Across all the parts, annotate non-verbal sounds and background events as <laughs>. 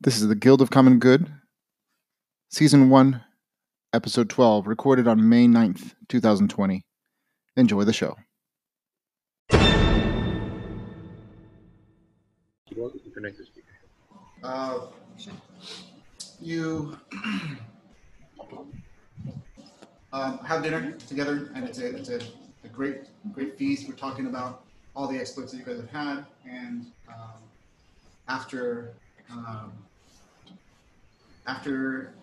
This is the Guild of Common Good, Season 1, Episode 12, recorded on May 9th, 2020. Enjoy the show. Uh, you <clears throat> um, have dinner together, and it's a it's a, a great great feast. We're talking about all the exploits that you guys have had, and um, after um, after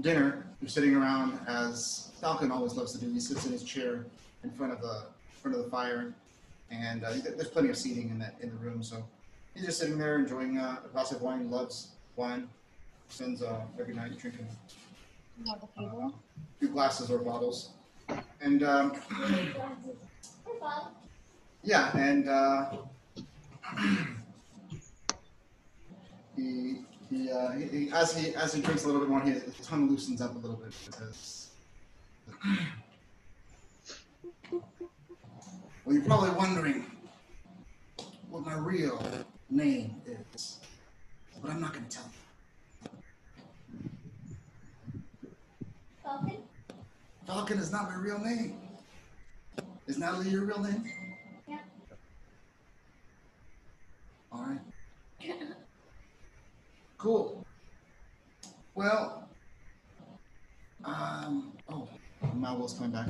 dinner, you're sitting around as Falcon always loves to do. He sits in his chair in front of the front of the fire, and uh, there- there's plenty of seating in that in the room, so he's just sitting there enjoying uh, a glass of wine. Loves wine. Spends uh, every night drinking Not the uh, table. few glasses or bottles. And um, yeah, and uh, <clears throat> he, he, uh, he, he- as he as he drinks a little bit more, his, his tongue loosens up a little bit because. Well, you're probably wondering what my real name is, but I'm not going to tell you. Falcon is not my real name. Is Natalie your real name? Yeah. All right. Cool. Well, um, oh, my will's coming back.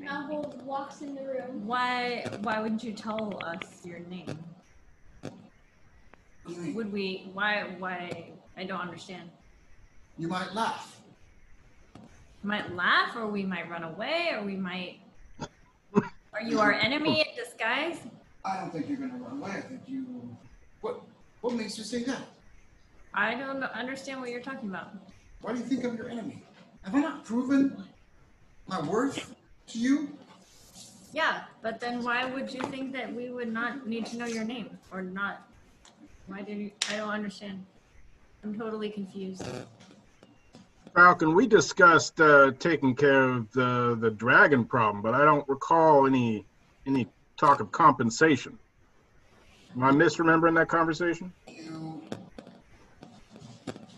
Malvold walks in the room. Why why would you tell us your name? What do you mean? Would we why why I don't understand. You might laugh. We might laugh or we might run away or we might Are you our enemy in disguise? I don't think you're gonna run away. I think you. What? What makes you say that? I don't understand what you're talking about. Why do you think I'm your enemy? Have I not proven my worth to you? Yeah, but then why would you think that we would not need to know your name or not? Why did you I don't understand. I'm totally confused. <laughs> Falcon, we discussed uh, taking care of the the dragon problem, but I don't recall any any talk of compensation. Am I misremembering that conversation? You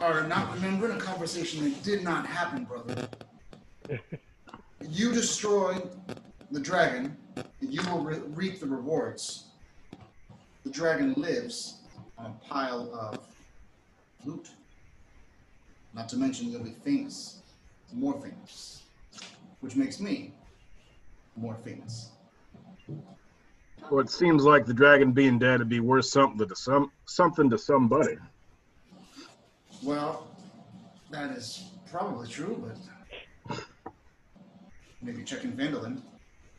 are not remembering a conversation that did not happen, brother. you destroyed the dragon, and you will re- reap the rewards. The dragon lives on a pile of loot. Not to mention you'll be famous, more famous, which makes me more famous. Well, it seems like the dragon being dead would be worth something to some something to somebody. Well, that is probably true, but maybe check in Vandalin.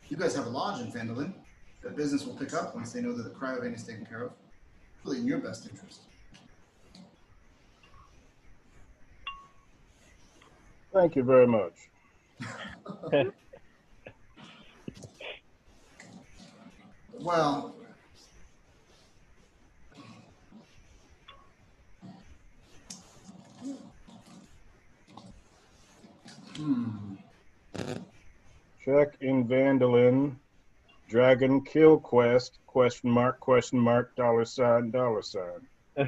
You guys have a lodge in Vandalin. The business will pick up once they know that the cryovan is taken care of. Really in your best interest. Thank you very much. Well, hmm. Check in Vandalin. Dragon kill quest question mark question mark dollar sign dollar sign. You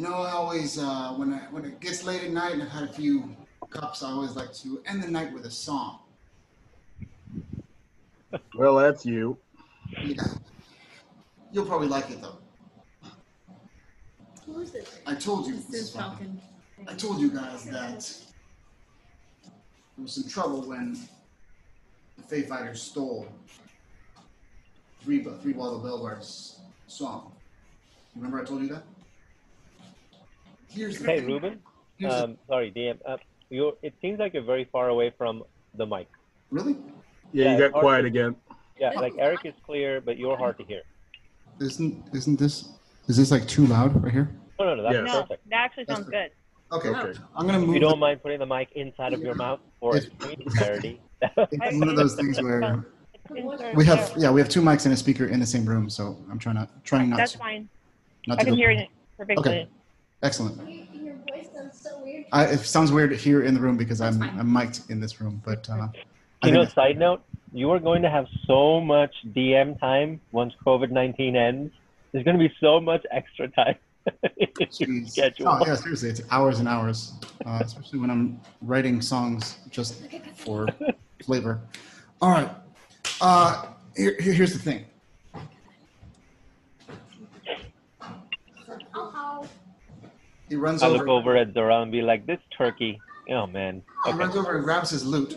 know, I always uh, when I, when it gets late at night and I've had a few cups, I always like to end the night with a song. Well, that's you. Yeah, you'll probably like it though. Who is this? I told you. This is Mrs. Falcon. Falcon. I told you guys that there was some trouble when the Fae Fighters stole three three Wall of Belwar's song. You remember I told you that? Here's the Hey, thing. Ruben. Here's the- Um, sorry, DM. Uh, you it seems like you're very far away from the mic. really? Yeah, Yeah, you got Arthur- quiet again. Yeah, like Eric is clear, but you're hard to hear. Isn't isn't this is this like too loud right here? No, no, no. That's Yes. No, perfect. that actually sounds good. Okay, Okay. I'm gonna If move. you don't the- mind putting the mic inside of your mouth for It's- extreme clarity. It's one of those things <laughs> where Insert we have there. yeah we have two mics and a speaker in the same room, so I'm trying to trying not That's to fine. not I to can go- hear it perfectly. Okay. Excellent. You, your voice sounds so weird. I, it sounds weird here in the room because I'm That's fine. I'm mic'd in this room, but uh, I You think know, that- side note, you are going to have so much DM time once COVID nineteen ends. There's going to be so much extra time. <laughs> in your Jeez. schedule. Oh yeah, seriously, it's hours and hours, uh, especially when I'm writing songs just <laughs> for flavor. All right. Uh, Here, here- here's the thing. Uh-oh. he runs I over. look over at Zora and be like, "This turkey." Oh man. He runs Okay. over and grabs his loot.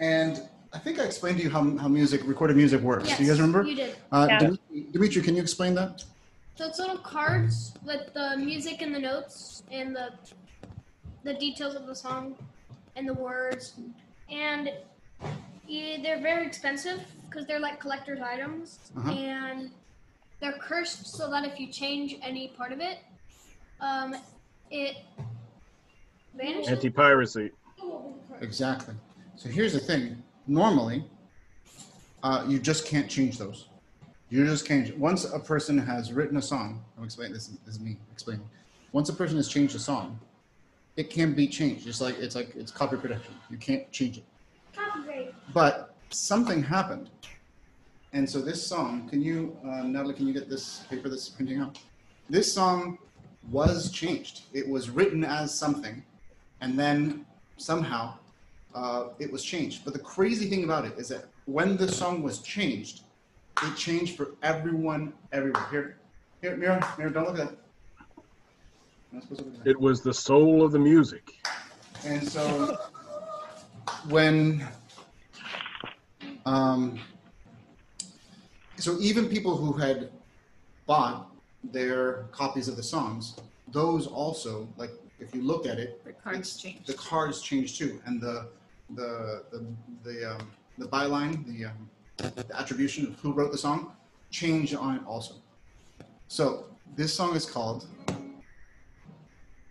And I think I explained to you how, how music, recorded music works. Yes, Do you guys remember? You did. Uh, Yeah. Dimitri, Dimitri, can you explain that? So it's little cards with the music and the notes and the the details of the song and the words, and eh, they're very expensive because they're like collector's items, Uh-huh. and they're cursed so that if you change any part of it, um, it vanishes. Anti-piracy. Exactly. So here's the thing. Normally, uh, you just can't change those. You just can't. Once a person has written a song, I'm explaining this. This is me explaining. Once a person has changed a song, it can be changed. It's like it's like it's copy protection. You can't change it. Copyright. But something happened, and so this song. Can you, uh, Natalie? Can you get this paper that's printing out? This song was changed. It was written as something, and then somehow uh, it was changed. But the crazy thing about it is that when the song was changed, it changed for everyone everywhere. Here, here, Mira, Mira, don't look at that. You're not supposed to look at that. It was the soul of the music. And so when um, so even people who had bought their copies of the songs, those also like if you looked at it, The cards changed. the cards changed too, and the the the the, um, the byline, the, um, the attribution of who wrote the song, changed on it also. So this song is called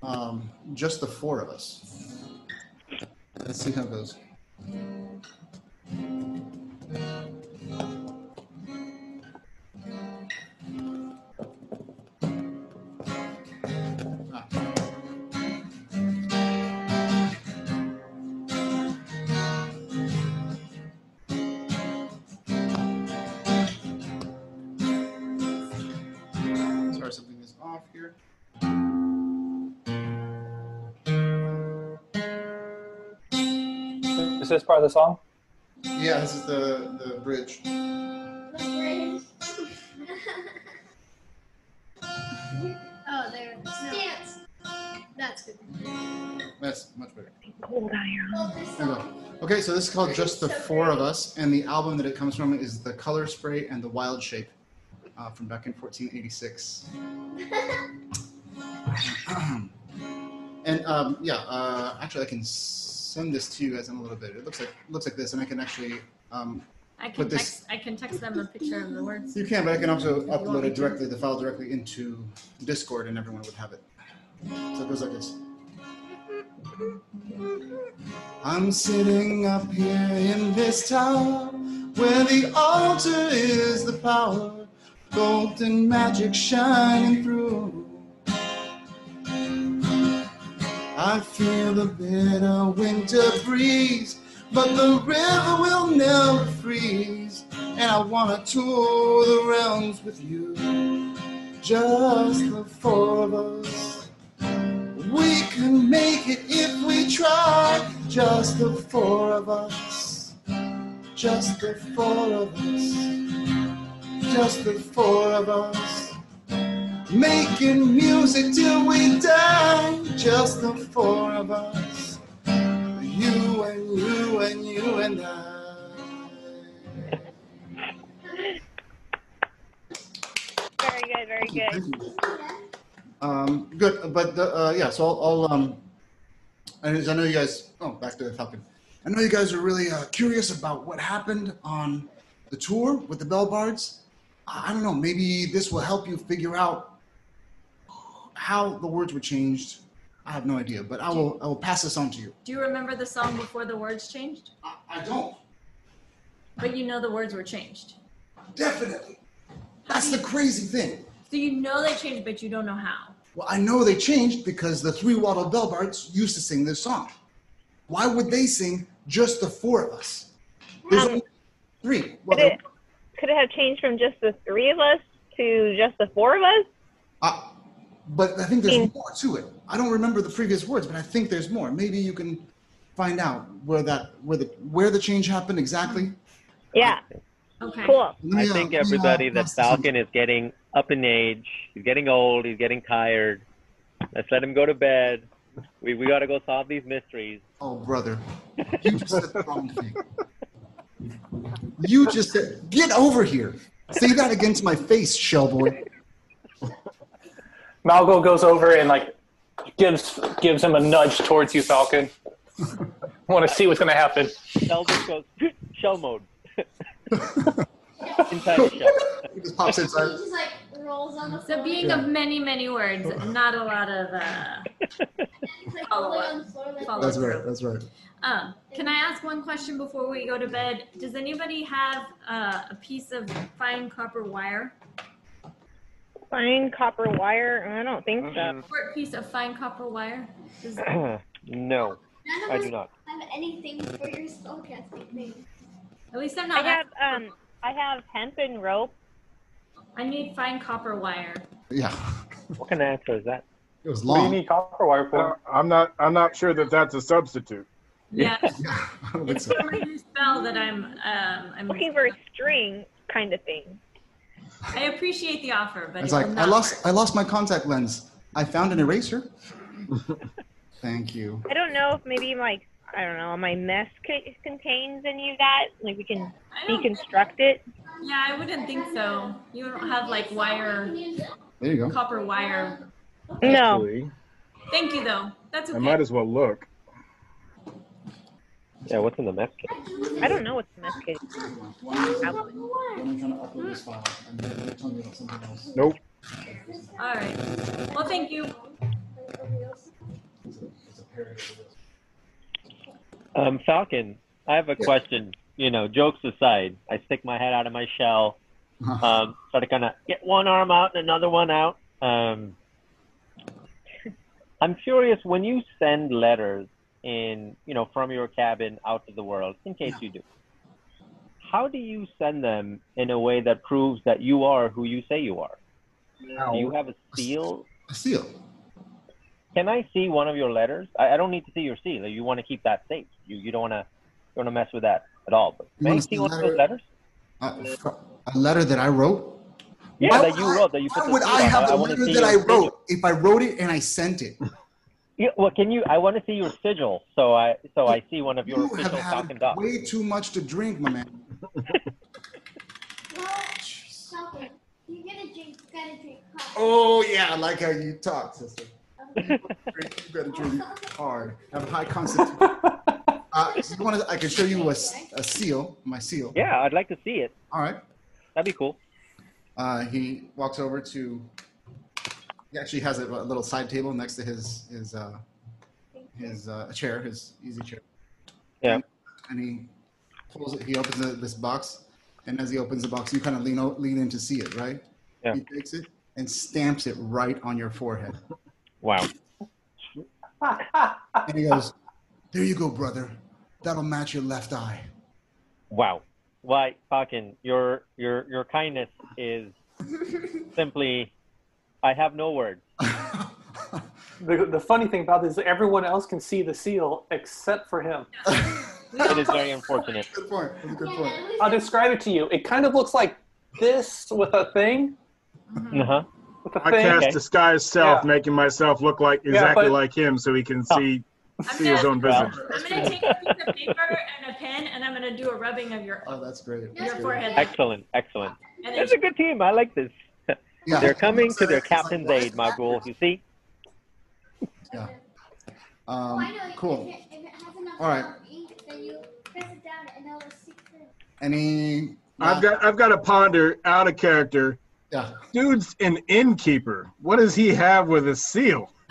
um, "Just the Four of Us." Let's see how it goes. Ah. Sorry, something is off here. Is this part of the song? Yeah, this is the, the bridge. The oh, there. Dance. That's good. That's much better. Cold out here. Love this There we song. go. Okay, so this is called Just the Four of Us, and the album that it comes from is The Color Spray and the Wild Shape uh, from back in 1486. and um, yeah, uh, actually, I can send this to you guys in a little bit. It looks like looks like this, and I can actually um, I can But this- text. I can text them a picture of the words. you can, but I can also upload it directly, the file directly into Discord, and everyone would have it. So it goes like this. I'm sitting up here in this tower where the altar is the power, golden magic shining through. I feel the bitter winter breeze, but the river will never freeze, and I wanna tour the realms with you. Just the four of us. We can make it if we try. Just the four of us. Just the four of us. Just the four of us. Making music till we die. Just the four of us. You and you and you and I. Very good, very good. Thank you. Um, good, but the, uh, yeah, so I'll, I'll um, I I know you guys. Oh, back to the Falcon. I know you guys are really uh, curious about what happened on the tour with the Bell Bards. I I don't know. Maybe this will help you figure out how the words were changed. I have no idea, but I will. I will pass this on to you. Do you remember the song before the words changed? I, I don't But you know the words were changed. definitely. That's the crazy thing. So you know they changed, but you don't know how. Well, I know they changed because the three Waddle Bellbards used to sing this song. Why would they sing just the four of us? There's Um, only three. Well, Could there, it, could it have changed from just the three of us to just the four of us? I, but I think Yeah. there's more to it. I don't remember the previous words, but I think there's more. Maybe you can find out where that where the where the change happened exactly. Yeah, Okay. cool. Let I me, uh, think let me, uh, everybody that pass this on. Falcon is getting up in age. He's getting old. He's getting tired. Let's let him go to bed. We we gotta go solve these mysteries. Oh, brother. You just said the wrong thing. You just said, get over here. Say that against my face, Shellboy. Malgo goes over and like gives gives him a nudge towards you, Falcon. <laughs> Want to see what's gonna happen? Shell just goes <clears throat> shell mode. <laughs> Inside shell. He just pops inside. just like rolls on the floor. The being of many, many words, not a lot of uh, He's, like, Follow rolling up. on the floor like follow That's through. right. <laughs> That's right. Um, can I ask one question before we go to bed? Does anybody have uh, a piece of fine copper wire? Fine copper wire? I don't think so. Short piece of fine copper wire? Does- <clears throat> no, None I of do us not. have anything for your spellcasting thing. at least I'm I not. have um, I have hemp and rope. I need fine copper wire. Yeah. What kind of answer is that? It was What do you long. need copper wire Uh, for? I'm not, I'm not sure that that's a substitute. Yeah, Yeah. I don't think it's so. from a new spell that I'm. Um, I'm Looking for a string kind of thing. I appreciate the offer, but It's it like, will I not lost, work. I lost my contact lens. I found an eraser. Thank you. I don't know if maybe like I don't know my mess c- contains any of that. Like we can I don't- deconstruct it. yeah, I wouldn't think so. You don't have like wire, There you go. copper wire. No. Actually, Thank you though. That's I okay. might as well look. Yeah, what's in the mess kit? I don't know what's mess kit. I'm trying to upload this file. And then they're telling me about something else. Nope. All right. Well, thank <laughs> you. It's a- it's a parody of this. Um, Falcon, I have a Yeah. question. You know, jokes aside, I stick my head out of my shell. um, try to kind of get one arm out and another one out. Um, I'm curious when you send letters in, you know, from your cabin out to the world, in case you do. How do you send them in a way that proves that you are who you say you are? Do you have a seal? A seal. Can I see one of your letters? I, I don't need to see your seal. You want to keep that safe. You you don't want to don't want to mess with that at all. But You may I wanna see see one of those letter- letters? A, uh, a letter that I wrote. Yeah, Why that you would I- wrote. That you put Why the would seal I on. have a wanna letter see that your I signature. wrote if I wrote it and I sent it? Yeah, well, can you? I want to see your sigil, so I so I see one of your You have official Falcon had dots. <laughs> way too much to drink, my man. Stop it. You gotta drink, you gotta drink coffee. Oh yeah, I like how you talk, sister. You better drink hard. Have a high constitution. <laughs> Uh, you want to? I can show you a, s- a seal, my seal. Yeah, I'd like to see it. All right. That'd be cool. Uh, he walks over to. He actually has a, a little side table next to his his uh, his uh, chair, his easy chair. Yeah. And he pulls it. He opens the, this box, and as he opens the box, you kind of lean o- lean in to see it, right? Yeah. He takes it and stamps it right on your forehead, Wow. and he goes, "There you go, brother. That'll match your left eye." <laughs> Wow. Why, Falcon, your your your kindness <laughs> is simply. I have no words. The, the funny thing about this is everyone else can see the seal except for him. It is <laughs> very unfortunate. good point. That's a good point. I'll describe it to you. It kind of looks like this with a thing, Uh huh. with a I thing. cast Okay. disguise self, Yeah. making myself look like Yeah, exactly but- Oh. like him, so he can see I'm see his gonna, own Well. visage. I'm gonna take a piece of paper and a pen, and I'm gonna do a rubbing <laughs> of your Oh, that's great. your That's great. forehead. Excellent. Excellent. And then It's a good team. I like this. Yeah. They're coming to their It's like, captain's why is aid, my that- ghoul. You see? Yeah. Oh, I Um, know. If cool. it- If it has enough All right. um, ink, then you press it down and it'll stick through. Any? I've uh, got I've got to ponder out of character. Yeah. Dude's an innkeeper. What does he have with a seal? <laughs>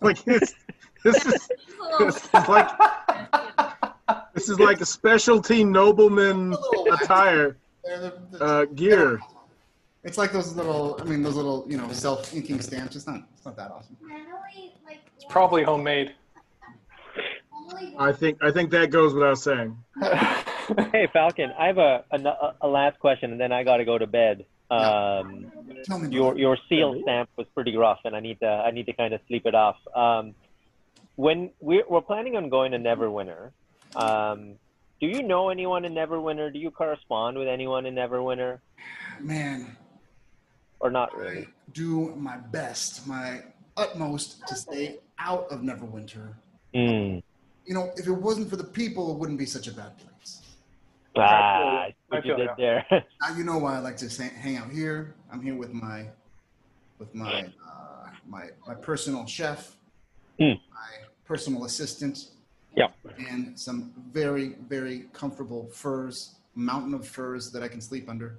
Like this, this is it's a little- this is like this is like a specialty <laughs> nobleman attire They're the- the- uh, gear. It's like those little. I mean, those little. You know, self-inking stamps. It's not. It's not that awesome. And I only, like, It's probably homemade. <laughs> only I think I think that goes without saying. I Hey, Falcon, I have a, a, a last question, and then I got to go to bed. Um, Tell me. your your seal stamp was pretty rough, and I need to I need to kind of sleep it off. Um, when we're we're planning on going to Neverwinter, um, do you know anyone in Neverwinter? Do you correspond with anyone in Neverwinter, about it. man, or not I really? do my best, my utmost to stay out of Neverwinter. Mm. You know, if it wasn't for the people, it wouldn't be such a bad place. Ah, I what you feel did ya. there. <laughs> Now you know why I like to sa- hang out here. I'm here with my, with my, uh, my my personal chef, Mm. my personal assistant, Yep. and some very very comfortable furs, mountain of furs that I can sleep under.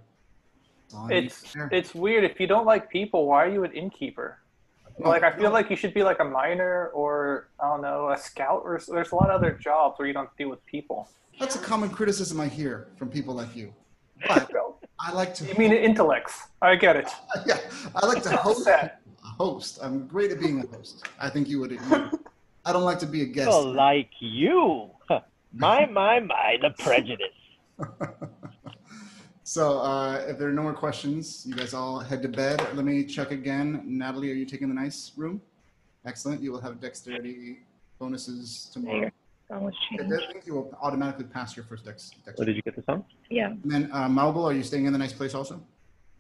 That's all I need It's there. it's weird. If you don't like people, why are you an innkeeper? Like I feel like you should be like a miner or I don't know a scout or s- there's a lot of other jobs where you don't deal with people. That's a common criticism I hear from people like you. But I like to. You mean intellects? I get it. <laughs> yeah, I like to <laughs> Oh, host. Sad. A host. I'm great at being a host. I think you would. <laughs> Agree. I don't like to be a guest. People like you. <laughs> My my my, the prejudice. So uh, if there are no more questions, you guys all head to bed. Let me check again. Natalie, are you taking the nice room? Excellent. You will have dexterity bonuses tomorrow. Almost I change. think you will automatically pass your first dex. dex. Oh, What did you get this on? Yeah. And then uh, Malbo, are you staying in the nice place also?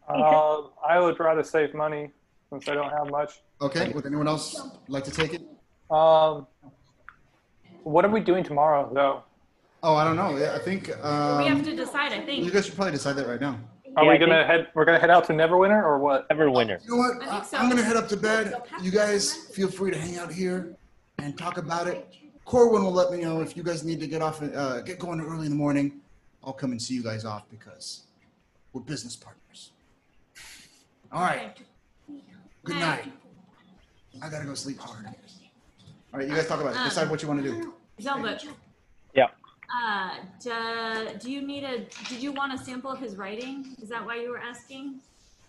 Um, I would rather save money since I don't have much. Okay. Would anyone else like to take it? Um, what are we doing tomorrow though? Oh, I don't know. Yeah, I think um, we have to decide, I you think. guys should probably decide that right now. Are Yeah, I we gonna head? We're gonna head out to Neverwinter or what? Neverwinter. You know what? I think so. I'm gonna head up to bed. You guys feel free to hang out here and talk about it. Corwin will let me know if you guys need to get off and uh, get going early in the morning. I'll come and see you guys off because we're business partners. All right. Good night. I gotta go sleep hard. All right, you guys talk about it. Decide what you want to Um, do. Zelda. Yeah. Uh, do, do you need a? Did you want a sample of his writing? Is that why you were asking?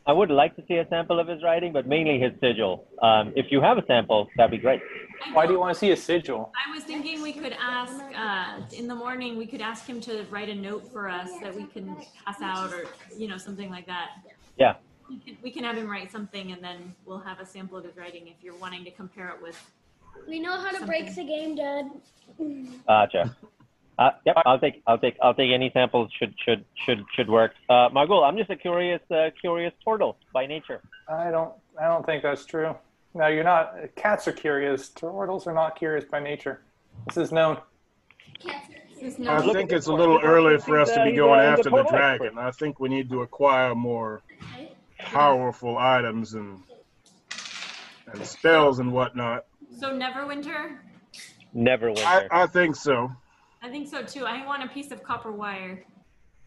I would like to see a sample of his writing, but mainly his sigil. Um, if you have a sample, that'd be great. I Why do you don't- want to see a sigil? I was thinking we could ask uh, in the morning. We could ask him to write a note for us that we can pass out, or you know, something like that. Yeah. We can, we can have him write something, and then we'll have a sample of his writing if you're wanting to compare it with. We know how to break the game, Dad. Gotcha. Uh, yep, I'll take, I'll take, I'll take any sample. Should, should, should, should work. Uh, Margot, I'm just a curious, uh, curious turtle by nature. I don't. I don't think that's true. No, you're not. Cats are curious. Turtles are not curious by nature. This is known. This I note. look think at it's a the little question. early for us to be He's, uh, going he's a after the total dragon. I think we need to acquire more powerful items and and spells and whatnot. So Neverwinter. I, Neverwinter. I think so. I think so too. I want a piece of copper wire.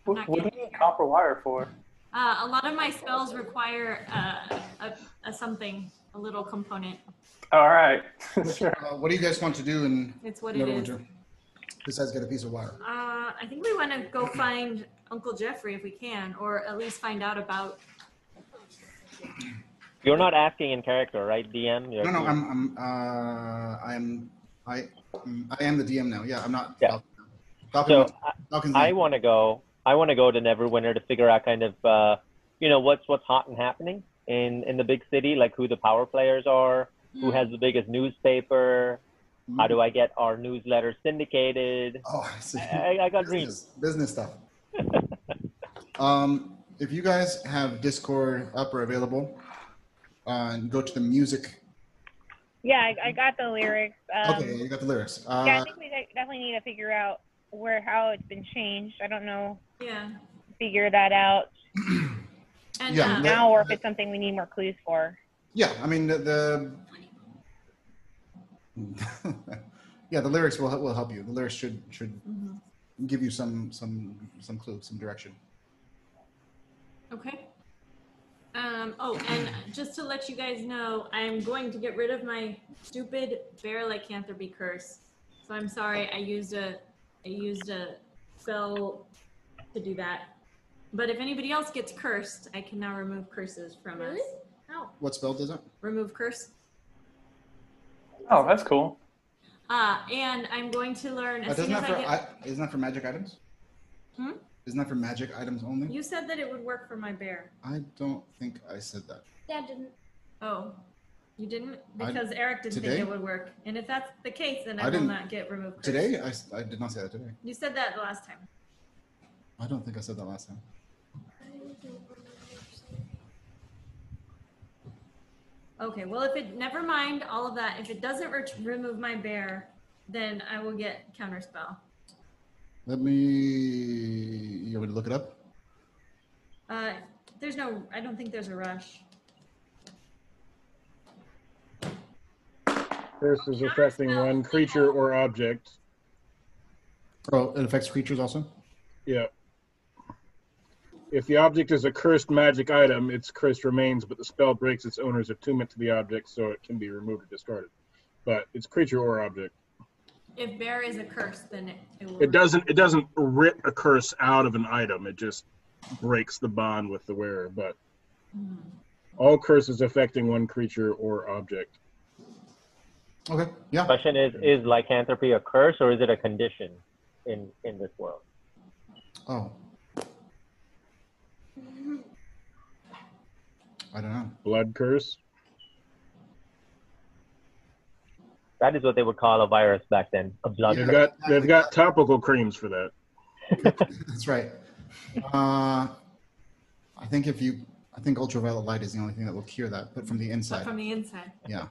What, what do you need copper wire for? Uh, a lot of my spells require uh, a, a something, a little component. All right. <laughs> sure. Uh, what do you guys want to do in It's what it is. Neverwinter? Besides get a piece of wire. Uh, I think we want to go find Uncle Jeffrey if we can, or at least find out about. You're not asking in character, right, DM? You're, No, no, I'm, I'm, uh, I'm, I, I'm, I am the DM now. Yeah, I'm not. Yeah. Falcon, So Falcon, Falcon's I not- want to go. I want to go to Neverwinter to figure out kind of, uh, you know, what's what's hot and happening in in the big city, like who the power players are, who has the biggest newspaper, how do I get our newsletter syndicated? Oh, I see. <laughs> I, I got dreams. business, business <laughs> stuff. um, if you guys have Discord up or available, uh, and go to the music. Yeah, I, I got the lyrics. Um, Okay, you got the lyrics. Yeah, I Uh, think we de- definitely need to figure out where how it's been changed. I don't know, Yeah. figure that out And Yeah, uh, no- now, or if it's something we need more clues for. yeah, I mean the. <laughs> the yeah, the lyrics will will help you. The lyrics should should Mhm. give you some some some clue, some direction. okay. Um, oh, and just to let you guys know, I'm going to get rid of my stupid bear lycanthropy curse. So I'm sorry, I used a, I used a spell to do that. But if anybody else gets cursed, I can now remove curses from us. Really? What spell does it? Remove curse. Oh, that's cool. Uh, and I'm going to learn Uh, as doesn't soon as that for I get. I, isn't that for magic items? Hmm? Isn't that for magic items only? You said that it would work for my bear. I don't think I said that. Dad didn't. Oh, you didn't? I- Because Eric didn't today? think it would work. And if that's the case, then I I, will didn't- not get removed. Curse. Today? I, s- I did not say that today. You said that last time. I don't think I said that last time. Okay, well, if it, never mind all of that. If it doesn't ret- remove my bear, then I will get counterspell. Let me. You want me to look it up? Uh, there's no, I don't think there's a rush. This is affecting one creature or object. Oh, it affects creatures also? Yeah. If the object is a cursed magic item, its curse remains, but the spell breaks its owner's attunement to the object, so it can be removed or discarded. But it's creature or object. If bear is a curse, then it, it will. It doesn't. It doesn't rip a curse out of an item. It just breaks the bond with the wearer. But all curses affecting one creature or object. Okay. Yeah. Question is: Is lycanthropy a curse or is it a condition in in this world? Oh. I don't know. Blood curse. That is what they would call a virus back then. A blood. Yeah. They've curse. got. They've got topical creams for that. That's right. Uh, I think if you, I think ultraviolet light is the only thing that will cure that, but from the But inside. from the inside. yeah.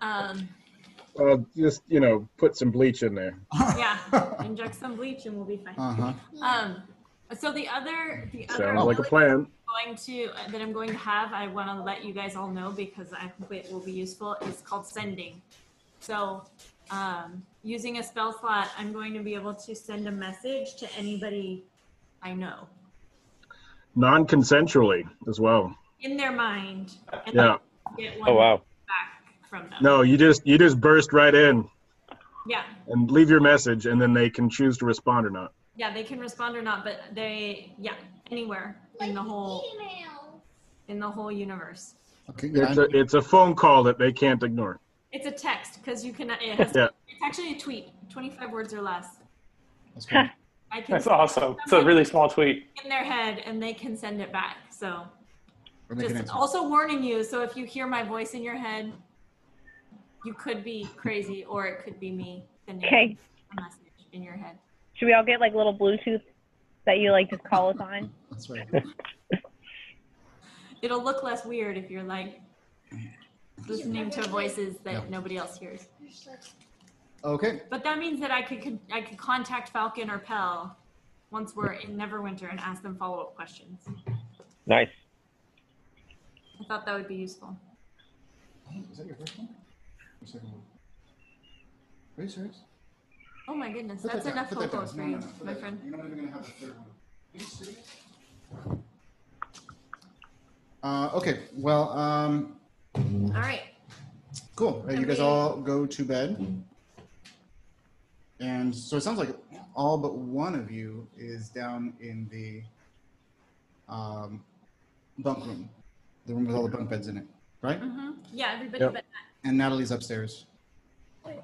Um, Uh, just you know, put some bleach in there. <laughs> yeah, inject some bleach and we'll be fine. Uh huh. Um, so the other, the other Sounds like a ability plan. I'm going to uh, that I'm going to have, I want to let you guys all know because I hope it will be useful. Is called sending. So, um, using a spell slot, I'm going to be able to send a message to anybody I know Non-consensually as well. in their mind, and Yeah. get one Oh wow. back from them. No, you just you just burst right in Yeah, and leave your message, and then they can choose to respond or not. yeah, they can respond or not, but they, yeah, anywhere in the whole email. in the whole universe. Okay. Yeah, It's a it's a phone call that they can't ignore. It's a text because you can. It has, Yeah. It's actually a tweet, 25 words or less. that's cool. I can <laughs> That's awesome. It's a really small tweet. in their head and they can send it back. So We're <laughs> making just it. also warning you. So if you hear my voice in your head, you could be crazy or it could be me sending Okay. a message in your head. Should we all get like little Bluetooth that you like just call us on? That's right. It'll look less weird if you're like listening to voices that Yeah. nobody else hears. Okay. But that means that I could con- I could contact Falcon or Pell once we're in Neverwinter and ask them follow up questions. Nice. I thought that would be useful. Is that your first one? Your second one? Are you serious? Oh my goodness, Put that's that down, enough put that down. focus for No, no, you, no, put my that down. friend. You're not even gonna have the third one. Are you serious? Uh, okay. Well, um, All right. Cool. Uh, You guys all go to bed. And so it sounds like all but one of you is down in the um, bunk room, the room with all the bunk beds in it, right? hmm Yeah, everybody Yep. but And Natalie's upstairs.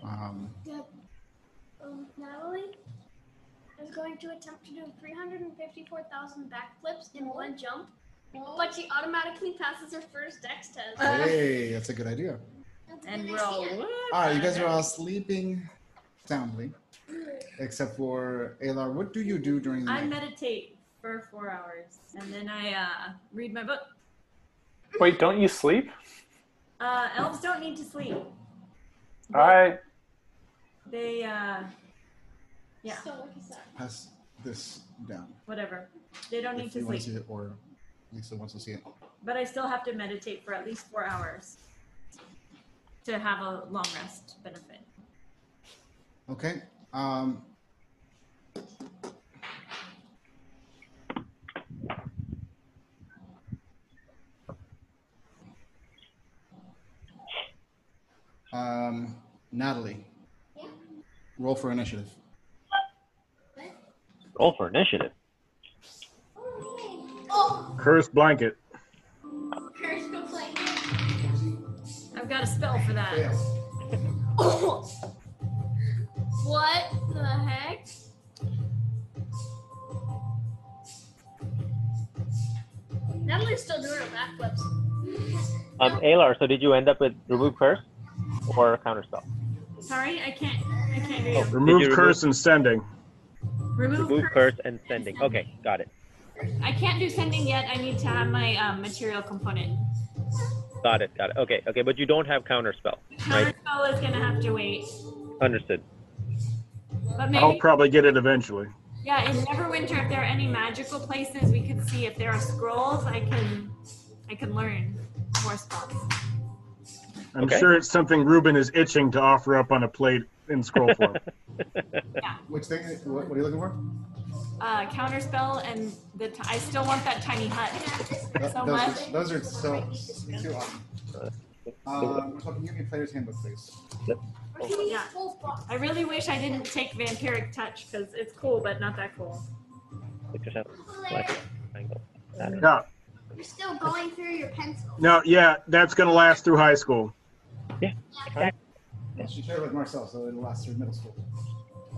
Um, Dad, um, Natalie is going to attempt to do 354,000 backflips in one jump, but she automatically passes her first dex test. hey, that's a good idea. Uh, And we're all All right, you guys are all sleeping soundly, except for Alar. What do you do during the I night? meditate for four hours and then I uh, read my book. Wait, don't you sleep? Uh, elves don't need to sleep. All right. They, uh, yeah, Pass this down whatever. They don't need if to you want to see sleep. it, or Lisa wants to see it. But I still have to meditate for at least four hours to have a long rest benefit. Okay. Um, um, Natalie, Yeah. roll for initiative. Roll for initiative. Oh, Curse blanket. Curse go play. I've got a spell for that. what the heck? Emily's still doing her backflips. Um, Alar, so did you end up with remove curse or counterspell? Sorry, I can't. I can't hear you. Remove Did you curse and sending. Remove, Remove curse. curse and sending. Okay, got it. I can't do sending yet. I need to have my um, material component. Got it. Got it. Okay. Okay, but you don't have counterspell. Right. Counterspell is gonna have to wait. Understood. But I'll maybe, probably get it eventually. yeah, in Neverwinter, if there are any magical places we could see, if there are scrolls, I can, I can learn more spells. I'm Okay. sure it's something Ruben is itching to offer up on a plate in scroll form. Which thing? What, what are you looking for? Uh, counterspell and the t- I still want that tiny hut Th- so those, much. Are, those are so too awesome. Uh, fucking give me player's handbook, please. Or can we Yeah. just both walk? I really wish I didn't take vampiric touch because it's cool, but not that cool. Look yourself. Black Larry, triangle. Got it. Yeah. You're still going through your pencil. No, yeah, that's going to last through high school. Well, she shared it with Marcel, so it'll last through middle school.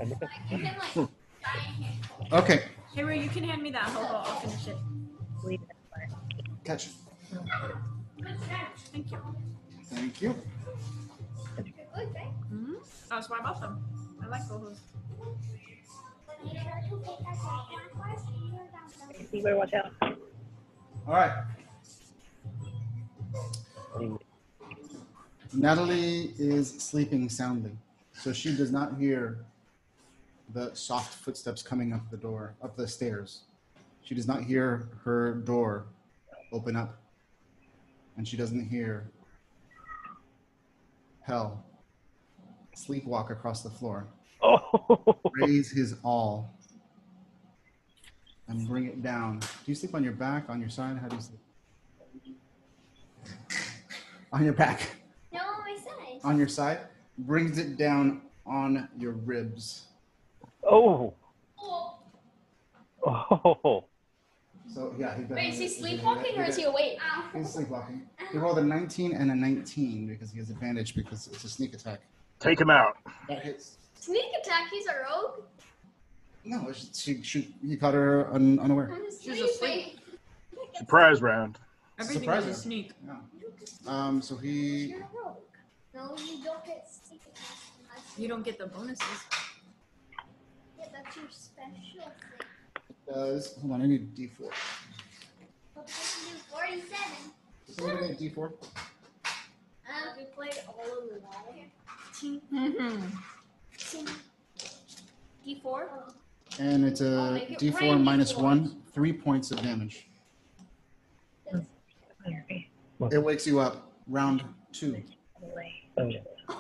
And look at- Like, you can, like, giant hand. Okay, Hey, Rue, you can hand me that ho ho. I'll finish it. catch. it. Thank you. Thank you. You're good, right? Mm-hmm. That's why I bought them. I like ho hos. You better watch out. All right, Natalie is sleeping soundly, so she does not hear the soft footsteps coming up the door, up the stairs. She does not hear her door open up, and she doesn't hear Hell sleepwalk across the floor, Oh. <laughs> raise his all, and bring it down. Do you sleep on your back, on your side? How do you sleep? On your back No, I said. on your side, brings it down on your ribs. Oh. Oh, Oh. So yeah, he's wait, is he sleepwalking or is he awake? He's sleepwalking. He rolled a 19 and a 19 because he has advantage because it's a sneak attack. Take him out. That hits. Sneak attack, he's a rogue. No, she, she, she he caught her un, unaware. I'm She's asleep. sleeping. Surprise round. Everything Surprising. is a sneak. Yeah. Um. So he. You're a rogue. No, you don't get sneak attack unless you You don't get the bonuses. get that's your special thing. does. Hold on, I need a D4. But we can do 47. Does anybody need a D4? Um, we played all of the live. Mm-hmm. D4. And it's I'll a make it D4 rain minus D4. one, three points of damage. It wakes you up. Round two.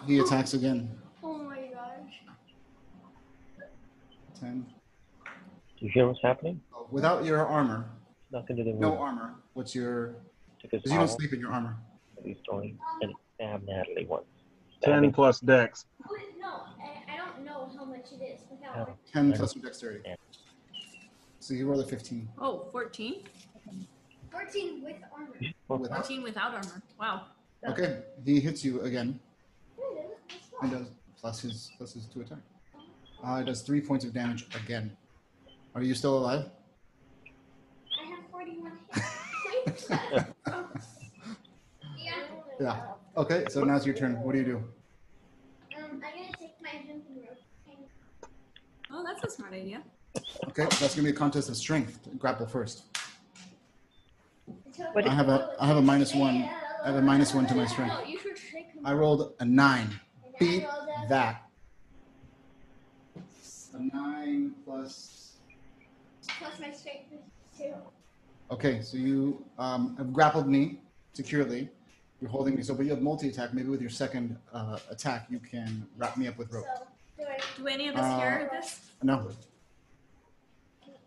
He attacks again. Oh my gosh. 10. You hear what's happening? Without your armor, Nothing to the no room. armor. What's your? Took his Because you don't owl, sleep in your armor. He's going and stabbed Natalie once. 10 Stabbing- plus dex. No, I, I don't know how much it is without Oh. working. Ten Right. plus your dexterity. Yeah. So you roll a fifteen. Oh, 14? 14 with armor. Without. 14 without armor. Wow. Okay, he hits you again No, no, that's not. and does plus his plus his two attack. Uh, does three points of damage again. Are you still alive? I have 41 hits. Um, yeah. Yeah. Okay, so now's your turn. What do you do? Um, I'm gonna take my hunting rope. and- Oh, that's a smart idea. Okay, that's gonna be a contest of strength. Grapple first. so- What I have a I have a minus one. I have a minus one to my No, strength. Oh, you should shake him. I rolled a nine. And I Beat rolled a- that. A nine plus Plus my strength is two. Okay, so you um, have grappled me securely. You're holding me, so but you have multi attack. Maybe with your second uh, attack, you can wrap me up with rope. So, do I Do any of us Uh, hear this? No.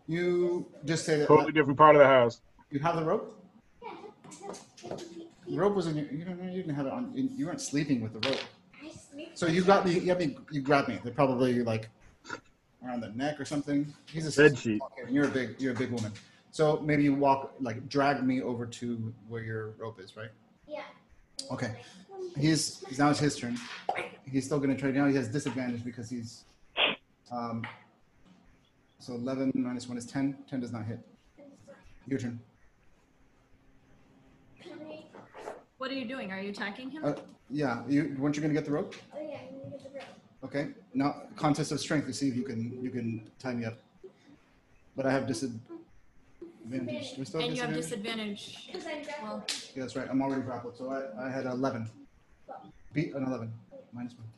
You just say that Totally different part of the house. you have the rope. Yeah, I The have- rope was in your. You, don't, you didn't have it on. You you weren't sleeping with the rope. I sneak- So you got me. You, have me, you grabbed me. They're probably like around the neck or something. He's a Bed sheet. Okay, and you're a big. You're a big woman. So maybe you walk like drag me over to where your rope is, right? Yeah. Okay. He's now it's his turn. He's still going to try. Now he has disadvantage because he's. Um, so 11 minus 1 is 10. 10 does not hit. Your turn. What are you doing? Are you attacking him? Uh, Yeah, you weren't you gonna get the rope? Oh yeah, I'm gonna get the rope. Okay. Now contest of strength to see if you can you can tie me up. But I have disadvantage. Do we still have and you have disadvantage? disadvantage. Because I'm Well, grappling. Yeah, that's right. I'm already grappled, so I, I had eleven. Beat an eleven. Minus one.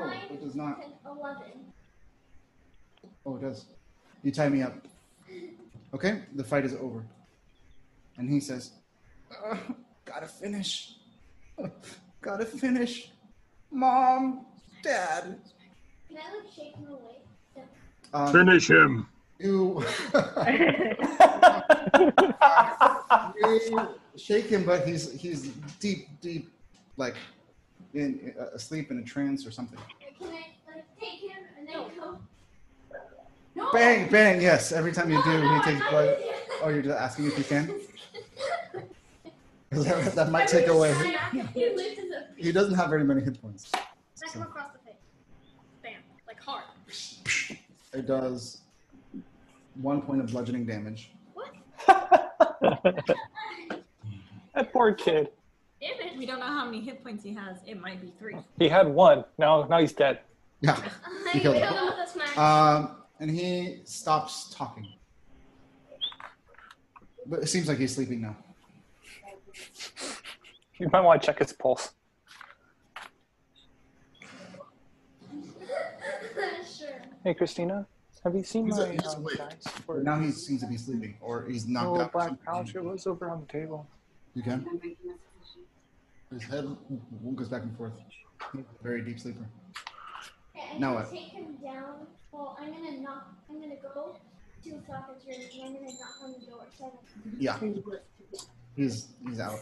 Oh, Nine, it does not. 10, 11. Oh, it does. You tie me up. Okay, the fight is over. And he says, "Ugh, "Gotta finish. Gotta finish. Mom, Dad." Can I like shake him away? Um, Finish him. you <laughs> I you shake him, but he's he's deep, deep, like in uh, asleep in a trance or something. Can I like take him and then go? no. Bang, bang! Yes, every time you Oh, do, no, he I <laughs> takes might blood. do Oh, you're just asking if you can. <laughs> <laughs> that, that might take away. He lifts his up. He doesn't have very many hit points. Smack him across the face. Bam. Like hard. It does one point of bludgeoning damage. What? <laughs> that poor kid. Damn <laughs> We it. don't know how many hit points he has. It might be three. He had one. Now, now he's dead. Yeah. I killed killed him. him with a smack. Um, and he stops talking. But it seems like he's sleeping now. You might want to check his pulse. <laughs> sure. Hey, Christina, have you seen He's my a- he's um, awake. dice But for- now he seems to be sleeping, or he's knocked Oh, out. black pouch. It was over on the table. You can. His head goes back and forth. Very deep sleeper. Okay, I'm Now gonna what? take him down. Well, I'm gonna knock. I'm gonna go to Falcon's room and I'm gonna knock on the door. So I'm like, Yeah. He's he's out.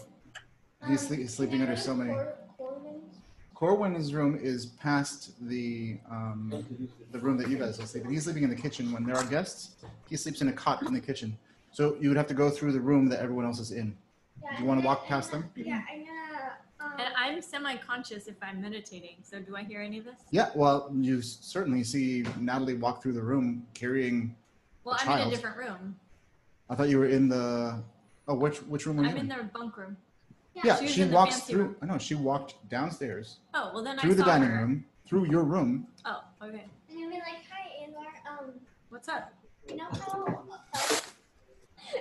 He's um, sleep- he's sleeping can I under go to so many- Cor- Corvin's? Corwin's room is past the um, the room that you guys will sleep in. He's sleeping in the kitchen when there are guests. He sleeps in a cot in the kitchen. So you would have to go through the room that everyone else is in. Yeah, You I'm wanna gonna- walk I'm past gonna- them? Yeah, I'm gonna. Um, And I'm semi-conscious if I'm meditating. So do I hear any of this? Yeah, well, you s- certainly see Natalie walk through the room carrying. Well, A I'm in a child. different room. I thought you were in the. Oh, which which room were you I'm in their bunk room. yeah, she was she in the walks fancy through. room. I know she walked downstairs Oh well, then I through the saw dining her. room through your room. Oh okay. And I'm gonna be like, hi, Anwar. Um, What's up? you know <laughs> how. <laughs>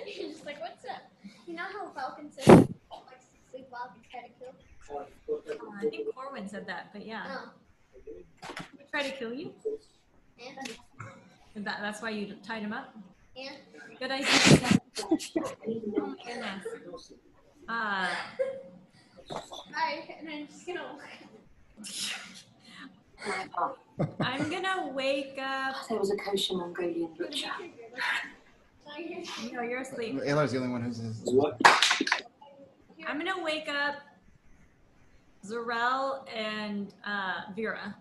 You're just like, what's up? You know how Falcon says he likes to sleep while he's trying to kill. Uh, I think Corwin said that, but yeah. Um, He tried to kill you. and And that, that's why you tied him up. and Good idea. oh my goodness. Uh, hi, and I'm just gonna walk. I'm gonna wake up. There was a kosher Mongolian I'm gonna be butcher. triggered, like, so I hear- No, you're asleep. Aylar's the only one who's. who's- I'm gonna wake up Zarel and uh, Vera.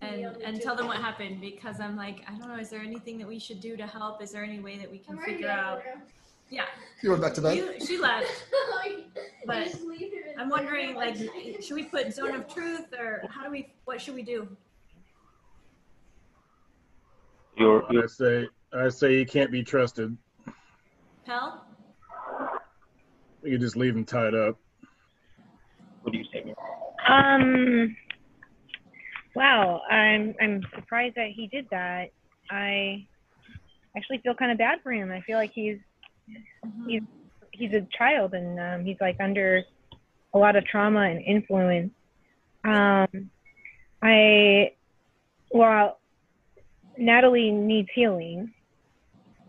And, and tell them what happened because I'm like, I don't know, is there anything that we should do to help? Is there any way that we can I'm already figure in the out? room. Yeah, You went back to bed. you, she left. <laughs> Like, But just leave her in I'm there. <laughs> wondering, like, should we put Zone of Truth or how do we, what should we do? You're, I say, I say he can't be trusted. Pell? You can just leave him tied up. what do you say? Mira? Um. Wow, I'm I'm surprised that he did that. I actually feel kind of bad for him. I feel like he's Mhm. Yeah. he's a child and um, he's like under a lot of trauma and influence. Um, I well, Natalie needs healing.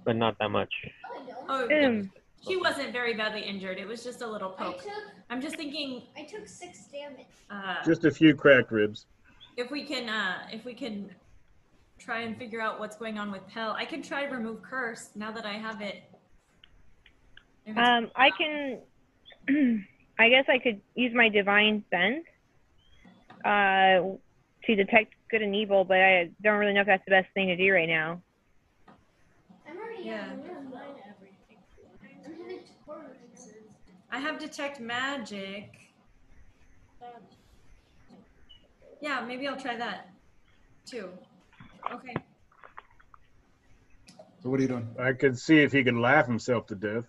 But not that much. Oh, I don't. Oh, yeah. Um, she wasn't very badly injured. It was just a little I poke. took I'm just thinking I took six damage. uh, Just a few cracked ribs. if we can uh, if we can try and figure out what's going on with Pell. I can try to remove curse now that I have it. If it's- um, I can, <clears throat> I guess I could use my divine sense uh, to detect good and evil, but I don't really know if that's the best thing to do right now. I'm already Yeah. in the room. Everything. I'm having to quarantine. I have detect magic. Yeah, maybe I'll try that too. Okay. So what are you doing? <laughs> I could see if he could laugh himself to death.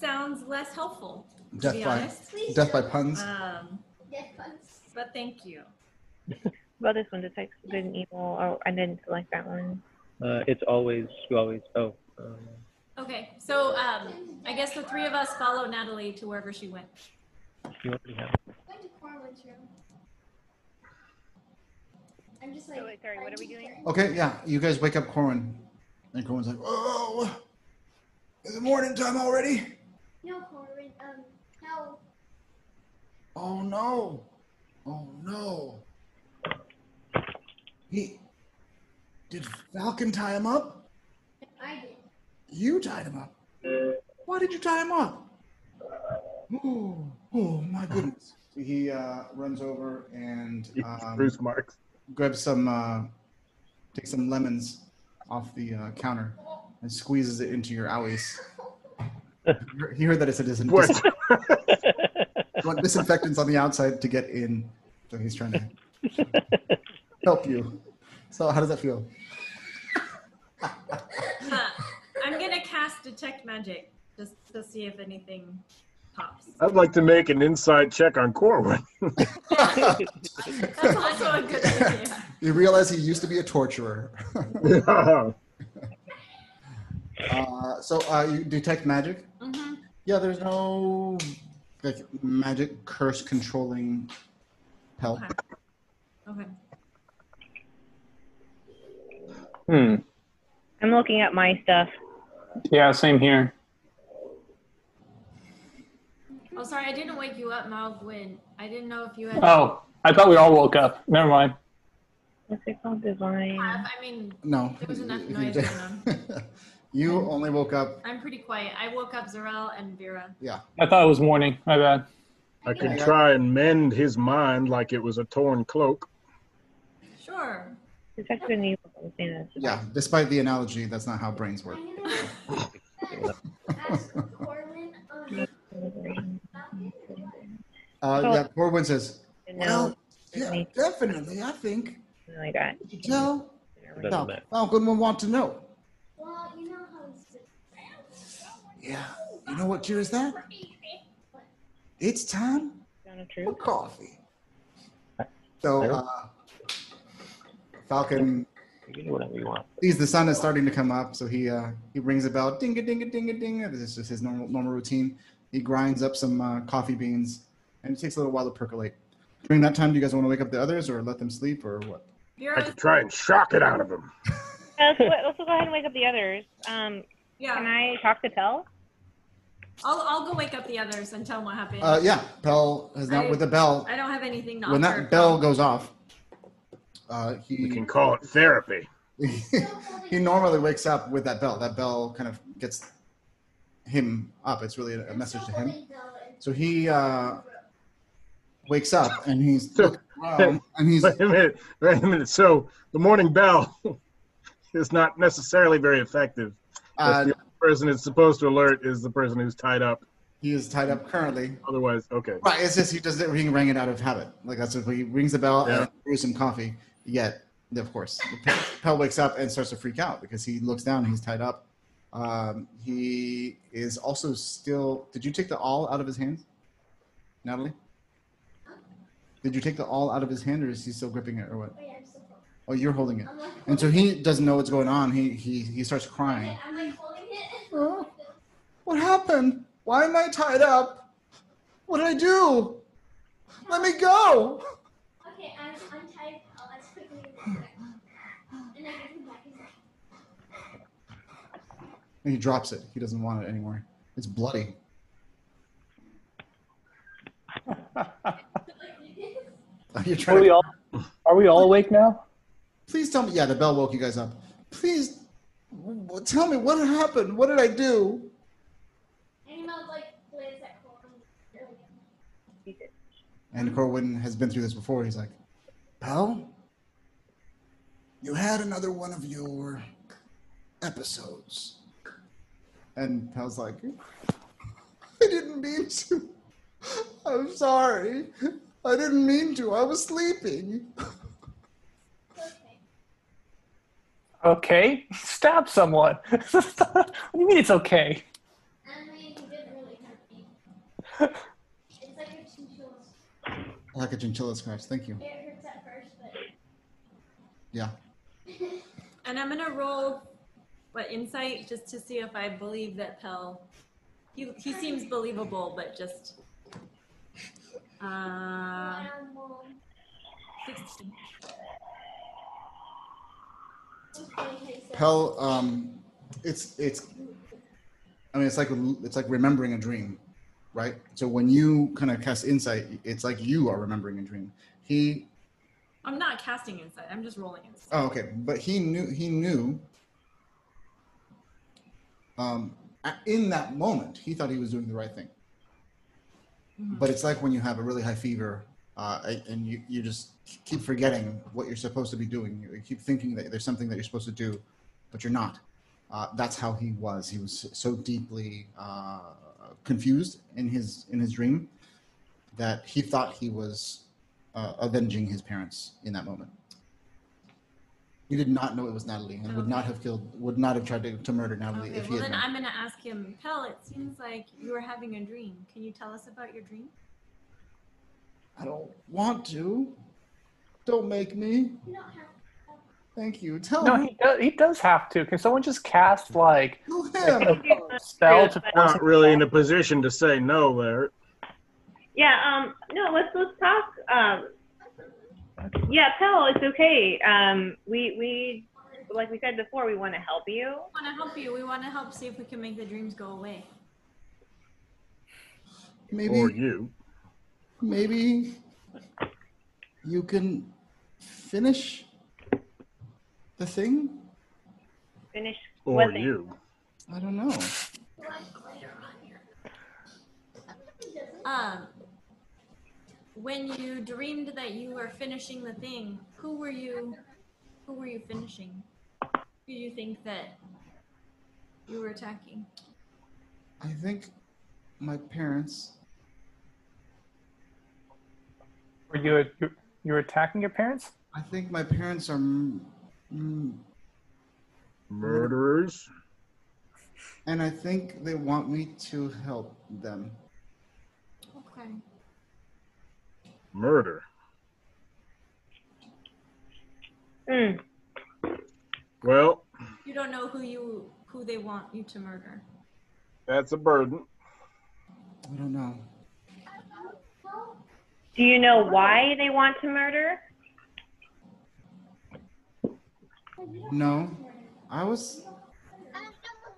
sounds less helpful, to Death be by honest. death by puns. Um, Death puns. but thank you. Well, this one detects good and evil. Oh, I didn't select that one. Uh, it's always you always oh. Um, Okay, so um, I guess the three of us follow Natalie to wherever she went. you already have. Went to Corwin's room. I'm just like. So wait, sorry, what I'm are we doing? Okay, yeah. You guys wake up Corwin. And Corwin's like, oh, is it morning time already? No, Corwin. Um, no. Oh no. Oh no. He. Did Falcon tie him up? I did. You tied him up. Why did you tie him up? Oh, oh my goodness. He uh, runs over and um, Bruce Marks. grabs some, uh, takes some lemons off the uh, counter and squeezes it into your owies. you heard that it said dis- What? dis- want disinfectants on the outside to get in. So he's trying to help you. So how does that feel? <laughs> Huh. I'm gonna cast detect magic just to see if anything <laughs> pops. I'd like to make an inside check on Corwin. <laughs> That's also a good <laughs> idea. You realize he used to be a torturer. <laughs> uh, so uh, you detect magic. hmm Yeah, there's no like magic curse controlling help. Okay. Okay. Hmm. I'm looking at my stuff. Yeah, same here. Oh, sorry, I didn't wake you up, Malgwyn. I didn't know if you had. Oh, I thought we all woke up. Never mind. What's it called? Divine. Have. I mean, No. There was enough <laughs> You noise did- going <laughs> you only woke up. I'm pretty quiet. I woke up Zarel and Vera. I thought it was morning. My bad. I guess- could try and mend his mind like it was a torn cloak. Sure. Detect good and evil. I'm saying that. Yeah, despite the analogy, that's not how brains work. I'm <laughs> gonna ask Corwin. Um, Falcon or what? Uh, yeah, Corwin says, No, well, yeah, Disney. definitely. I think something like that. you can tell Doesn't Fal- matter. Falcon will want to know. Well, you know how this is. Yeah. You know what cures that? It's time Sound of for truth. coffee. So Hello? uh, Falcon You can do whatever you want. sees the sun is starting to come up, so he uh, he rings a bell, ding a ding a ding a ding. This is just his normal normal routine. He grinds up some uh, coffee beans, and it takes a little while to percolate. During that time, do you guys want to wake up the others or let them sleep or what? I Vera, could try and shock it out of him. Uh, so let's go ahead and wake up the others. Um, can yeah. I talk to Tell? I'll, I'll go wake up the others and tell them what happened. Uh, yeah, Bell is not I- with the bell. I don't have anything to When offer. that bell goes off, uh, he We <laughs> can call it therapy. <laughs> he normally wakes up with that bell. That bell kind of gets him up. It's really a message to him. So he uh, wakes up and he's So- looking around <laughs> and <laughs> he's Wait a minute. Wait a minute. So the morning bell <laughs> is not necessarily very effective. uh, the person it's supposed to alert is the person who's tied up. he is tied up currently. Otherwise, okay. Right, it's just he does it. He rang it out of habit. Like that's what he rings the bell Yeah. and brews some coffee. Yet, of course, Pel- Pel wakes up and starts to freak out because he looks down. and He's tied up. Um, he is also still. Did you take the all out of his hands, Natalie? Did you take the all out of his hand, or is he still gripping it, or what? Wait, I'm still holding- Oh, you're holding it. I'm like And so holding- he doesn't know what's going on. He he he starts crying. I'm like holding it. Oh. What happened? Why am I tied up? What did I do? Let me go. Okay, I'm untied. I'll as quickly as I can. And I give him back his hand. And he drops it. He doesn't want it anymore. It's bloody. <laughs> You're Are trying we to, all are we all awake now? please tell me. Yeah, the bell woke you guys up. Please w- w- tell me what happened. What did I do? And he was like, what is that Corwin? And Corwin has been through this before. He's like, Bell, you had another one of your episodes. And Pel's like, I didn't mean to. I'm sorry. I didn't mean to. I was sleeping. Okay. Okay. <laughs> Stab someone. what do you mean it's okay? I mean, he did really hurt. It's like a chinchilla. Like a chinchilla scratch. Thank you. It hurts at first, but Yeah. And I'm gonna roll what insight just to see if I believe that Pell. He he seems believable, but just. Uh, um, well, 16. it's funny how you said Hell, um, it's it's. I mean, it's like it's like remembering a dream, right? So when you kind of cast insight, it's like you are remembering a dream. He I'm not casting insight. I'm just rolling insight. Oh, okay. But he knew. He knew. Um, a- in that moment, he thought he was doing the right thing. Mhm. But it's like when you have a really high fever, uh, a- and you you just keep forgetting what you're supposed to be doing. You you keep thinking that there's something that you're supposed to do, but you're not. Uh, that's how he was. He was so deeply uh, confused in his in his dream that he thought he was uh, avenging his parents in that moment. You did not know it was Natalie, and would not have killed, would not have tried to, to murder Natalie Okay, if he well had known. then I'm gonna ask him, Pell, it seems like you were having a dream. Can you tell us about your dream? I don't want to. Don't make me. you don't have Thank you. Tell No, me. he does, he does have to. Can someone just cast like Tell a him. spell to force Not really in a position to say no there. Yeah. Um. No. Let's let's talk. Um. Yeah, Pell, it's okay. Um. We we like we said before, we want to help you. We wanna help you. We wanna help see if we can make the dreams go away. Or Maybe, you. maybe you can finish the thing. Finish. Or what they- you. I don't know. Um when you dreamed that you were finishing the thing, who were you who were you finishing? Who do you think that you were attacking? I think my parents. Were you, you you were attacking your parents? I think my parents are. Mm, mm, Murderers. and I think they want me to help them. Okay. Murder. Mm. Well, You don't know who you who they want you to murder. that's a burden. I don't know. Do you know why they want to murder? No, I was.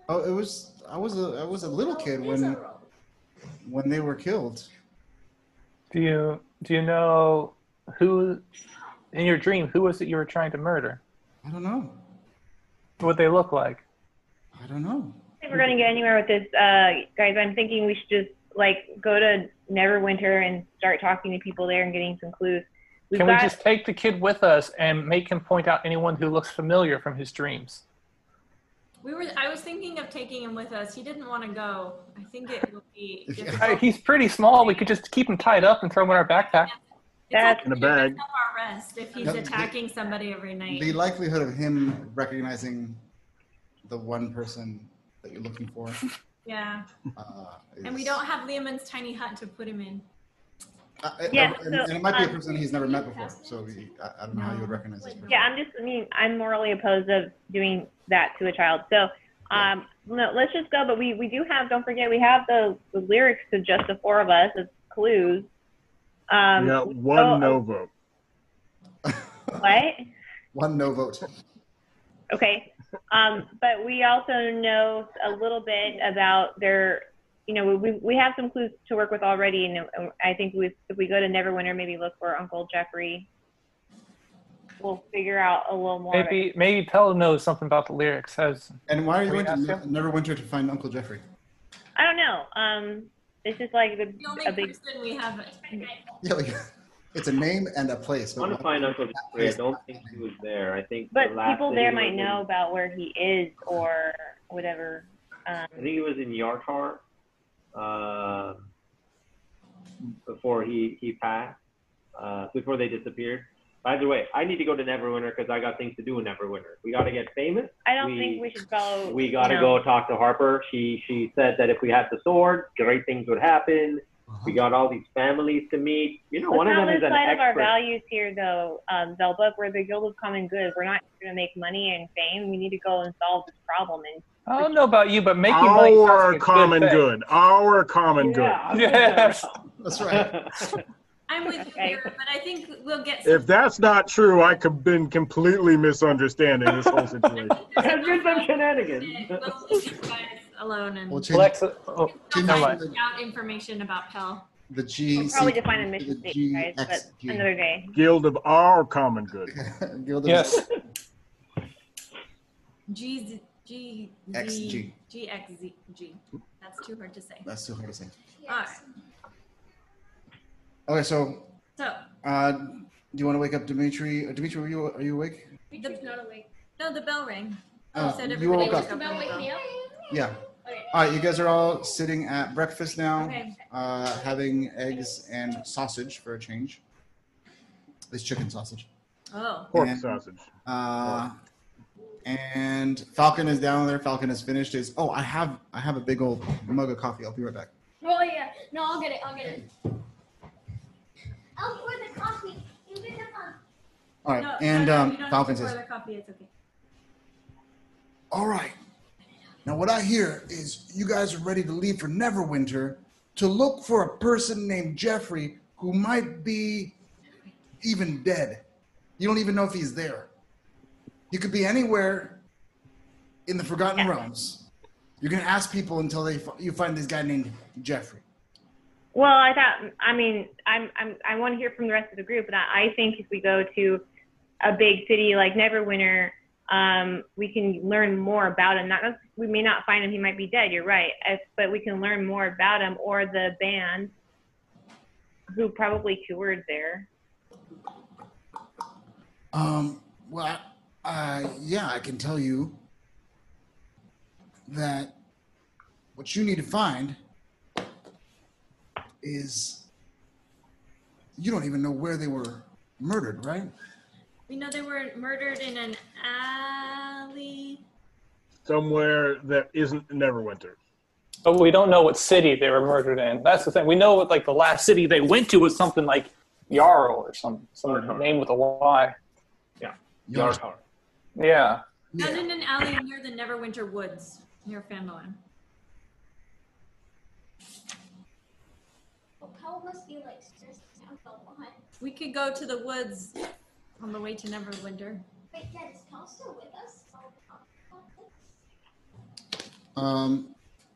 Oh, it was. I was a. I was a little kid when when they were killed. Do you do you know who in your dream who was it you were trying to murder? I don't know. What they look like? I don't know. I think we're gonna get anywhere with this, uh, guys. I'm thinking we should just like go to Neverwinter and start talking to people there and getting some clues. We've Can we got just take the kid with us and make him point out anyone who looks familiar from his dreams? We were. I was thinking of taking him with us. He didn't want to go. I think it would <laughs> be. Yeah. difficult. Uh, he's pretty small. We could just keep him tied up and throw him in our backpack. That's- In a bag. It's up our rest if he's Yep. attacking somebody every night. The likelihood of him recognizing the one person that you're looking for. yeah, <laughs> Uh, is, and we don't have Liamon's tiny hut to put him in. Uh, uh, Yeah, and, so, and it might be a um, person he's never met before, so he, I, I don't know how you would recognize this person. yeah. I'm just. I mean, I'm morally opposed of doing that to a child. So, um, no, let's just go. But we we do have. Don't forget, we have the, the lyrics to just the four of us as clues. Um, We got oh, one no vote. What? One no vote. Okay. Um, but we also know a little bit about their, you know, we, we have some clues to work with already. And uh, I think we, if we go to Neverwinter, maybe look for Uncle Jeffrey, we'll figure out a little more. Maybe maybe Pell knows something about the lyrics. Has And why are you Can we going to ask him? Neverwinter to find Uncle Jeffrey? <laughs> I don't know. Um, it's just like the, The only a big, person we have. Yeah, like, <laughs> it's a name and a place. I but want to why- find Uncle Jeffrey. I don't think he was there. I think. but the last people thing there he might was know in- about where he is or whatever. Um, I think he was in Yartar uh, before he he passed. Uh, before they disappeared. By the way, I need to go to Neverwinter because I got things to do in Neverwinter. We got to get famous. I don't we- think we should follow. We got to you know, go talk to Harper. She she said that if we had the sword, great things would happen. We got all these families to meet. You know, Let's one of not them is an lose sight of our expert. values here, though, um, Zelda. We're the guild of common good. We're not here to make money and fame. We need to go and solve this problem. And I don't know about you, but making money sounds like Our a common thing. good. Our common good. <laughs> Yes. <laughs> That's right. <laughs> I'm with you, Okay. Vera, but I think we'll get. <laughs> If that's not true, I could been completely misunderstanding this <laughs> whole situation. There's There's been some enough shenanigans. today. We'll leave you guys alone and We'll change Alexa, oh, Didn't I'll like- find out information about Pell. the G. we'll probably C- define a to mission the statement, guys, but GXG. <laughs> another day. Guild of our common good. Guild of- yes. G G XG. G X Z G. That's too hard to say. That's too hard to say. Yes. Okay, so So uh, do you want to wake up Dimitri? Uh, Dimitri, are you are you awake? Dimitri's not awake. no, the bell rang. Uh, Said you everybody woke was up. Just about wake me up. Oh, Yeah. Okay. All right, you guys are all sitting at breakfast now, Okay. uh, having eggs and sausage for a change. It's chicken sausage. Oh, Pork Yeah. sausage. Uh, and Falcon is down there. Falcon has finished his. Oh, I have I have a big old mug of coffee. I'll be right back. Oh yeah. No, I'll get it. I'll get it. I'll pour Oh, the coffee. You get the um, mug. All right, no, and no, no, you um, don't have Falcon to says, pour the coffee. It's okay. All right. Now, what I hear is you guys are ready to leave for Neverwinter to look for a person named Jeffrey who might be even dead. You don't even know if he's there. He could be anywhere in the Forgotten Realms. You're going to ask people until they fi- you find this guy named Jeffrey. Well, I thought. I mean, I'm. I'm. I want to hear from the rest of the group, but I, I think if we go to a big city like Neverwinter, um, we can learn more about him. Not. We may not find him. He might be dead. You're right. If, but we can learn more about him or the band, who probably toured there. Um, well, I- uh, yeah, I can tell you that what you need to find is you don't even know where they were murdered, right? We know they were murdered in an alley. Somewhere that isn't Neverwinter. But we don't know what city they were murdered in. That's the thing. We know what like the last city they went to was something like Jarl or some some name with a Y. Yar- Yeah. Not in an alley near the Neverwinter Woods, near Fandolin. Well, Paul must be like stressed out a lot. We could go to the woods on the way to Neverwinter. Wait, Dad, is Paul still with us? Um,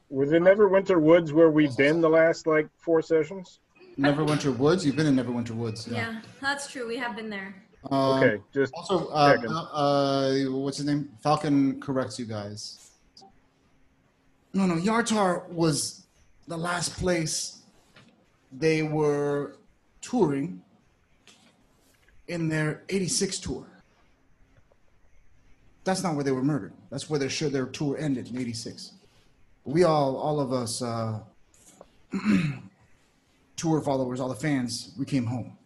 Were the Neverwinter Woods where we've been the last like four sessions? Neverwinter Woods. You've been in Neverwinter Woods. Yeah. that's true. We have been there. Um, Okay, just Also, uh, Checking. uh, what's his name? Falcon corrects you guys. No, no, Yartar was the last place they were touring in their 86 tour. That's not where they were murdered. That's where their, sure, their tour ended in 86. We all, all of us, uh, <clears throat> tour followers, all the fans, we came home.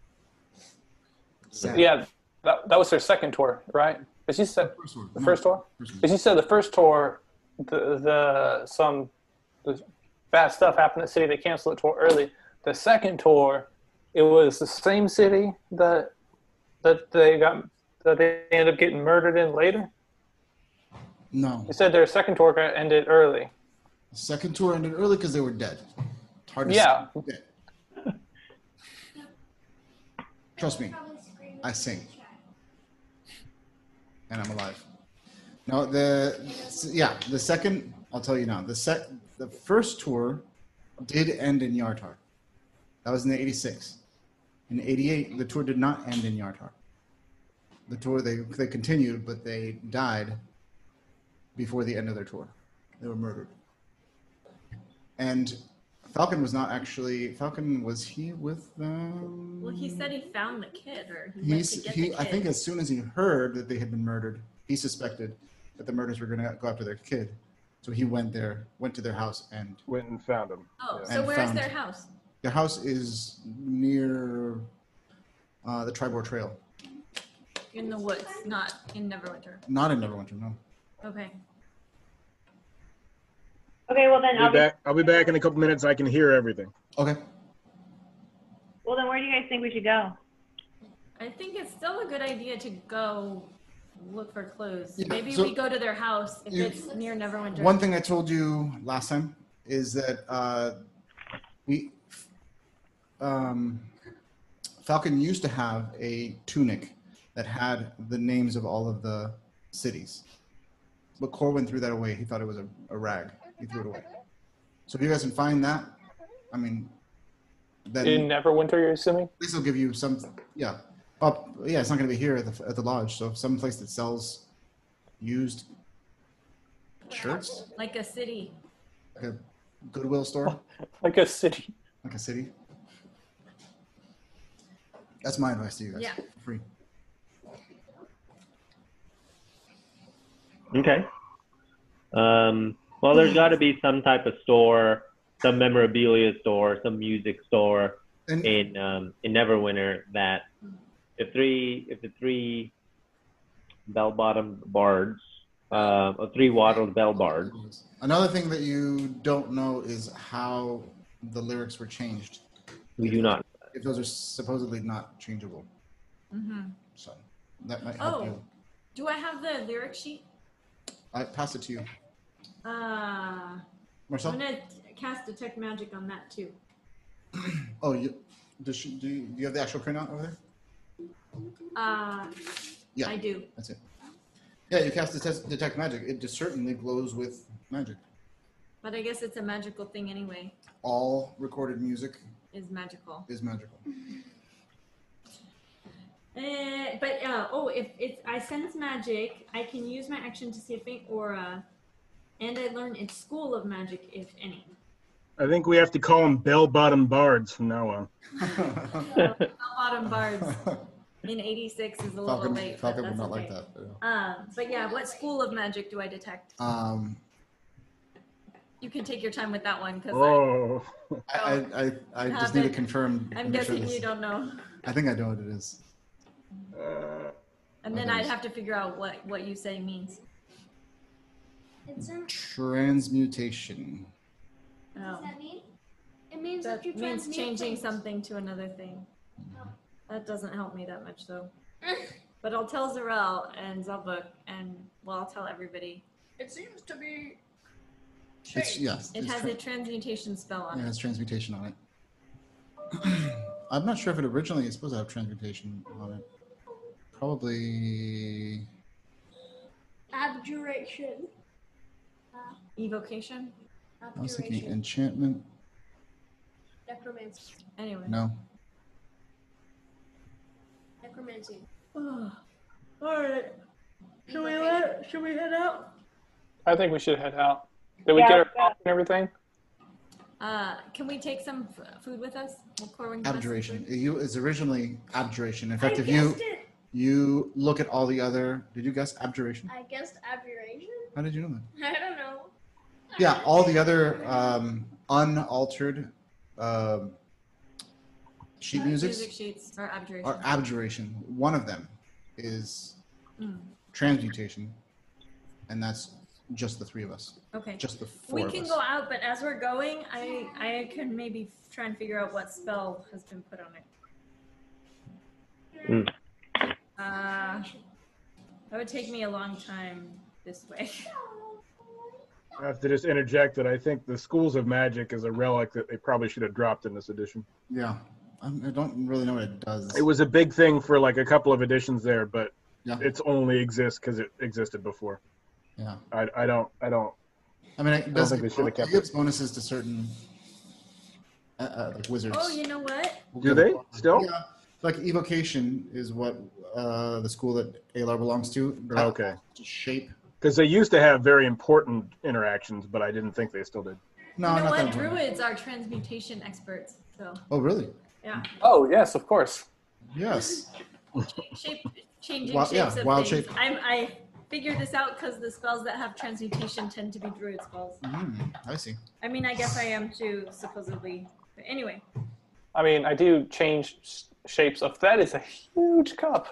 Sad. Yeah. That, that was their second tour, right? But she said First tour. the No. first tour? But she said the first tour the the some the bad stuff happened in the city, they canceled the tour early. The second tour, it was the same city that that they got that they ended up getting murdered in later. No. They said their second tour got ended early. Second tour ended early because they were dead. It's hard to Yeah. say. Dead. Trust me, I sing. and I'm alive. No, the yeah, the second I'll tell you now. The set the first tour did end in Yartar. That was in the '86. In '88, the tour did not end in Yartar. The tour they they continued, but they died before the end of their tour. They were murdered. And Falcon was not actually Falcon. Was he with them? Well, he said he found the kid, or he went to He's, get he, the kid. I think as soon as he heard that they had been murdered, he suspected that the murders were going to go after their kid. So he went there, went to their house, and went and found him. oh, Yeah. so and where's found- their house? their house is near uh, the Tribor Trail. In the woods, not in Neverwinter. Not in Neverwinter, no. Okay. Okay. Well, then I'll I'll be back. I'll be back in a couple minutes. I can hear everything. Okay. Well, then where do you guys think we should go? I think it's still a good idea to go look for clues. Yeah, Maybe so- we go to their house if You- it's near Neverwinter. One thing I told you last time is that uh, we um, Falcon used to have a tunic that had the names of all of the cities, but Corwin threw that away. He thought it was a, a rag. He threw it away. So if you guys can find that, I mean, then In Neverwinter, you're assuming? at least it'll give you some. Yeah, up. Yeah, it's not going to be here at the at the lodge. So some place that sells used shirts, Like a city. like a Goodwill store. Like a city. like a city. That's my advice to you guys. Yeah. For free. Okay. Um, well, there's got to be some type of store, some memorabilia store, some music store And in um, in Neverwinter that if three if the three bell bottom bards uh, or three waddled bell bards another thing that you don't know is how the lyrics were changed. we do not If those are supposedly not changeable, hmm so that might help Oh. you. Do I have the lyric sheet? I pass it to you, Uh, I'm Marcel. gonna cast detect magic on that too. Oh, you does she, do you, do you have the actual printout over there? Uh, Yeah. I do. That's it. Yeah, you cast detect, detect magic. It just certainly glows with magic. But I guess it's a magical thing anyway. All recorded music Is magical. is <laughs> magical. <laughs> Uh, but uh, oh, if it's I sense magic, I can use my action to see a faint aura, and I learn its school of magic, if any. I think we have to call them bell bottom bards from now on. Bottom bards in '86 is a little Falcon, late. but Falcon would that's not like okay. that. but, yeah. Uh, but yeah, what school of magic do I detect? Um, You can take your time with that one because Oh, I, I, I, I just need to Haven't. confirm. I'm and make sure guessing this- you don't know. I think I know what it is. uh, And then Okay. I'd have to figure out what what you say means. It's um, in, Transmutation. what Oh. does that mean? It means that, That you means transmute changing things. something to another thing. That doesn't help me that much though. But I'll tell Zarel and Zelbuk and well I'll tell everybody. It seems to be. It's, changed. yes. It it's has tra- a transmutation spell on yeah, it it. has transmutation on it. <clears throat> I'm not sure if it originally is supposed to have transmutation on it. Probably. Abjuration. Evocation? I was thinking Abjuration. enchantment. Necromancy. Anyway. No. Necromancy. Alright. Evocation. should we head out? I think we should head out. Did we Yeah, get our let's go. coffee and everything? Uh can we take some f- food with us? Will Corwin give us some Abjuration. food? You is originally abjuration. In fact, I if you guessed it. you look at all the other, did you guess abjuration? I guessed abjuration. <laughs> How did you know that? I don't know. yeah all the other um unaltered um sheet Uh, Music musics sheets or abjuration. are abjuration one of them is Mm. transmutation and that's just the three of us Okay. just the four We of can us go out, but as we're going, I I can maybe try and figure out what spell has been put on it. Mm. Uh, that would take me a long time this <laughs> way. I have to just interject that I think the schools of magic is a relic that they probably should have dropped in this edition. yeah I'm, i don't really know what it does It was a big thing for like a couple of editions there, but Yeah. it's only exists because it existed before. yeah I, I don't I don't i mean it does think give they should've bon- kept it gives bonuses to certain uh, uh, like wizards oh, you know what? We'll Do get a they? bonus. Still? yeah like evocation is what uh the school that alar belongs to Oh, okay shape because they used to have very important interactions, but I didn't think they still did. no you know not that what? important. Druids are transmutation experts, so Oh, really? yeah, Oh, yes, of course. <laughs> Yes. shape changing Wild- shapes yeah, of wild things. shape. I'm, I figured this out because the spells that have transmutation tend to be druid spells. Mm, I see. I mean, I guess I am too, supposedly. But anyway, I mean, I do change s- shapes of that is a huge cup.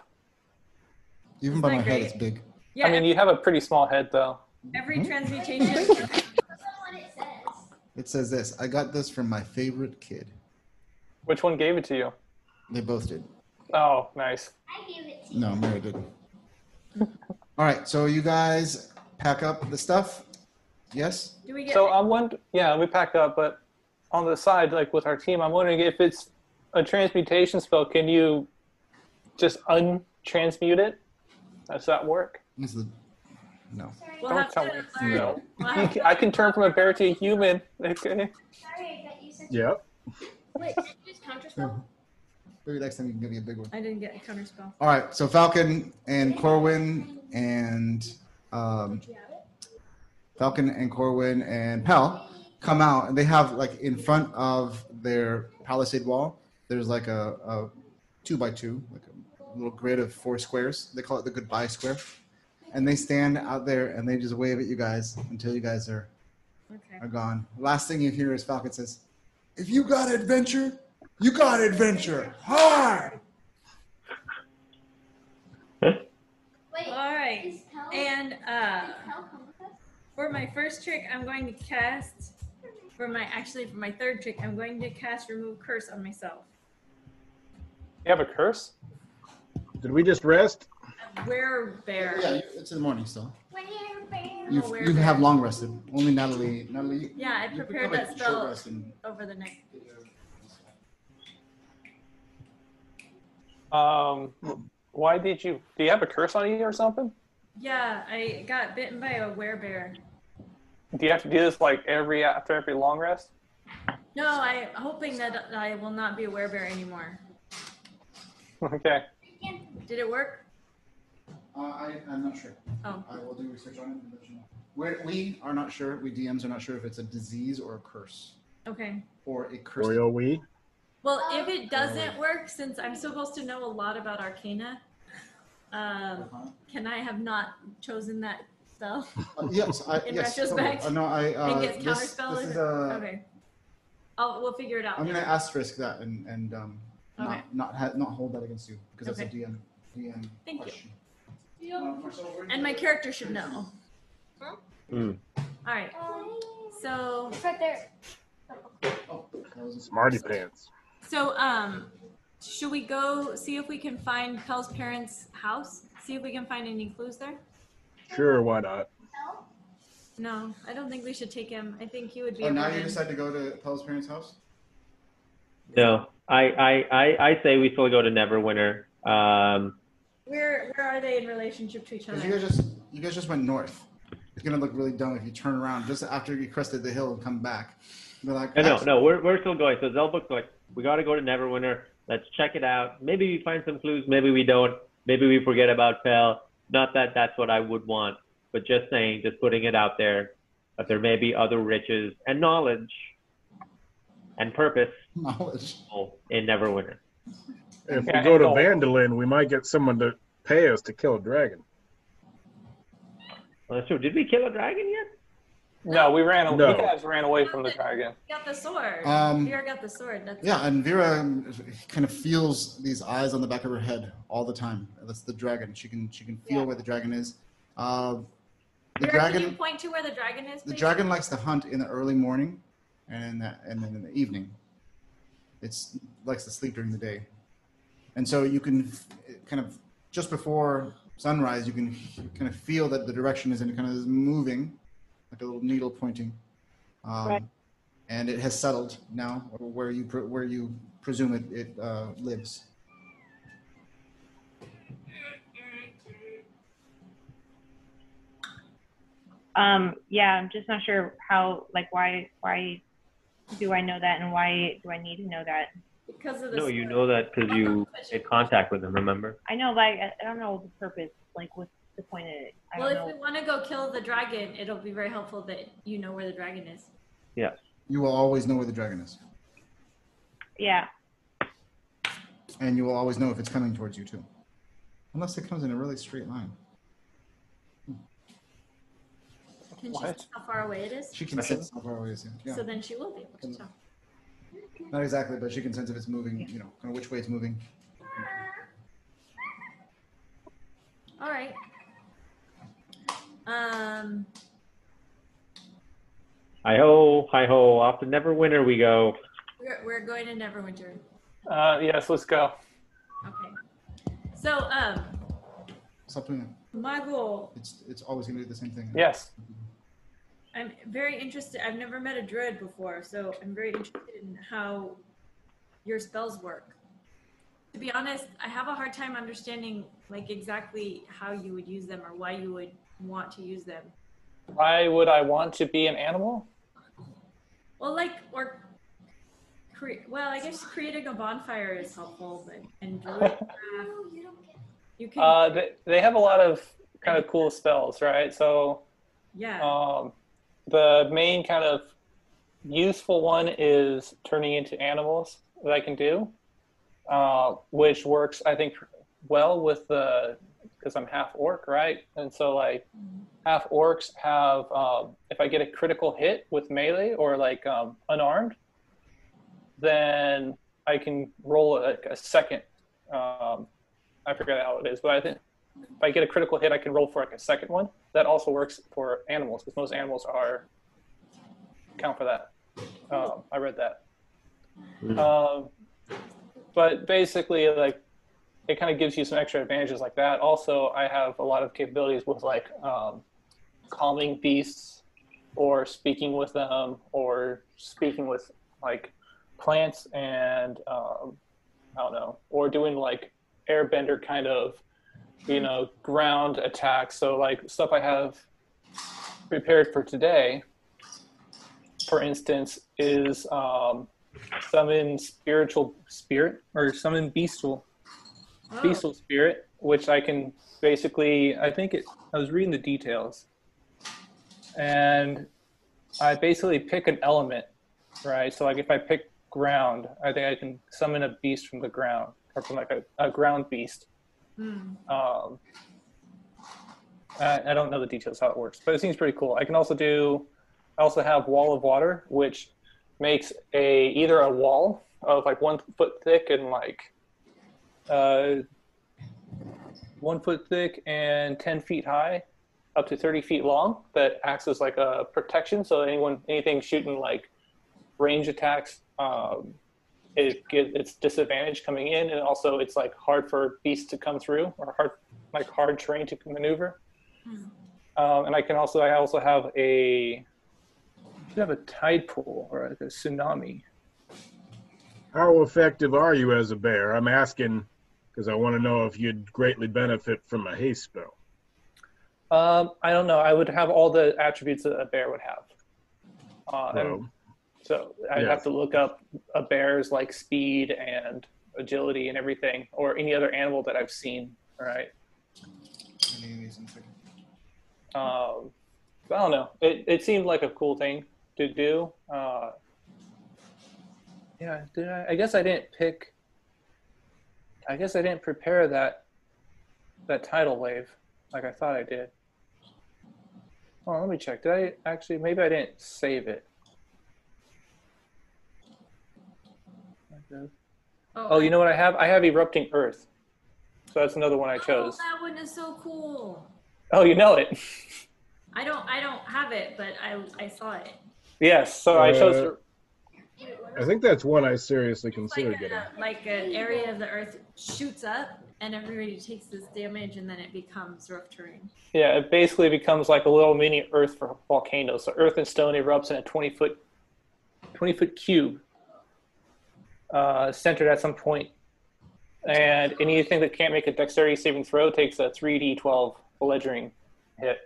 Even It's by not my head, great. it's big. yeah, I mean, Hmm? you have a pretty small head though. every transmutation. That's not what it says. It says this I got this from my favorite kid. Which one gave it to you? They both did. Oh, nice. I gave it to you. No, Mary <laughs> didn't. All right, so you guys pack up the stuff. Yes. Do we get? So um, I'm wondering, yeah, we pack up, but on the side, like with our team, I'm wondering if it's a transmutation spell, can you just untransmute it? Does that work? This is- no. we'll Don't have tell to me. learn. No. We'll You have can- to- I can turn from a bear to a human. <laughs> Okay. Sorry, I got you such Yeah. Wait, did you use counter spell? Maybe next time you can give me a big one. I didn't get a counter spell. All right, so Falcon and Corwin and um, Did you have it? Falcon and Corwin and Pell come out, and they have like in front of their palisade wall. There's like a, a two by two, like a little grid of four squares. They call it the goodbye square, and they stand out there and they just wave at you guys until you guys are Okay. are gone. Last thing you hear is Falcon says, "If you got adventure, you got adventure hard." Wait, All right. is Pell, And uh, did Pell come with us? for my first trick, I'm going to cast. For my actually for my third trick, I'm going to cast remove curse on myself. You have a curse? Did we just rest? We're bear. Yeah, it's in the morning still. When you're bare. You aware you that- have long rested. Only Natalie. Natalie. you- Yeah, I you pick prepared up a that short spell rest and- over the night. Um, why did you? Do you have a curse on you or something? Yeah, I got bitten by a bear. Do you have to do this like every after every long rest? <laughs> No, I'm hoping that I will not be a bear anymore. Okay. Did it work? Uh, I, I'm not sure. Oh. I will do research on it and let you know. We're, we are not sure. We DMs are not sure if it's a disease or a curse Okay. or a curse. Royal oh, we. Well, if Oh. it doesn't work, since I'm supposed to know a lot about Arcana, um, Uh-huh. can I have not chosen that spell? Uh, yes, I, In yes. retrospect, totally. Uh, no, I. Uh, it gets this, counterspell, this is is it? a, okay. I'll, we'll figure it out. I'm gonna later. asterisk that and and um, Okay. not not ha- not hold that against you because that's Okay. a DM DM Thank you. question. And my character should know. Mm. All right. So, It's right there. Oh, that was a Smarty pants. so um, should we go see if we can find Pell's parents' house? See if we can find any clues there. Sure, why not? Pell? No, I don't think we should take him. I think he would be. Oh, a now you woman. decide to go to Pell's parents' house. No, I, I, I, I say we still go to Neverwinter. Um, Where where are they in relationship to each Because you guys other? just you guys just went north. It's gonna look really dumb if you turn around just after you crested the hill and come back. They're like, no, no, "Actually, no, we're, we're still going. So Zelbook's like, we got to go to Neverwinter. Let's check it out. Maybe we find some clues. Maybe we don't. Maybe we forget about Pell. Not that that's what I would want, but just saying, just putting it out there that there may be other riches and knowledge and purpose knowledge. in Neverwinter. If we Yeah, go to no. Vandalin, we might get someone to pay us to kill a dragon. Well, that's true. Did we kill a dragon yet? No, we ran. No. We guys ran away from the dragon. We got the sword. Um, Vera got the sword. That's Yeah, and Vera um, kind of feels these eyes on the back of her head all the time. That's the dragon. She can she can feel Yeah. where the dragon is. Uh, the Vera, Can you dragon point to where the dragon is? the please? dragon likes to hunt in the early morning, and in the, and then in the evening. It's likes to sleep during the day, and so you can f- kind of just before sunrise you can h- kind of feel that the direction is in kind of is moving, like a little needle pointing, um, Right. and it has settled now where you pre- where you presume it it uh, lives. Um, yeah, I'm just not sure how, like, why, why do I know that, and why do I need to know that? Because of the No, you sword. know that because you made contact with him, remember? I know, like, I, I don't know the purpose. Like, what's the point of it? I Well, don't if know. we want to go kill the dragon, it'll be very helpful that you know where the dragon is. You will always know where the dragon is, yeah, and you will always know if it's coming towards you too, unless it comes in a really straight line. Can she What? see how far away it is? She can sense how far away it is. Yeah. So then she will be able to tell. Not exactly, but she can sense if it's moving, you know, kind of which way it's moving. All right. Um. Hi ho, hi ho, off to Neverwinter we go. We're, we're going to Neverwinter. Uh, yes, let's go. Okay. So, um, Sapuna. my goal, It's it's always gonna do the same thing. Yes. I'm very interested. I've never met a druid before, so I'm very interested in how your spells work. To be honest, I have a hard time understanding like exactly how you would use them or why you would want to use them. Why would I want to be an animal? Well, like or create. Well, I guess creating a bonfire is helpful, but and druid craft, No, you don't get you can Uh, they, they have a lot of kind of cool spells, right? So yeah. um, the main kind of useful one is turning into animals that I can do, uh, which works, I think, well with the because I'm half orc, right? And so like half orcs have um, if I get a critical hit with melee or like um, unarmed, then I can roll a, a second. Um, I forget how it is, but I think if I get a critical hit, I can roll for like a second one. That also works for animals because most animals are count for that. Um, I read that. Um, but basically, like it kind of gives you some extra advantages like that. Also, I have a lot of capabilities with like um, calming beasts, or speaking with them, or speaking with like plants and um, I don't know, or doing like airbender kind of you know, ground attacks. So like stuff I have prepared for today, for instance, is um, summon spiritual spirit or summon bestial Oh, bestial spirit, which I can basically. I think it. I was reading the details, and I basically pick an element, right? So like if I pick ground, I think I can summon a beast from the ground or from like a, a ground beast. hmm. Um, I, I don't know the details how it works, but it seems pretty cool. I can also do. I also have wall of water, which makes a either a wall of like one foot thick and like uh, one foot thick and ten feet high, up to thirty feet long. That acts as like a protection, so anyone anything shooting like range attacks. Um, it gives it's disadvantage coming in, and also it's like hard for beasts to come through or hard like hard terrain to maneuver. Um, and I can also I also have a I should have a tide pool or like a tsunami. How effective are you as a bear? I'm asking because I want to know if you'd greatly benefit from a haste spell. Um, I don't know. I would have all the attributes that a bear would have. Uh, and Well, so I'd Oh. yeah. have to look up a bear's like speed and agility and everything, or any other animal that I've seen. Right. Any of these in a second. um, I don't know. It, it seemed like a cool thing to do. Uh, yeah, did I, I guess I didn't pick. I guess I didn't prepare that that tidal wave like I thought I did. Oh, let me check. Did I actually? Maybe I didn't save it. Oh, you know what I have? I have erupting earth. So that's another one I chose. Oh, that one is so cool. Oh, you know it. <laughs> I don't. I don't have it, but I. I saw it. Yes. So I Uh, chose. I think that's one I seriously It's consider like, getting. a, like an area of the earth shoots up and everybody takes this damage and then it becomes rough terrain. Yeah, it basically becomes like a little mini Earth for volcanoes. So Earth and stone erupts in a twenty foot, twenty foot cube, uh, centered at some point, and anything that can't make a dexterity saving throw takes a three d twelve bludgeoning hit.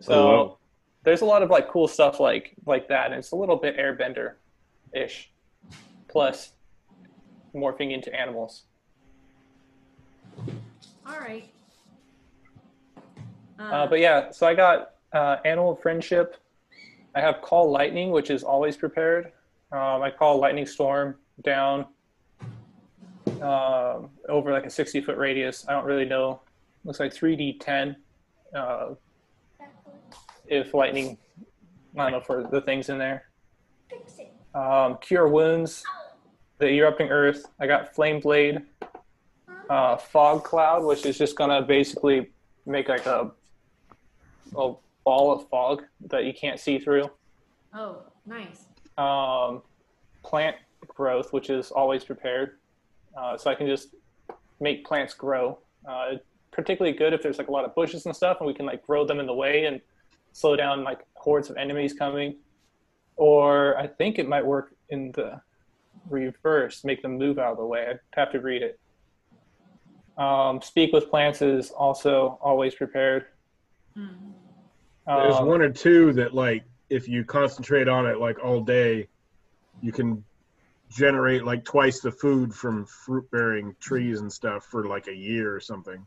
So Oh, wow. there's a lot of like cool stuff like like that, and it's a little bit airbender, ish, plus morphing into animals. All right. Uh, Uh, but yeah, so I got uh, Animal Friendship. I have Call Lightning, which is always prepared. Um, I call Lightning Storm down um, over like a 60 foot radius. I don't really know. Looks like 3d10 uh, back for it. if lightning, I don't know, for the things in there. Fix it. Um, Cure Wounds, the Erupting Earth. I got Flame Blade, uh, Fog Cloud, which is just gonna basically make like a a ball of fog that you can't see through. oh, nice. Um, plant growth, which is always prepared. Uh, so I can just make plants grow. Uh, particularly good if there's like a lot of bushes and stuff, and we can like grow them in the way and slow down like hordes of enemies coming. Or I think it might work in the reverse, make them move out of the way. I'd have to read it. Um, speak with plants is also always prepared. Hmm. There's uh, Um, one or two that like if you concentrate on it like all day, you can generate like twice the food from fruit bearing trees and stuff for like a year or something.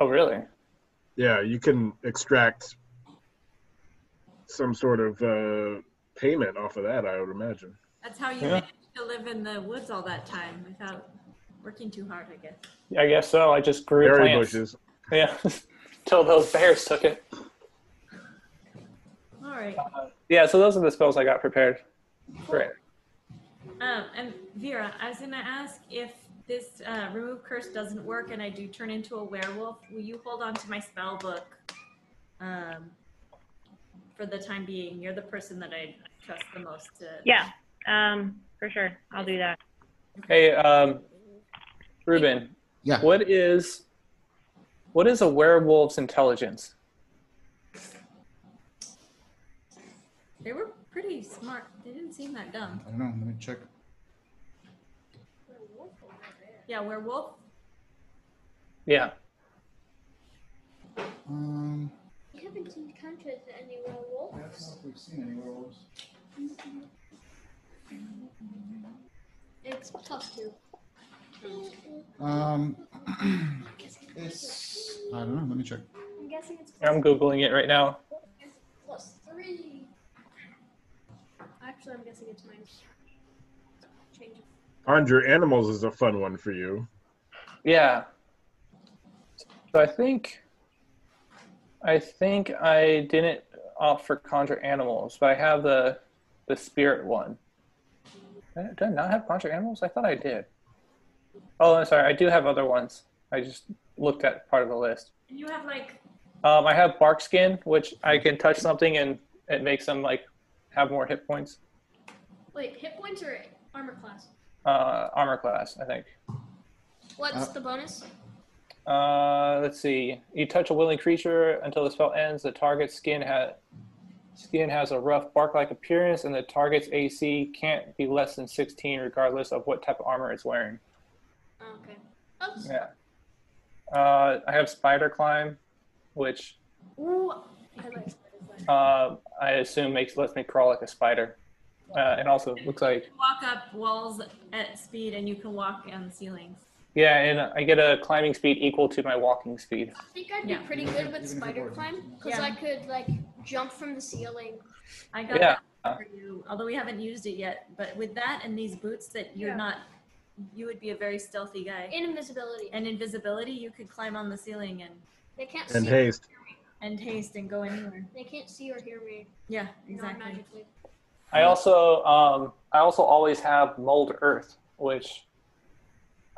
Oh, really? Yeah, you can extract some sort of uh, payment off of that, I would imagine. That's how you Yeah. manage to live in the woods all that time without working too hard, I guess. I guess so. I just grew Berry plants. bushes. Yeah, <laughs> till those bears took it. All right. Yeah, so those are the spells I got prepared. Great. Um, and Vera, I was gonna ask if this uh, remove curse doesn't work and I do turn into a werewolf, will you hold on to my spell book um, for the time being? You're the person that I trust the most to. Yeah, um, for sure. I'll do that. Hey, um, Ruben. Yeah. What is what is a werewolf's intelligence? They were pretty smart. They didn't seem that dumb. I don't know. Let me check. Yeah, werewolf. Yeah. Um, We haven't encountered any werewolf. I don't know if we've seen any werewolves. It's plus two. Um, it's I don't know. Let me check. I'm guessing it's plus, I'm googling it right now. it's plus three. Actually, I'm guessing it's minus. Change it. Conjure animals is a fun one for you. Yeah. So I think I think I didn't opt for conjure animals, but I have the the spirit one. Did I not have conjure animals? I thought I did. Oh, I'm sorry. I do have other ones. I just looked at part of the list. And you have like Um, I have bark skin, which I can touch something and it makes them like have more hit points. Wait, hit points or armor class? Uh, armor class, I think. What's the bonus? Uh, let's see. You touch a willing creature until the spell ends. The target's skin has skin has a rough bark-like appearance, and the target's AC can't be less than 16, regardless of what type of armor it's wearing. Oh, okay. Oops. Yeah. Uh, I have spider climb, which Ooh, I like spider climb. uh, I assume makes lets me crawl like a spider, uh, and also looks like walk up walls at speed and you can walk on ceilings. yeah, and I get a climbing speed equal to my walking speed. I think I'd be Yeah. pretty good with Even if it spider works. climb because Yeah. I could like jump from the ceiling. I got Yeah. that for you, although we haven't used it yet. But with that and these boots, that you're Yeah. not, you would be a very stealthy guy. Invisibility. And invisibility, you could climb on the ceiling and They can't And see. haste. and haste and go anywhere. They can't see or hear me Yeah, exactly. non-magically. I also um, I also always have mold earth, which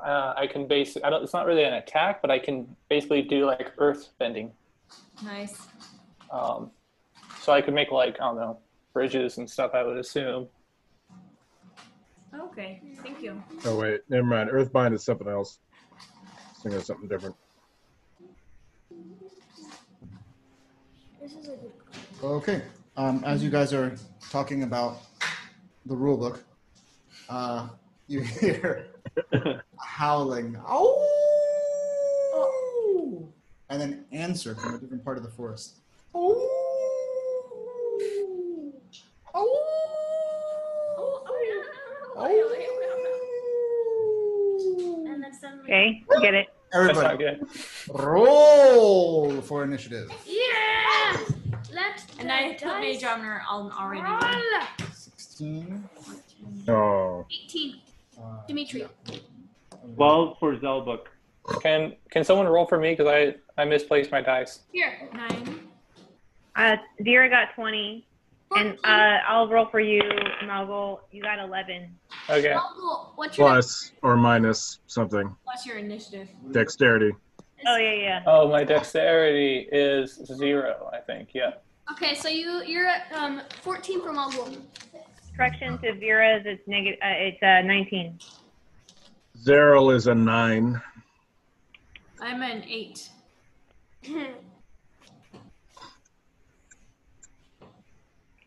uh, I can base. I don't. It's not really an attack, but I can basically do like earth bending. Nice. Um, so I could make like I don't know bridges and stuff. I would assume. Okay, thank you. Oh wait, never mind. Earthbind is something else. Thinking of something different. This is a good. Okay. Um, as you guys are talking about the rule book, uh, you <laughs> hear howling. Oh! And then answer from a different part of the forest. Oh! Oh! Oh! And then suddenly, Okay, get it. That's not Everybody, good. roll for initiative. Yeah. Let's. and I put mage armor on already. 16. Oh, Eighteen. Uh, Dimitri. Twelve for Zelbuck. Can can someone roll for me because I I misplaced my dice. Here. Nine. Uh, Vera got 20, and uh, I'll roll for you, Mogul. You got 11. Okay. Muggle, What's your plus or minus something. Plus your initiative. Dexterity. Oh, yeah, yeah. Oh, my dexterity is zero. I think. Yeah. <clears throat> Okay, so you you're at um fourteen for Muggle. Correction to Vera's. It's negative. Uh, it's uh, 19. Zeril is a nine. I'm an eight.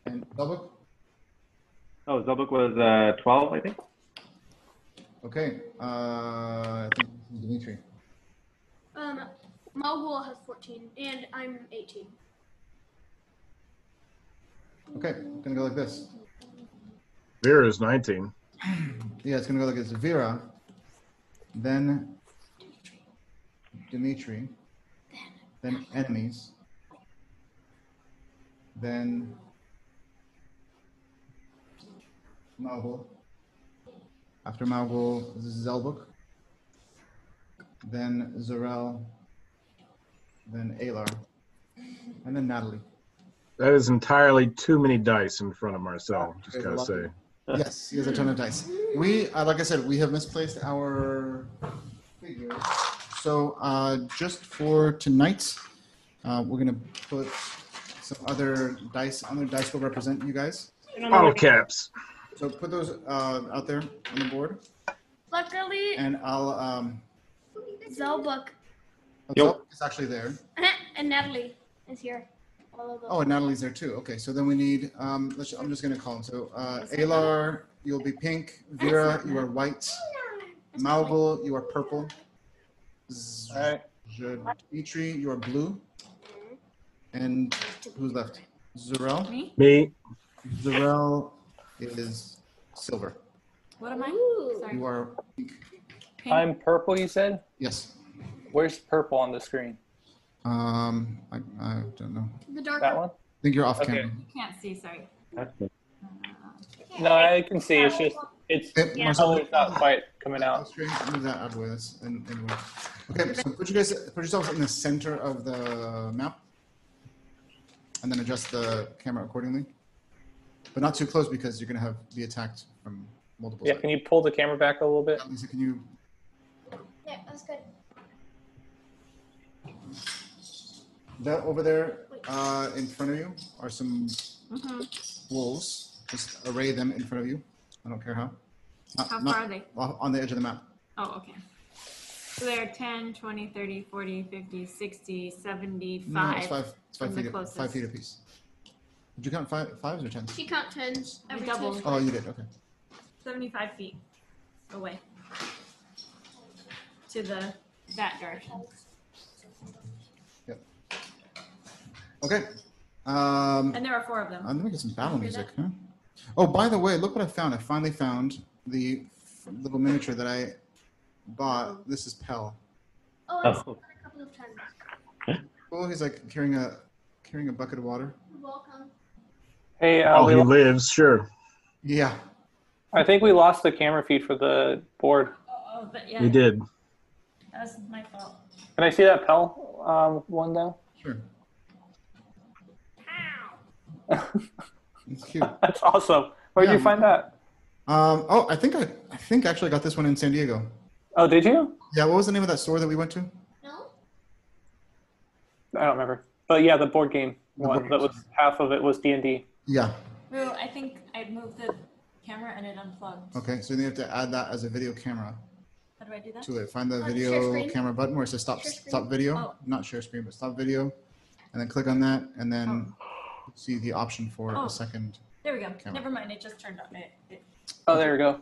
And Lubbock? Oh, Zelbuk was uh, 12, I think. Okay. Uh, I think Dimitri. Um, Mogul has 14, and I'm 18. Okay, gonna go like this. Vera is 19. Yeah, it's gonna go like this. Vera, then Dimitri, then enemies, then Mogul. After Mogul, Zelbuk, then Zarel, then Alar, and then Natalie. That is entirely too many dice in front of Marcel. Just Okay, gotta lucky. say. Yes, he has a ton of dice. We, uh, like I said, we have misplaced our figure. So uh, just for tonight, uh, we're gonna put some other dice. Other dice will represent you guys. Bottle caps. So put those uh, out there on the board, Luckily, and I'll. Um, Zelbuck Yep. It's actually there. <laughs> and Natalie is here. All of them. Oh, and Natalie's there too. Okay, so then we need. Um, let's, I'm just gonna call them. So uh, Alar, you'll be pink. Vera, you are white. Malvul, you are purple. Z- All right. Dimitri, you are blue. And who's left? Zarel. Me? Me. Zarel is silver. What am I? Sorry. You are pink. Pink. I'm purple, you said? Yes. Where's purple on the screen? Um, I, I don't know. I The dark That one? think you're off Okay. camera. Can't see. Sorry. Uh, That's good. No, I can see. It's just, it's, Okay, Yeah. Marcel, oh, it's not quite coming out. Screen, move that out of the way. That's, and, anyway. Okay, so put you guys put yourselves in the center of the map, and then adjust the camera accordingly. But not too close because you're gonna have be attacked from multiple. Yeah, sides. can you pull the camera back a little bit? Lisa, can you? Yeah, that's good. That over there uh, in front of you are some hmm wolves. Just array them in front of you. I don't care how. Not, How not far are they? off- on the edge of the map. Oh, okay. So they are 10, 20, 30, 40, 50, 60, 75. No, it's five. It's five from the feet. Five closest. feet apiece. Did you count five, fives or tens? She count tens. We Every double. two. Oh, you did. Okay. 75 feet away. To the that direction. Okay. Um, And there are four of them. I'm gonna get some battle music, huh? Oh, by the way, look what I found. I finally found the f- little miniature that I bought. This is Pell. Oh, I've Oh. seen that a couple of times. Oh, he's like carrying a carrying a bucket of water. You're welcome. Hey, uh, Oh, we he lo- lives. Sure. Yeah. I think we lost the camera feed for the board. Oh, oh, but yeah. He did. That was my fault. Can I see that Pell um, one now? Sure. It's cute. Um, That's awesome. Where'd Yeah. you find that? oh, I think I, I think I actually got this one in San Diego. Oh, did you? Yeah. What was the name of that store that we went to? No? I don't remember. But yeah, the board game one board that was half of it was D and D. Yeah. Well, I think I moved the camera and it unplugged. Okay. So then you have to add that as a video camera How do I do that? to it. Find the Uh, share video screen? camera button where it says stop Share screen? stop video. Oh. Not share screen, but stop video, and then click on that, and then Oh. see the option for Oh. a second. There we go. Camera. Never mind. It just turned on. It, it, Oh, there we go.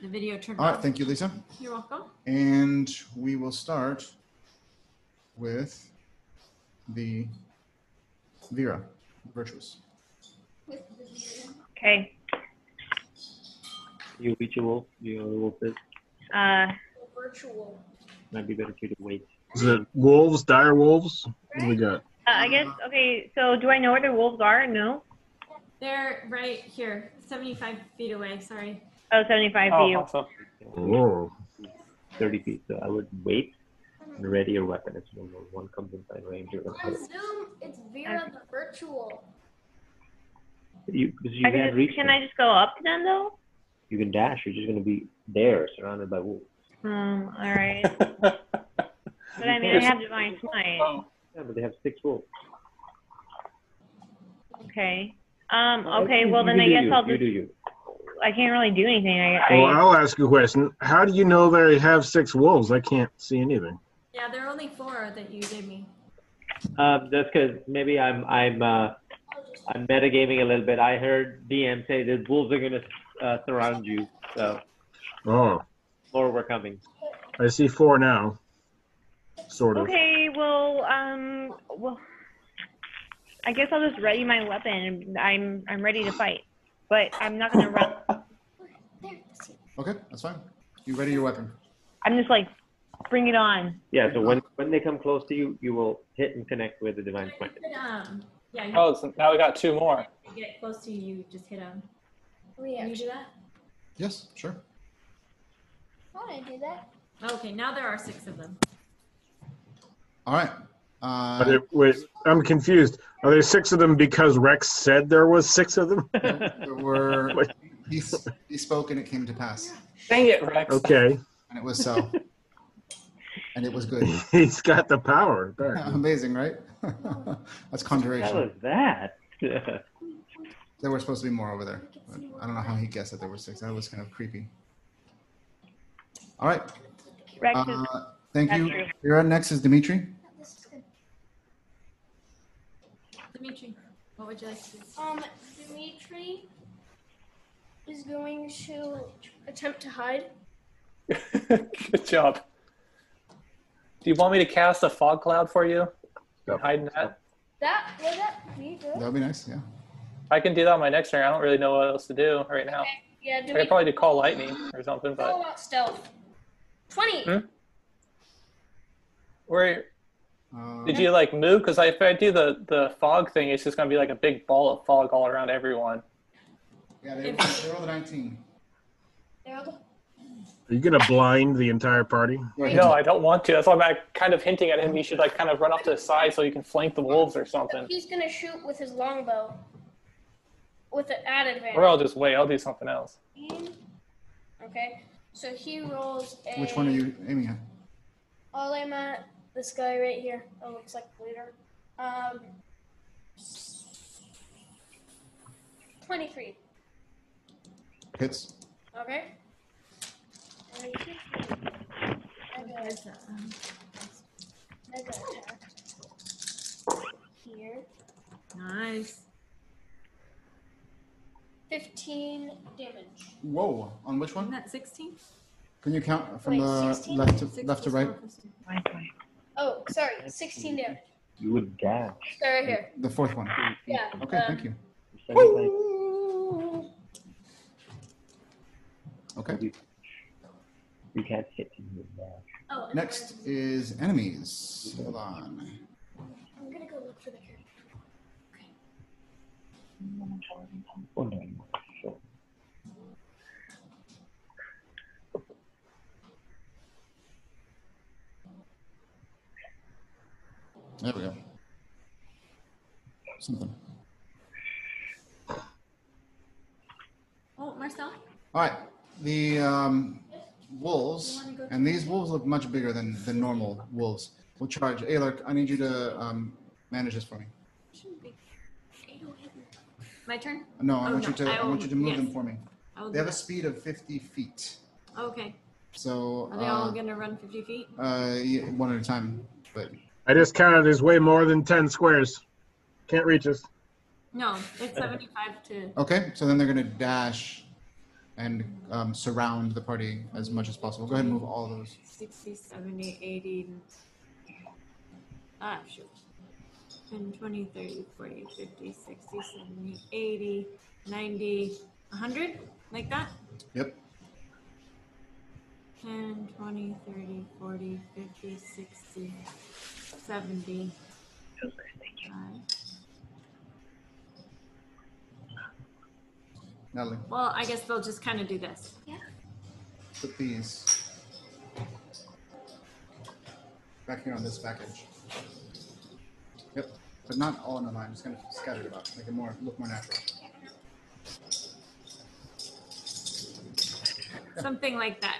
the video turned All on. right. Thank you, Lisa. You're welcome. And we will start with the Vera virtuous. Okay. You ritual, your wolf Uh, Virtual. might be better to do wait. Is it wolves? Dire wolves? What do we got? Uh, I guess okay. So, do I know where the wolves are? No. They're right here, 75 feet away. Sorry. Oh, 75 Oh, feet. awesome. Mm-hmm. Whoa. 30 feet, so I would wait and ready your weapon if you know one comes inside range. You're gonna On fire. Zoom, it's Vera the virtual. You, 'cause you I can can, reach just, can them. I just go up to them though? You can dash. You're just going to be there, surrounded by wolves. Um, <laughs> all right. But I mean, I have divine smite. oh, Yeah, but they have six wolves. Okay. Um. Oh, Okay. you- Well, you then I do guess you, I'll you just do you. I can't really do anything. I, Well, I I'll ask a question. How do you know they have six wolves? I can't see anything. Yeah, there are only four that you gave me. Um, that's because maybe I'm I'm uh, I'm metagaming a little bit. I heard DM say the wolves are gonna uh, surround you, so Oh, more were coming. I see four now. Sort of. okay. Well, um, well, I guess I'll just ready my weapon. and I'm I'm ready to fight, but I'm not gonna run. There, that's it. Okay, that's fine. You ready your weapon? I'm just like, bring it on. Yeah. So when when they come close to you, you will hit and connect with the divine smite. Um, yeah, you Oh, so now we got two more. get close to you, you just hit them. Can you Reaction. do that? Yes, sure. I want to do that. Okay, now there are six of them. All right. Are Uh, there, wait, I'm confused. Are there six of them because Rex said there was six of them? there <laughs> were he, s- he spoke and it came to pass, Dang it, Rex. Okay, <laughs> and it was so, and it was good. <laughs> he's got the power. apparently. Amazing, right? <laughs> That's What was conjuration. that? <laughs> There were supposed to be more over there. but I don't know how he guessed that there were six. That was kind of creepy. All right. Rex is Uh-huh. Uh, thank you. That's You're up next is Dimitri. Yeah, This is good. Dimitri, what would you like to do? Um, Dimitri is going to attempt to hide. <laughs> Good job. Do you want me to cast a fog cloud for you? No. Hide in that. That would that be good? That would be nice. Yeah. I can do that on my next turn. I don't really know what else to do right now. Yeah, I could Dimitri. probably do call lightning or something, All but about stealth. Twenty. Hmm? where Uh, did you like move? Because if I do the the fog thing, it's just gonna be like a big ball of fog all around everyone. yeah, they rolled, they rolled a 19. There we go. Are you going to blind the entire party? Go ahead. No, I don't want to. That's why I'm like, kind of hinting at him. You should like kind of run off to the side so you can flank the wolves or something. He's gonna shoot with his longbow. With an at Or advantage. I'll just wait. I'll do something else. Okay. So he rolls a Which one are you aiming at? I'll aim at this guy right here. Oh, It looks like the leader. Um twenty three. Hits. Okay. And I got There's that, um, I got attacked. Here. Nice. Fifteen damage. Whoa. On which Isn't one? that 16? Can you count from Wait, the 16? left to Six left to plus right? four plus two. my point. Oh, sorry, sixteen damage. you would dash. Sorry right here. The fourth one. Yeah. Okay, um, thank you. Woo! Okay. You can't hit him with that. Oh, Um, and Next where- is enemies. Hold on. I'm gonna go look for the character. Oh, no, no. Sure. There we go. Something. Oh, Marcel? All right. The um, wolves, You wanna go and these wolves look much bigger than the normal wolves. We'll charge. Alark, I need you to um, manage this for me. Shouldn't be. My turn? No, I Oh, want no, you to. I I, want you to will- move them yes. for me. I will They do have a that. speed of 50 feet. Okay. So Are they all uh, going to run 50 feet? uh, yeah, one at a time. But I just counted as way more than 10 squares. Can't reach us. No, it's 75 to. okay, so then they're gonna dash and um, surround the party as much as possible. Go ahead and move all those. 60, 70, 80. and- Ah, shoot. 10, 20, 30, 40, 50, 60, 70, 80, 90, 100? Like that? Yep. 10, 20, 30, 40, 50, 60, 70. Five. Natalie, Well, I guess they'll just kind of do this. put these back here on this package. Yep, but not all in a line. Just kind of scattered about, make it more look more natural. Something like that.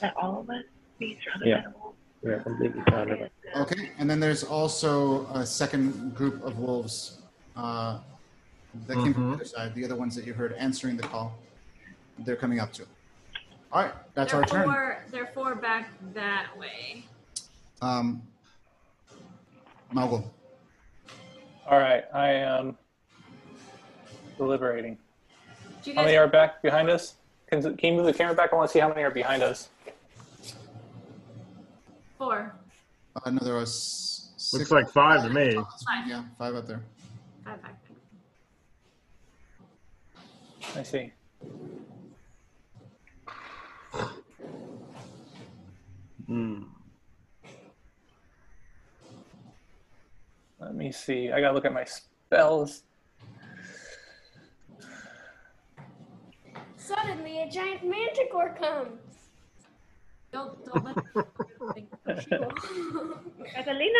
That all of us be surrounded Yeah. by the wolves. Yeah, completely surrounded by- Okay, and then there's also a second group of wolves uh, that came from the Mhm. other side. The other ones that you heard answering the call. they're coming up to. All right, that's they're our turn. four, they're four back that way. Um, Mogul. All right, I am deliberating. Do you How guys? many are back behind us? Can, can you move the camera back? I want to see how many are behind us. Four. Another uh, s- six. Looks like five to me. <laughs> Yeah, five out there. Five back. I see. Hmm. Let me see. I gotta look at my spells. Suddenly, a giant manticore comes. Don't don't let. Catalina!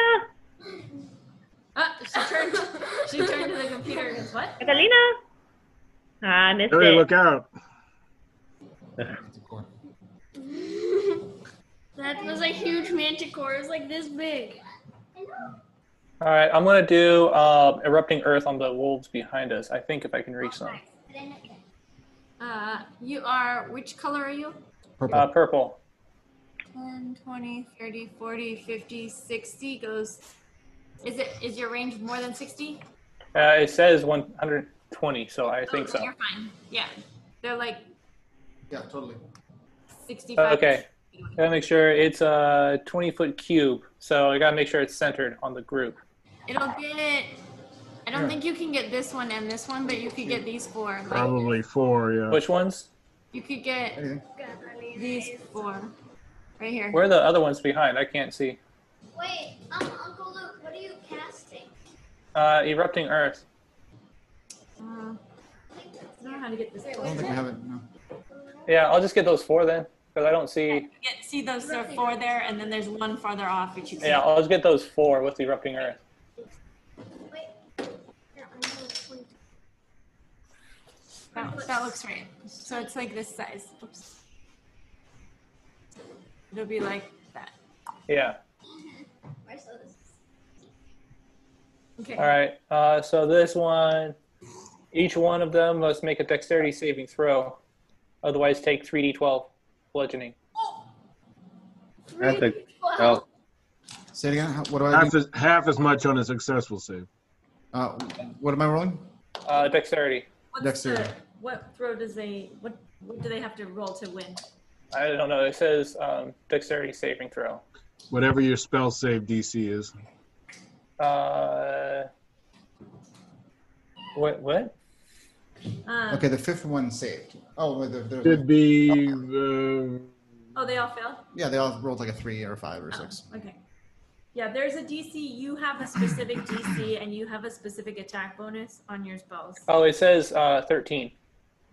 <laughs> Ah, she turned. She turned to the computer. and goes, What? Catalina! Ah, I missed Hey, it. look out. Manticore. That was a huge manticore. It was like this big. All right, I'm gonna do um, erupting earth on the wolves behind us. I think if I can reach them. Uh, you are. Which color are you? Purple. Uh, purple. 10, 20, 30, 40, 50, 60 goes. Is it? Is your range more than 60? Uh, it says 120, so I think oh, so. You're fine. Yeah. They're like yeah, totally. 65. Uh, Okay. Gotta make sure it's a 20 foot cube, so I gotta make sure it's centered on the group. It'll get. I don't think you can get this one and this one, but you could get these four. Like, Probably four, yeah. Which ones? you could get Anything? these four. Right here. Where are the other ones behind? I can't see. Wait, um, Uncle Luke, what are you casting? Uh, erupting earth. Uh, I don't know how to get this. I don't think we have it. No. Yeah, I'll just get those four then, because I don't see. Get, see those there are four there, and then there's one farther off, which you Yeah, can't. I'll just get those four with the erupting earth. That, that looks right. So it's like this size. Oops. It'll be like that. Yeah. Okay. All right. Uh, so this one, each one of them must make a dexterity saving throw, otherwise take 3d12 bludgeoning. That's a- Wow. oh, Say it again. How- What do I do? Half as, half as much on a successful save. Uh, what am I rolling? Uh, dexterity. What's Dexterity. the- what throw does they? What what do they have to roll to win? I don't know. It says um, dexterity saving throw. Whatever your spell save DC is. Uh, what? What? Um, Okay, the fifth one saved. Oh, wait, there, there's- Should be, uh, Oh, they all failed. Oh, yeah, they all rolled like a three or a five or six. Okay. Yeah, there's a DC. You have a specific DC, and you have a specific attack bonus on your spells. Oh, it says uh, 13.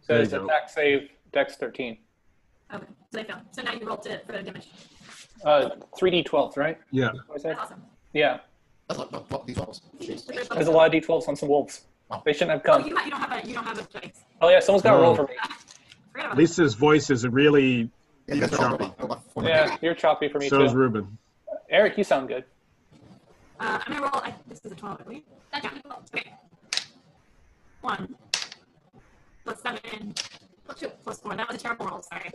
There you says go. attack save dex 13. Okay, so they failed. So now you roll to for the damage. Uh, 3d12, right? yeah. What That's is that? awesome. Yeah. That's like about 12, these 12s. Jeez. There's a lot of d12s on some wolves. They shouldn't have come. Oh, you, ha- you don't have a you don't have a <laughs> dice. Oh yeah, someone's got to roll Oh. for me. Forgot about Lisa's voice is really, Yeah, you guys are all about- about Oh, four. Yeah, you're choppy for me so is too. Ruben. Eric, you sound good. that. Uh, I'm gonna roll. I, this is a twelve. I believe. That's Yeah. Okay. One. Plus seven. Plus two. Plus four. That was a terrible roll. Sorry.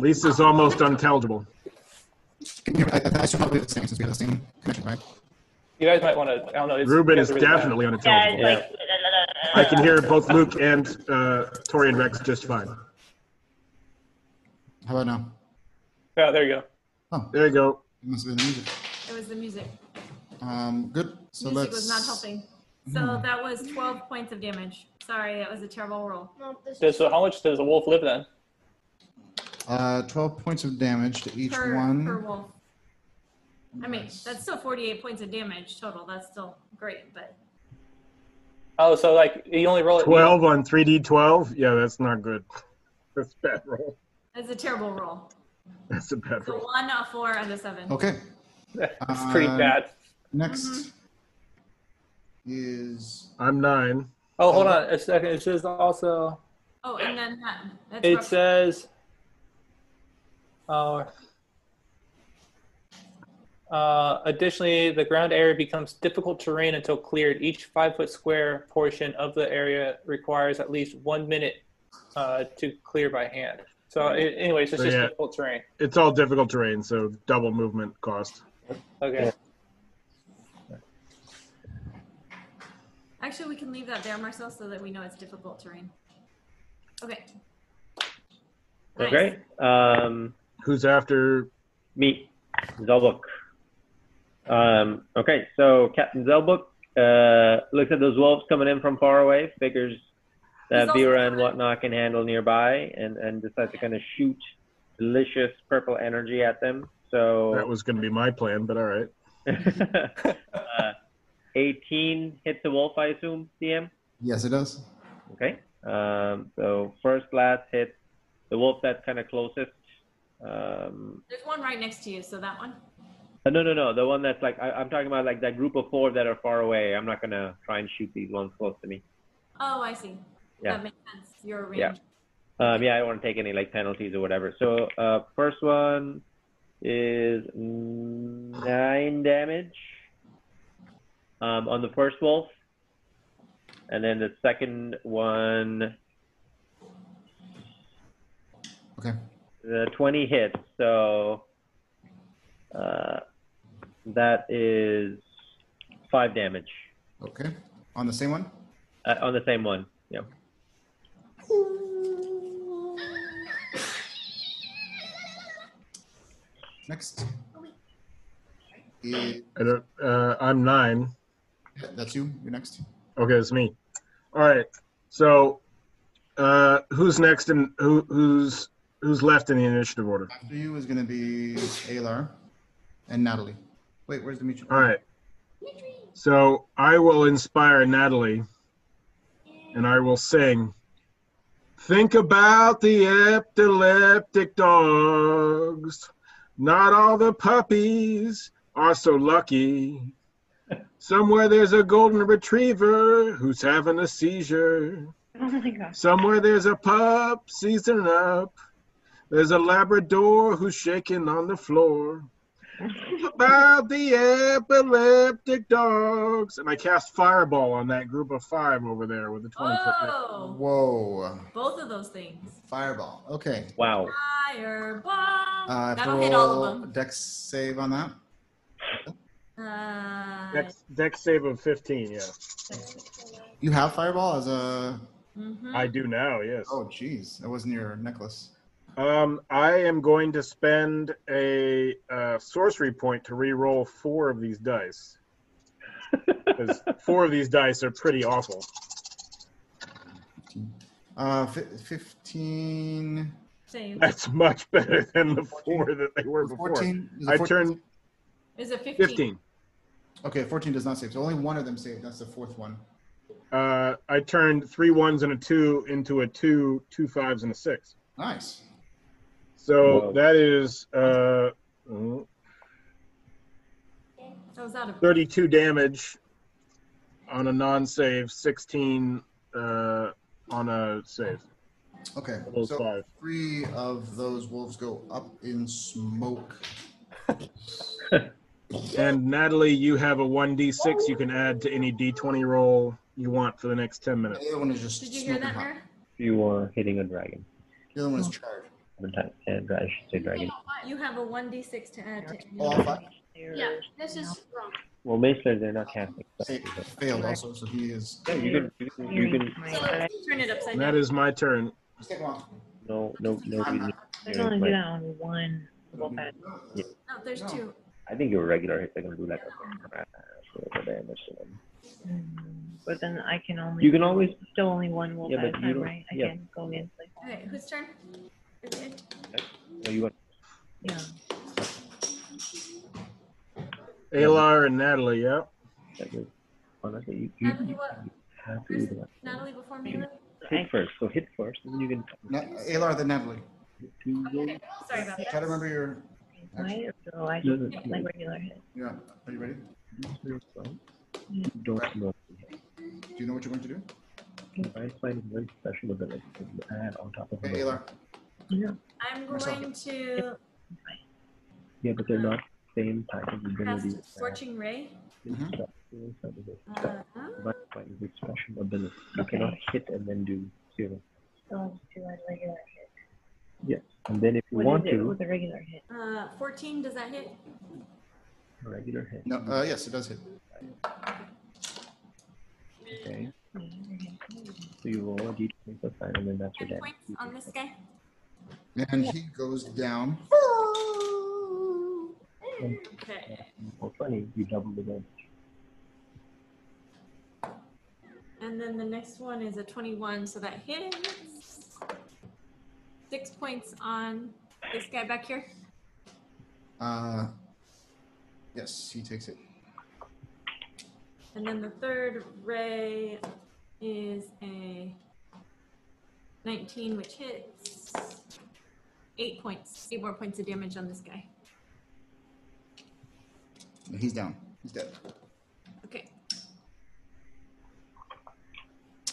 Lisa's almost unintelligible. Can you- I, I should probably do the same since we have the same connection, right? You guys might want to. I don't know. It's, Ruben you is guys are really bad. definitely Yeah, unintelligible. it's like. I can hear both Luke and uh, Tori and Rex just fine. How about now? Yeah, there you go. Oh, it There you go. must have been the music. It was the music. Um, good. So let's. music Hmm. was not helping. So that was twelve points of damage. Sorry, that was a terrible roll. No, this Does, so how much does a wolf live then? Uh, 12 points of damage to each per, one. per wolf. I mean, that's still 48 points of damage total. That's still great, but Oh, so like you only roll it. 12 on 3D12? Yeah, that's not good. That's a bad roll. it's a terrible roll. That's a bad The roll. one, a four, and a seven. <laughs> Okay. It's pretty Uh, bad. Next Mm-hmm. is. I'm nine. Oh, hold on a second. It says also. Oh, and then that, that's It rough. says. Uh, uh, additionally, the ground area becomes difficult terrain until cleared. Each five foot square portion of the area requires at least one minute uh, to clear by hand. So it, anyways, it's So, just yeah. difficult terrain. It's all difficult terrain, so double movement cost. Okay. Yeah. Actually, we can leave that there, Marcel, so that we know it's difficult terrain. Okay. Nice. Okay. Um, Who's after? me, Zelbuk. Um, okay, so Captain Zelbuk uh, looks at those wolves coming in from far away, figures that He's also Vera and coming in. whatnot can handle nearby, and, and decides to kind of shoot delicious purple energy at them. That So was going to be my plan, but all right. <laughs> uh, 18 hits the wolf, I assume, DM? Yes, it does. Okay. Um, so first, last hit, the wolf that's kind of closest. Um, There's one right next to you, so that one. Uh, no, no, no. The one that's like I, I'm talking about, like that group of four that are far away. I'm not gonna try and shoot these ones close to me. Oh, I see. Yeah. That makes sense. You're Yeah. arranged. Um, yeah, I don't want to take any like penalties or whatever. So uh, first one is nine damage um, on the first wolf, and then the second one, Okay. the 20 hits. So uh, that is five damage Okay. On the same one? uh, on the same one. Yep. Next. Eh, I don't, uh, I'm nine. that's you. You're next. Okay, it's me. All right. So, uh, who's next and who who's who's left in the initiative order? After you is going to be Aylar and Natalie. Wait, where's Dimitri? All right. So I will inspire Natalie, and I will sing. Think about the epileptic dogs. Not all the puppies are so lucky. Somewhere there's a golden retriever who's having a seizure. Oh my gosh. Somewhere there's a pup seasoning up. There's a Labrador who's shaking on the floor. About the epileptic dogs. And I cast Fireball on that group of five over there with a 20 foot. net. Oh, Whoa. both of those things. Fireball. Okay. Wow. Fireball. Uh, if you That'll hit all roll of them. Dex save on that. Uh, Dex, dex save of 15, yeah. You have Fireball as a. mhm. I do now, yes. Oh, jeez. That wasn't your necklace. Um, I am going to spend a uh, sorcery point to re-roll four of these dice. Because four of these dice are pretty awful. Uh, fi- 15. Same. That's much better than the four that they were before. 14. Is it I 14? turned Is it 15? 15. Okay, 14 does not save. So only one of them saved. That's the fourth one. Uh, I turned three ones and a two into a two, two fives and a six. Nice. So Whoa. that is uh, Oh, mm, That was out of 32 damage on a non-save, 16 uh, on a save. Okay. Those So five. three of those wolves go up in smoke. And Natalie, you have a 1d6 you can add to any d20 roll you want for the next 10 The minutes. other one is just. Did you hear smoking that, hot. Nerd? You are hitting a dragon. The other one is charred. Sometimes- yeah, dra- I should say dragon. You have a 1d6 to add to All any. five Yeah, this is wrong. Well, Maester, they're not casting. saved. failed also, so he is. Yeah, you can, you can, you can My So God. turn it upside And that down. is my turn. Just take him off. no, no, no. I'm reason. not- They're gonna do that on one. Mhm. Well, bad. Yeah. No, Oh, there's No. two. I think your regular hits are gonna do like a for the damage to them. Mm, But then I can only. You can always Still only one wolf Yeah, at a but you time, don't- right? I yeah. can't go against like. Okay, whose turn? Is it? Mm. no, you want Yeah. Alar and Natalie, yeah. honestly you, you, Natalie, what? have to do that. Natalie before me? what? Hit first, so hit first, and then you Na- Alar the Natalie. can Okay, sorry about Try to that. remember your. Right? So I No, just no, hit my regular hit. Yeah. Are you ready? you don't know. Do you know what you're going to do? I find it very special ability to add on top of Okay, Alar. I'm Myself. going to Yeah, but they're not same type of ability. cast Scorching Ray. Uh-huh. But Uh, by the special ability, you cannot hit and then do zero. going to a regular hit. And then if you What want is it to, with a regular hit? Uh, 14, does that hit? a regular hit. No, uh, yes, it does hit. Okay. So you roll a d20 plus 9, and then that's 10 your damage. points on this guy. And he goes down. Okay. Well, funny, you double the damage. And then the next one is a 21, so that hits. Six points on this guy back here. Uh, yes, he takes it. And then the third ray is a 19, which hits. Eight points. Eight more points of damage on this guy. He's down. He's dead. Okay.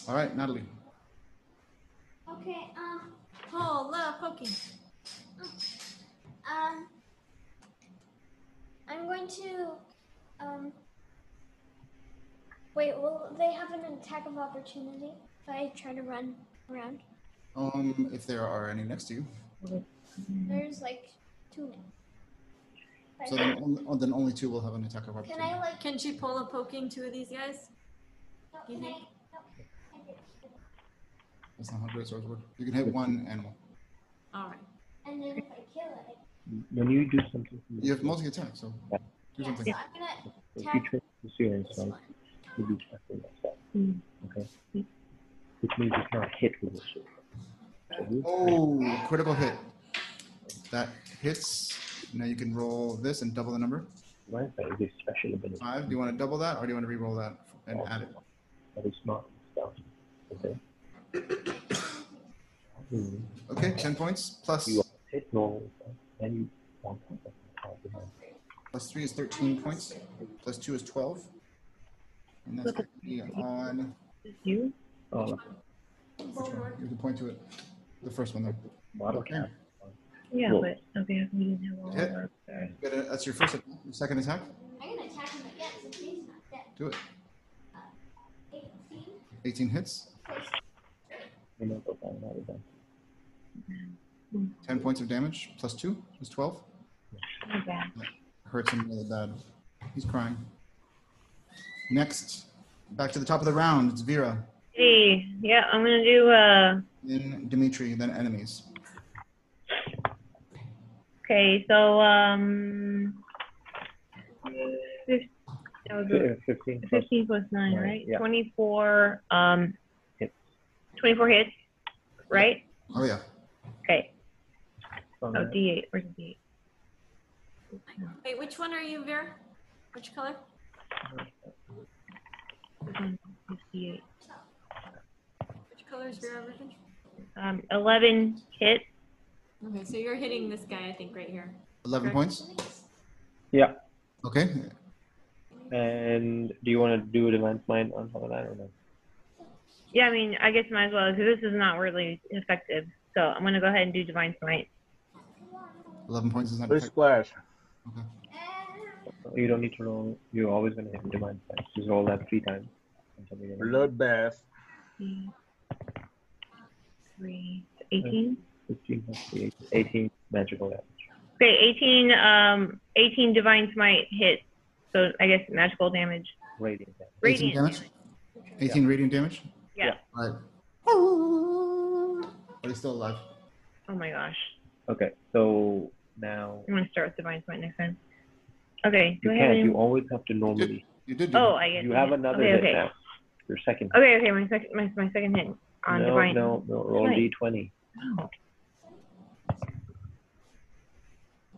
All right, Natalie. Okay, um, Oh, love poking. um, I'm going to, um, wait, will they have an attack of opportunity if I try to run around? Um, if there are any next to you, There's like two now. so then only, oh, then only two will have an attack of Can opportunity. I like, Can she pull a poking two of these guys? no, You can I, think? no, I did. That's not how great swords work. You can hit one animal. All right. And then if I kill it, When you do something, from the You have multi attack, so do yeah, something. so I'm gonna if you trigger the series, this right, one. you do something like that. Hmm. Mm. Okay? Which means it's not hit with this. Oh, critical hit. That hits. Now you can roll this and double the number. Right? That is a special ability. Five. Do you want to double that, or do you want to re-roll that and add it? That is not stuff. Okay? Hmm. Okay, ten points plus You are hit normal, and you want to. plus three is thirteen points. Plus two is twelve. And that's gonna be on. Is this you? Uh, Which one? You can point to it. The first one there. model Okay. cap. Yeah, Well- but okay, we didn't have all Hit. of our stars. You gotta- That's your first. attack. Your second attack. I'm gonna attack him again since he's not dead. Do it. Uh, 18 Eighteen hits. plus You know, but I'm not a done. Ten points of damage. Plus two is twelve. My bad. Hurts him really bad. He's crying. Next, back to the top of the round. It's Vera. Hey, yeah, I'm gonna do uh Then Dimitri. Then enemies. okay, so um fif- that was a- 15 plus 15 plus 9, Nine, right? yeah. 24 um Hits. 24 hits, right? Oh yeah. Okay. on Oh, that. D8. Where's the D8? Wait, which one are you, Vera? Which color? Um, it's D8. Which color is Vera Rubin? Um, 11 hits. Okay, so you're hitting this guy, I think, right here. Eleven points. Yeah. Okay. And do you want to do advance mine on top of that or no? Yeah, I mean, I guess might as well because this is not really effective. So I'm gonna go ahead and do divine smite. Eleven points is not. First splash. You don't need to roll. You're always going to hit demand side. Just roll that three times. and tell me the number. Bloodbath. Three, 18. 15 plus 3, 18 magical damage. Okay, 18. Um, 18 divine smite hits. So I guess magical damage, Radiant damage. 18 radiant damage. damage. Eighteen radiant damage. Yeah. All right. Oh. But he's still alive. Oh my gosh. Okay, so now I'm gonna start with divine smite next time. Okay. Do you I have can't. any? You always have to normally. You did. Do oh, I guess You have another Okay, hit okay. now. Your second. Okay, okay. My second, my, my second hit on no, divine. no, no. Roll Right. d20. Oh.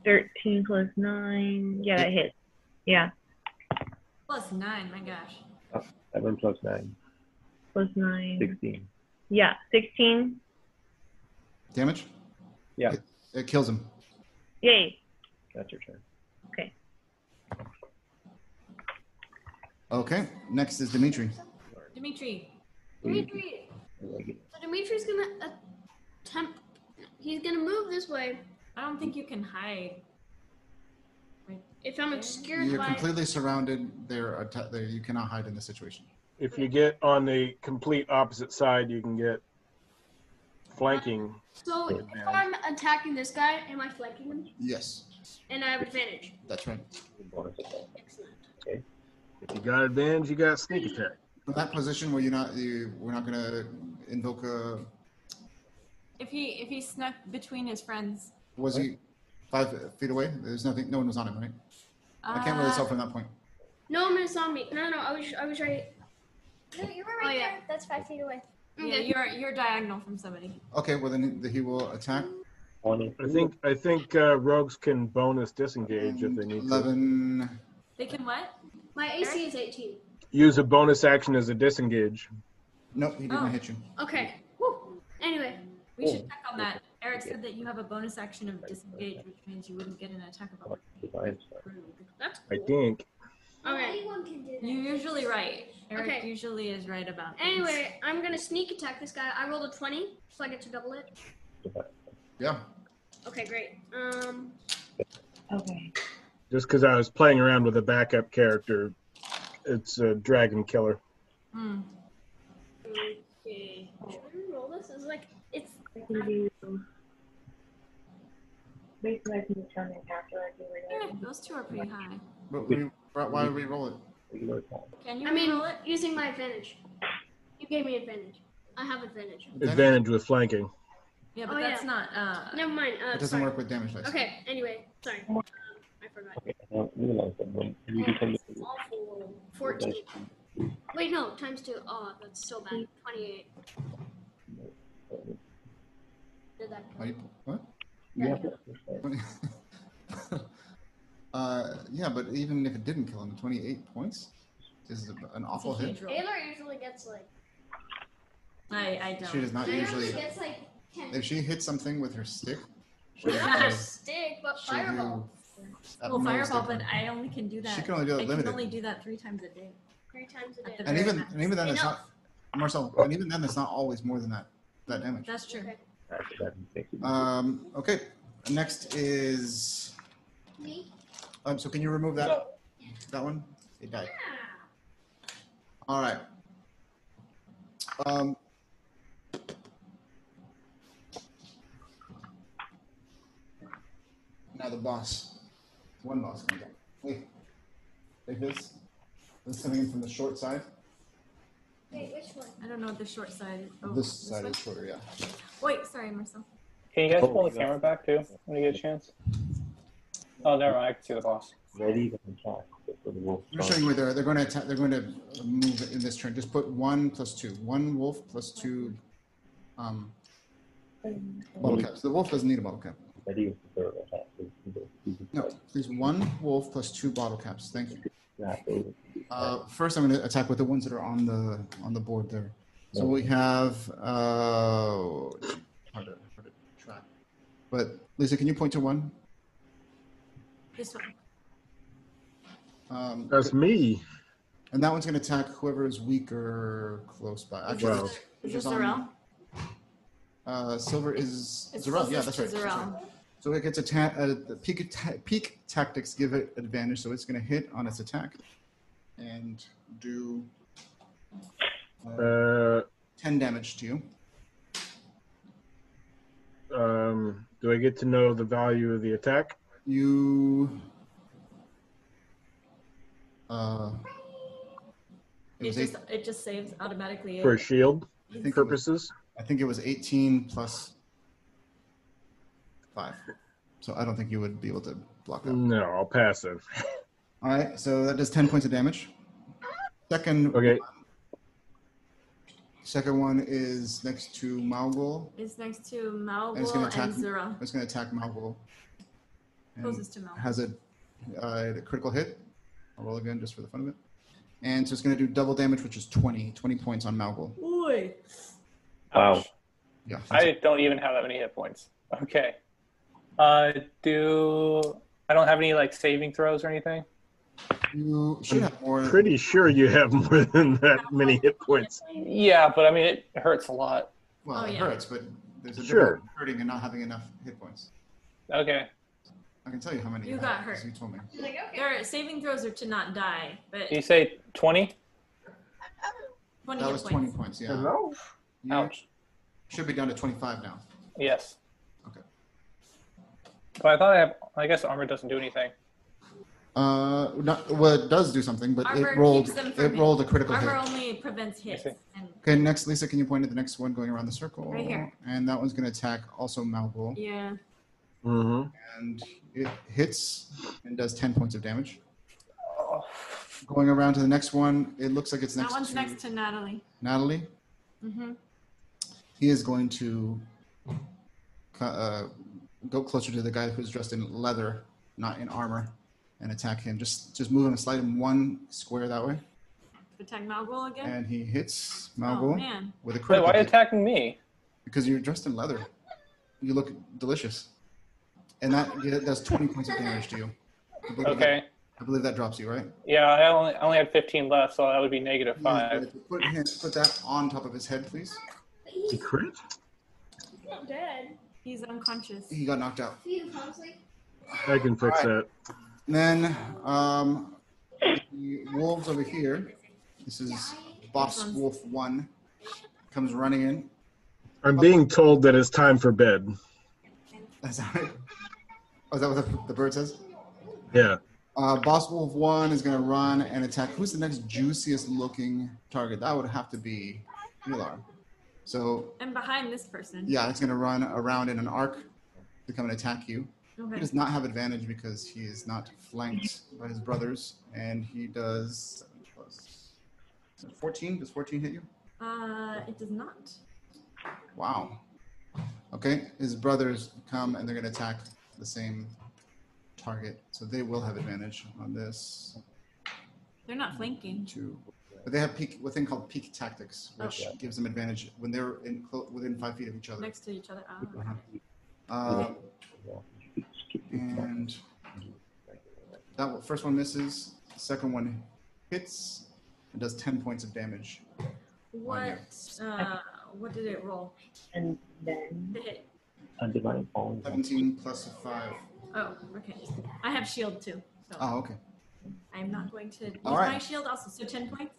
13 plus 9. Yeah, that hits. Yeah, Plus nine, my gosh. 7 plus 9, plus 9. 16. Yeah, 16. Damage. Yeah, It kills him. Yay. that's your turn. Okay. Next is Dimitri. Dimitri. Dimitri. Regular. So Dimitri's gonna attempt. He's gonna move this way. I don't think you can hide. If I'm obscured You're by, completely surrounded. There, atta- there. You cannot hide in this situation. If you get on the complete opposite side, you can get flanking. So if Advantage. I'm attacking this guy, am I flanking him? Yes, And I have advantage. that's right. Excellent. If you got advantage, you got sneak attack. From that position where you're not, you, we're not gonna invoke a. If he if he snuck between his friends. Was he five feet away? There's nothing. No one was on him, right? I can't really Uh, tell from that point. No one is on me. No, no, I was, I was right. You, you were Oh, right yeah. there. That's five feet away. Yeah, you're you're diagonal from somebody. Okay, well then he, he will attack. I think I think uh, rogues can bonus disengage if they need to. Eleven. They can what? My AC is 18. Use a bonus action as a disengage. Nope, he did Oh. not hit you. Okay. Woo. Anyway, We Oh. should check on that. Eric said that you have a bonus action of disengage, which means you wouldn't get an attack of opportunity. that's I cool. think. Okay. Anyone can do that. You're usually right. Eric Okay. usually is right about things. Anyway, I'm gonna sneak attack this guy. I rolled a 20, so I get to double it. Yeah. Okay, great. Um, Okay. Just because I was playing around with a backup character, it's a dragon killer. Hmm. Okay. should I roll this? It's like it's I can do. Basically, I can determine after I do Yeah, it. those two are pretty high. But we, why re-roll it? Can you I mean, roll it? using my advantage. You gave me advantage. I have advantage. Advantage with flanking. Yeah, but Oh, that's yeah. not. Uh, Never mind. Uh, It doesn't sorry. work with damage dice. Okay. Anyway, sorry. Um, I forgot. Awful. Fourteen. Wait, no. Times two. Oh, that's so bad. Twenty-eight. Did that Why count? you- What? Yeah. <laughs> uh, yeah, but even if it didn't kill him, 28 points is a- an awful it's a huge hit. roll. Aylar usually gets like. I, I She don't. does not usually. gets like ten. If she hits something with her stick, she Not a will- stick, but she'll do fireball. Well, abnormal fireball, stuff. but I only can do that. She can only do that I limited. can only do that three times a day. Three times a At day. the and very even max. and even then, it's Enough. not. Marcel, and even then, it's not always more than that. That damage. That's true. Okay. Um, okay. Next is. Me? Um, so can you remove that? That one? It died. All right. Um. Now the boss. One boss comes up. Wait. Like this. This coming in from the short side. Wait, which one? I don't know what the short side is. Oh, this side one? is shorter, yeah. Wait, sorry, Marcel. Can you guys pull the camera back too when you get a chance? Oh, never mind. I can see the boss. I'm just showing you where they're they're going to attack, they're going to move in this turn. Just put one plus two, one wolf plus two. Um, bottle caps. The wolf doesn't need a bottle cap. No, there's one wolf plus two bottle caps. Thank you. Uh, first, I'm going to attack with the ones that are on the on the board there. So we have uh, hard to, hard to track. But Lisa, can you point to one? This one. Um, That's me. and that one's going to attack whoever is weaker close by. Actually, Wow. it's- Is it's this on- Zarel? Uh, silver is It's Zarel. Yeah, closest that's to right. that's Zarel. right. So it gets attack. Uh, the peak atta- peak tactics give it advantage, so it's going to hit on its attack, and do uh, Uh, ten damage to you. um, do I get to know the value of the attack? You. Uh, it It was eight, just it just saves automatically. For shield I think it was- purposes? I think it was 18 plus 5. So I don't think you would be able to block that. No, I'll pass it. All right, so that does 10 points of damage. Second, Okay. second one is next to Malgul. It's next to And it's gonna Malwol attack and me. Zarel. It's going to attack Malgul. And Closest to Malwol. has a, uh, a critical hit. I'll roll again just for the fun of it. And so it's going to do double damage, which is 20. 20 points on Malgul. Oi. Wow. Yeah. that's I don't even have that many hit points. Okay. Uh, do I don't have any like saving throws or anything? You should have more. Pretty sure you have more than that many hit points. Yeah, but I mean it hurts a lot. Well, Oh, it yeah. hurts, but there's a Sure. difference between hurting and not having enough hit points. Okay. I can tell you how many. You have, got 'cause hurt. You told me. She's like, okay. Their saving throws are to not die, but Did you say twenty? 20 That hit was points. Uh-huh. twenty points. Yeah. Hello? You, Ouch. Should be down to 25 now. Yes. Okay. But I thought I have. I guess armor doesn't do anything. Uh, not, well, it does do something, but Armor it rolled. keeps them from It hit. rolled a critical Armor hit. only prevents hits. see. And Okay, next, Lisa, can you point at the next one going around the circle? Right here. And that one's going to attack also Malvol. yeah, Mm-hmm. and it hits and does 10 points of damage. Oh, Going around to the next one, it looks like it's that next one's to next to Natalie. Natalie. Mm-hmm. He is going to co- uh, go closer to the guy who's dressed in leather, not in armor, and attack him. Just just move him and slide him one square that way. Attack Malgol again. And he hits oh Malgul man, with a Wait, critical <laughs> why hit attacking me? because you're dressed in leather. You look delicious. And that yeah, does 20 points of damage to you. I believe that- Okay. I believe that drops you, right? Yeah, I only, I only had 15 left, so that would be negative Yeah, five. Put, him, put that on top of his head, please. He crit? not dead. he's unconscious. He got knocked out. See, honestly. I can fix that. And then um, the wolves over here. This is Boss Wolf One. Comes running in. I'm being told that it's time for bed. That's all right. Oh, is that what the, the bird says? Yeah. Uh, Boss Wolf One is gonna run and attack. Who's the next juiciest looking target? That would have to be Milar. So And behind this person. yeah, it's gonna run around in an arc to come and attack you. He Okay. does not have advantage because he is not flanked by his brothers, and he does seven plus- fourteen. Does fourteen hit you? Uh, it does not. Wow. Okay, his brothers come and they're gonna attack the same target, so they will have advantage on this They're not flanking. too. But they have peak, what thing called peak tactics, which Okay. gives them advantage when they're in clo- within five feet of each other. Next to each other. Oh, Uh-huh. Uh, and that one- first one misses. Second one hits and does 10 points of damage. What? Uh, what did it roll? And then The hit. Undivided phone. 17 plus a 5. Oh, okay. I have shield too, so Oh, okay. I'm not going to use All right. my shield also. So ten points.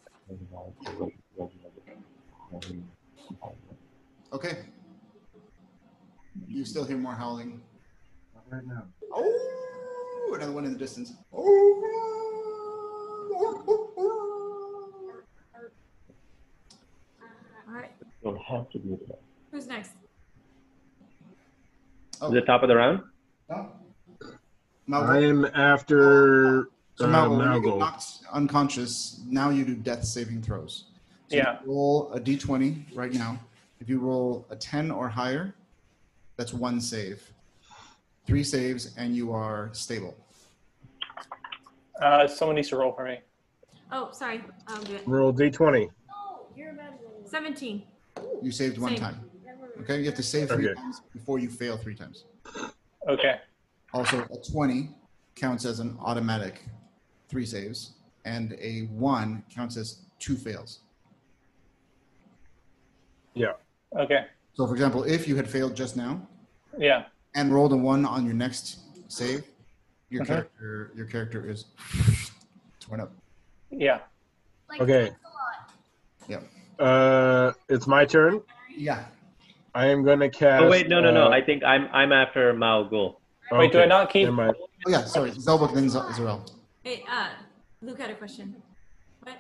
Okay. You still hear more howling. Right now. Oh, another one in the distance. Oh. All right. You'll have to do that. Who's next? Oh. Is it top of the round? No. I Malvo- am after So uh, Malvo, when you get Malgol. knocked unconscious, now you do death saving throws. So you Yeah. Roll a d20 right now. If you roll a 10 or higher, that's one save. Three saves, and you are stable. Uh, someone needs to roll for me. Oh, sorry. I'll do it. Roll d20. Oh, you're a bad one. Seventeen. You saved one Save. time. Okay, you have to save three Okay. times before you fail three times. Okay. Also, a 20 counts as an automatic three saves, and a 1 counts as two fails. Okay. So, for example, if you had failed just now, Yeah. and rolled a one on your next save, your Okay. character your character is torn up. Yeah. Like, Okay. Yeah. Uh, it's my turn. Yeah. I am going to cast. Oh wait, no, no, no. uh, I think I'm I'm after Mao Gul. Wait, do I okay, not keep? never mind. Oh yeah. Sorry, Zelbuk then Z- Zarel. Hey, uh, Luke had a question. What?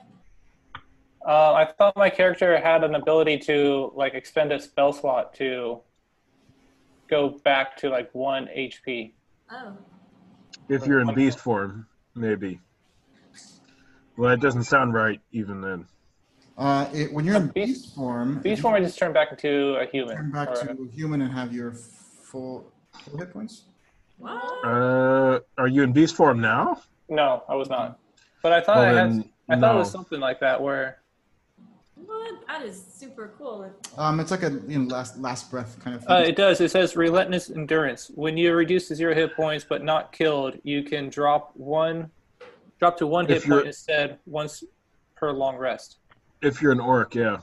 Uh, I thought my character had an ability to like expend a spell slot to go back to like one HP. Oh, If you're in beast form, maybe. Well, that doesn't sound right even then. Uh, it, when you're in Beast- beast form, These you form I just turn back into a human. Mhm. turn back or- to human and have your full full hit points. what? Uh, are you in beast form now? No, I was not. Mm-hmm. But I thought Well, I had. then, I thought it was no. something like that where. What? That is super cool. Um, it's like a you know last last breath kind of thing. Uh, it does. It says relentless endurance. When you're reduced to zero hit points but not killed, you can drop one, drop to one If hit you're- point instead once per long rest. If you're an orc, yeah.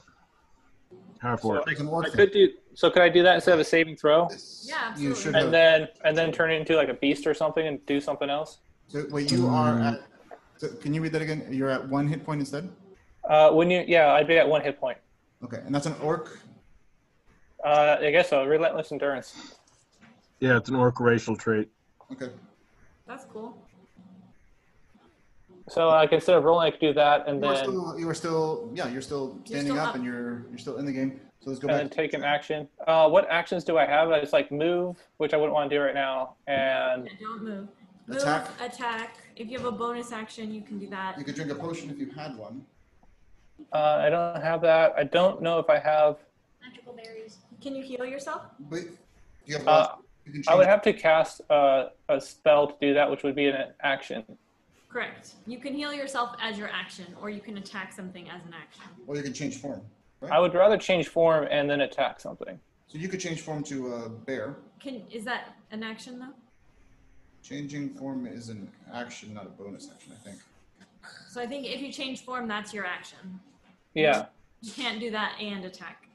Half orc. like an orc I thing. could do. So could I do that instead of a saving throw, Yeah, You absolutely. should have. and then and then turn into like a beast or something and do something else? so, wait, you are at. So can you read that again? You're at one hit point instead. Uh, when you yeah, I'd be at one hit point. Okay, and that's an orc. Uh, I guess so. Relentless endurance. Yeah, it's an orc racial trait. Okay. That's cool. So like instead of rolling, I could do that, and You are then still, you are still, yeah, you're still standing still up, up. and you're you're still in the game. So let's go and back. then take an action. Uh, what actions do I have? It's like move, which I wouldn't want to do right now, and Yeah, don't move. Move, Attack. attack. If you have a bonus action, you can do that. You could drink a potion if you had one. uh, I don't have that. I don't know if I have. Magical berries. Can you heal yourself? But you have. Uh, you can I would change- have to cast uh, a spell to do that, which would be an action. Correct. You can heal yourself as your action, or you can attack something as an action. or you can change form. Right? I would rather change form and then attack something. so you could change form to a bear. Can is that an action though? Changing form is an action, not a bonus action, I think. So I think if you change form, that's your action. Yeah. You can't do that and attack.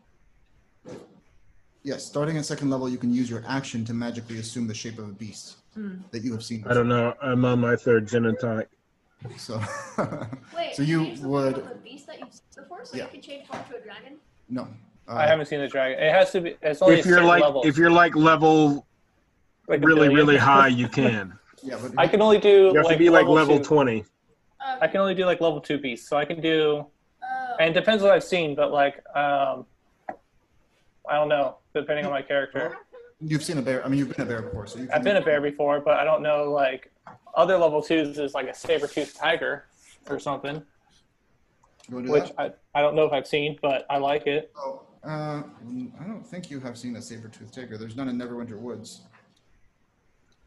Yes, starting at second level, you can use your action to magically assume the shape of a beast Hmm. that you have seen. I don't know. I'm on my third gin and tonic. So, <laughs> Wait, so you change the form would of a beast that you've seen before, so Yeah. you can change form to a dragon. no. Uh, I haven't seen the dragon. It has to be. It's only If a you're certain like level. if you're like level like a really billion. really high, <laughs> you can. Yeah, but I can only do You have like, to be like level two. twenty. Oh, I can only do like level two beasts, so I can do. oh. And it depends what I've seen, but like, um, I don't know. Depending on my character, you've seen a bear. I mean, you've been a bear before, so you. I've been a bear before, but I don't know like other level twos is like a saber toothed tiger or something, You wanna do which that? I, I don't know if I've seen, but I like it. Oh, uh, I don't think you have seen a saber-toothed tiger. There's none in Neverwinter Woods.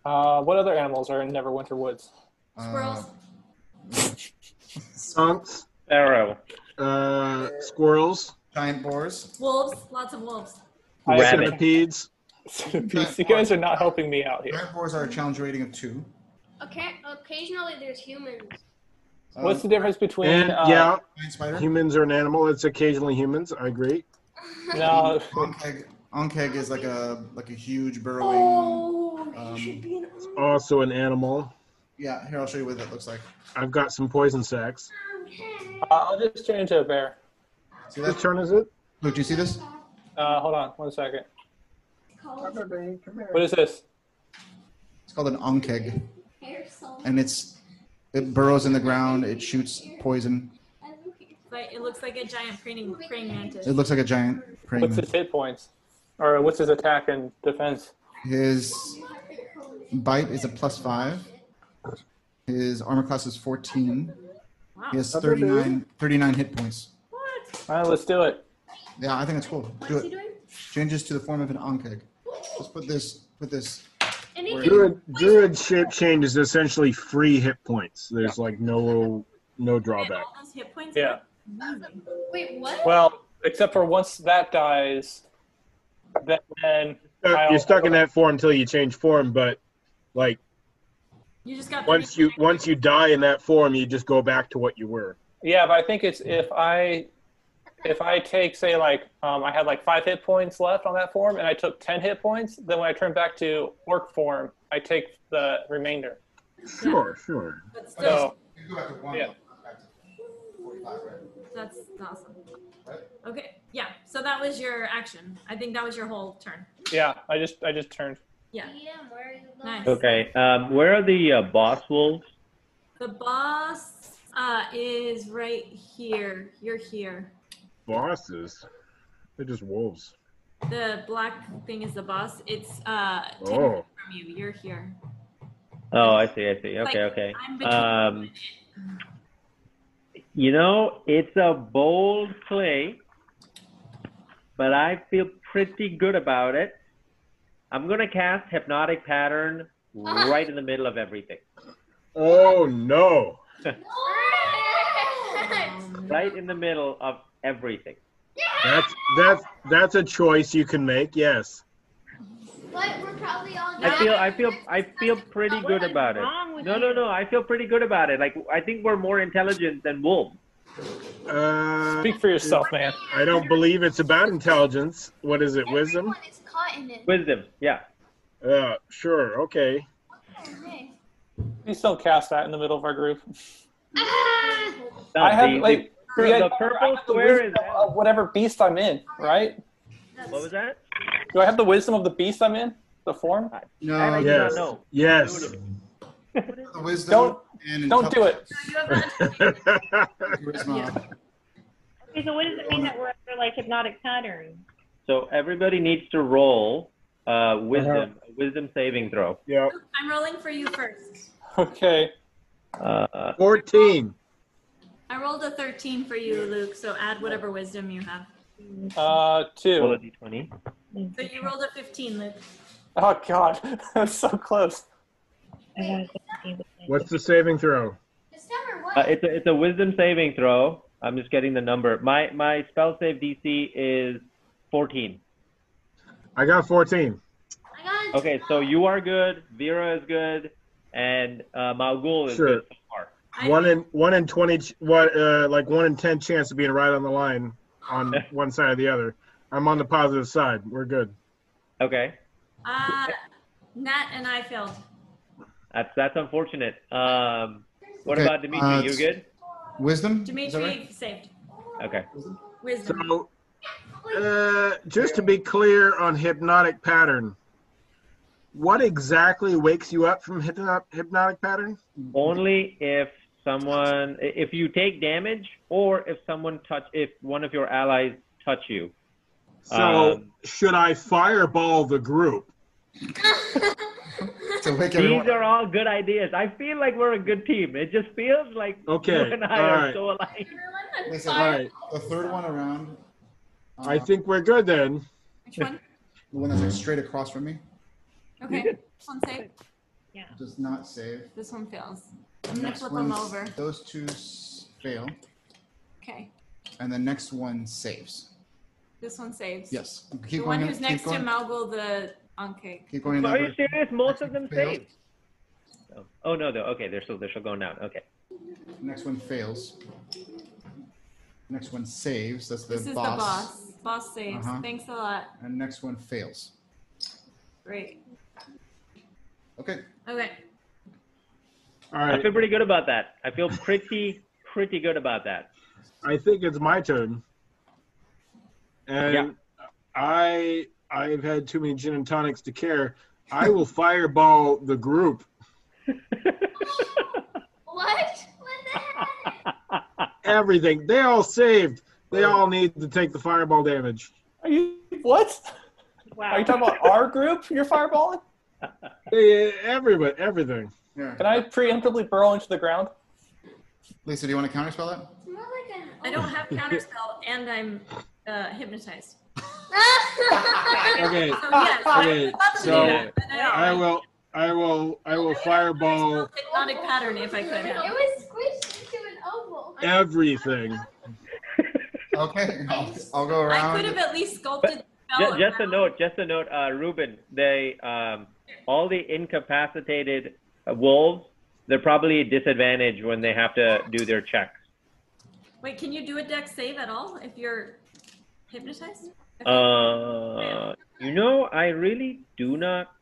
Uh, what other animals are in Neverwinter Woods? Uh, Squirrels. Skunks, <laughs> Arrow. uh, squirrels, giant boars. Wolves, lots of wolves. I- Rabbit. centipedes. Centipedes. You guys are not helping me out here. Giant boars are a challenge rating of two. Okay. Occasionally, there's humans. Uh, What's the difference between? And uh, yeah, giant spider? humans are an animal. It's occasionally humans. I agree. <laughs> No, uh, Onkeg, Onkeg is like a like a huge burrowing. Oh, Um, you should be an Also an animal. Yeah, here I'll show you what that looks like. I've got some poison sacks. uh, I'll just turn into a bear. See Whose that? turn is it? Luke, do you see this? Uh, hold on, one second. college What is this? It's called an Onkeg, hair salon. and it's it burrows in the ground. It shoots poison. But it looks like a giant preening praying mantis. It looks like a giant praying. What's his hit points? Or what's his attack and defense? His bite is a plus five. His armor class is 14. Wow. He has 39, 39 hit points. What? All right, let's do it. Yeah, I think it's cool. What Do is he it. doing? Changes to the form of an onkeg. Let's put this. Put this. And he can, Druid, druid shape change is essentially free hit points. There's like no no drawback. All those hit points. Yeah. Amazing. wait, what? Well, except for once that dies, then, then I'll- You're stuck in that form until you change form, but like You just got. once you once you die in that form, you just go back to what you were. Yeah, but I think it's if I if I take say like um, I had like five hit points left on that form, and I took ten hit points, then when I turn back to orc form, I take the remainder. Sure, sure. But Oh. still, So You go back to one. Yeah. back to 45, right? that's awesome. Right? Okay. Yeah. So that was your action. I think that was your whole turn. yeah, I just I just turned. Yeah. DM, where are you going? Nice. Okay. Um, where are the uh, boss wolves? The boss uh, is right here. You're here. Bosses, they're just wolves. The black thing is the boss. It's uh, ten Oh. from you. You're here. Oh, I see. I see. Like, Okay. Okay. I'm between. Um, you know, it's a bold play, but I feel pretty good about it. I'm gonna cast hypnotic pattern Ah. right in the middle of everything. Oh no! <laughs> Right in the middle of everything. That's that's that's a choice you can make. Yes. But we're probably all I feel. I feel. I feel <laughs> pretty good about it. Wrong with No, no, no. I feel pretty good about it. Like I think we're more intelligent than wolves. Uh, Speak for yourself, man. I don't believe it's about intelligence. What is it? Wisdom? Everyone is caught in it. Wisdom. Yeah. Uh, sure. Okay. Oh, Okay. <laughs> Please don't cast that in the middle of our group. No, I have the- the- like the yeah, purple I have the square wisdom is- of whatever beast I'm in, right? what was that? Do I have the wisdom of the beast I'm in? The form? I No, do Uh, yes. not know. Yes. <laughs> the wisdom Don't and don't do it. You have the Charisma. Okay, so what does it mean that we're under like hypnotic pattern? So everybody needs to roll uh, wisdom, Uh-huh. a wisdom saving throw. Yeah. I'm rolling for you first. Okay. Uh, 14. I rolled a 13 for you, Luke, so add whatever wisdom you have. Uh, roll a two. d20. So you rolled a 15, Luke. Oh God, <laughs> that's so close. What's the saving throw? It's never what? Uh, it's a it's a wisdom saving throw. I'm just getting the number. My my spell save DC is 14. I got 14. I got Okay, so you are good. Vera is good, and uh, Malgul is Sure. good so far. I- One in one in 20, ch- what uh, like one in 10 chance of being right on the line <laughs> on one side or the other. I'm on the positive side. We're good. Okay, Uh, Nat and I failed. that's that's unfortunate. Um, what Okay, about Dimitri? uh, you good? Wisdom? Is that Dimitri <laughs> right? saved. Okay. Wisdom. So, uh, just to be clear on hypnotic pattern, what exactly wakes you up from hypno- hypnotic pattern? Only if someone, i- if you take damage, or if someone touch, if one of your allies touch you. So, Um, should I fireball the group? To wake These everyone up. are all good ideas. I feel like we're a good team. It just feels like Okay, <laughs> you and I all are right. so alike. Everyone, Listen, All right. The third one around. uh, I think we're good then. Which one? The one that's like straight across from me Okay. did. This one saved. does not save. This one fails. I'm gonna Next flip them one's- over. Those two s- fail, Okay. and the next one saves. This one saves. Yes. The Keep one going. who's keep next to going, Malgul, the okay. Keep going. in that Are you direction. serious? Most of them Failed. saved. Oh, Oh, no, though. Okay, they're still they're still going down. Okay. Next one fails. Next one saves. That's the This is boss. the boss. Boss saves. Uh-huh. Thanks a lot. And next one fails. Great. Okay. Okay. All I right. feel pretty good about that. I feel pretty pretty good about that. I think it's my turn. And Yeah. I I've had too many gin and tonics to care. I will fireball the group. What? What the heck? Everything. They all saved. They all need to take the fireball damage. Are you what? Are you talking about <laughs> our group? You're fireballing? They, everybody, everything. Yeah. Can I preemptively burrow into the ground? Lisa, do you want to counterspell that? It's more like an. I don't <laughs> have counterspell and I'm uh, hypnotized. <laughs> Okay. So <laughs> yes, I'm Okay, about to do so that, but I I, will. I will. I will fireball hypnotic pattern if I could It have. was squished into an oval. everything. <laughs> Okay. I'll, I'll go I around. could have at least sculpted the Ju- spell. just a around. note, just a note, uh, Ruben. They um, all the incapacitated uh, wolves. They're probably at disadvantage when they have to do their checks. Wait, can you do a deck save at all if you're hypnotized? If Uh, you know, I really do not.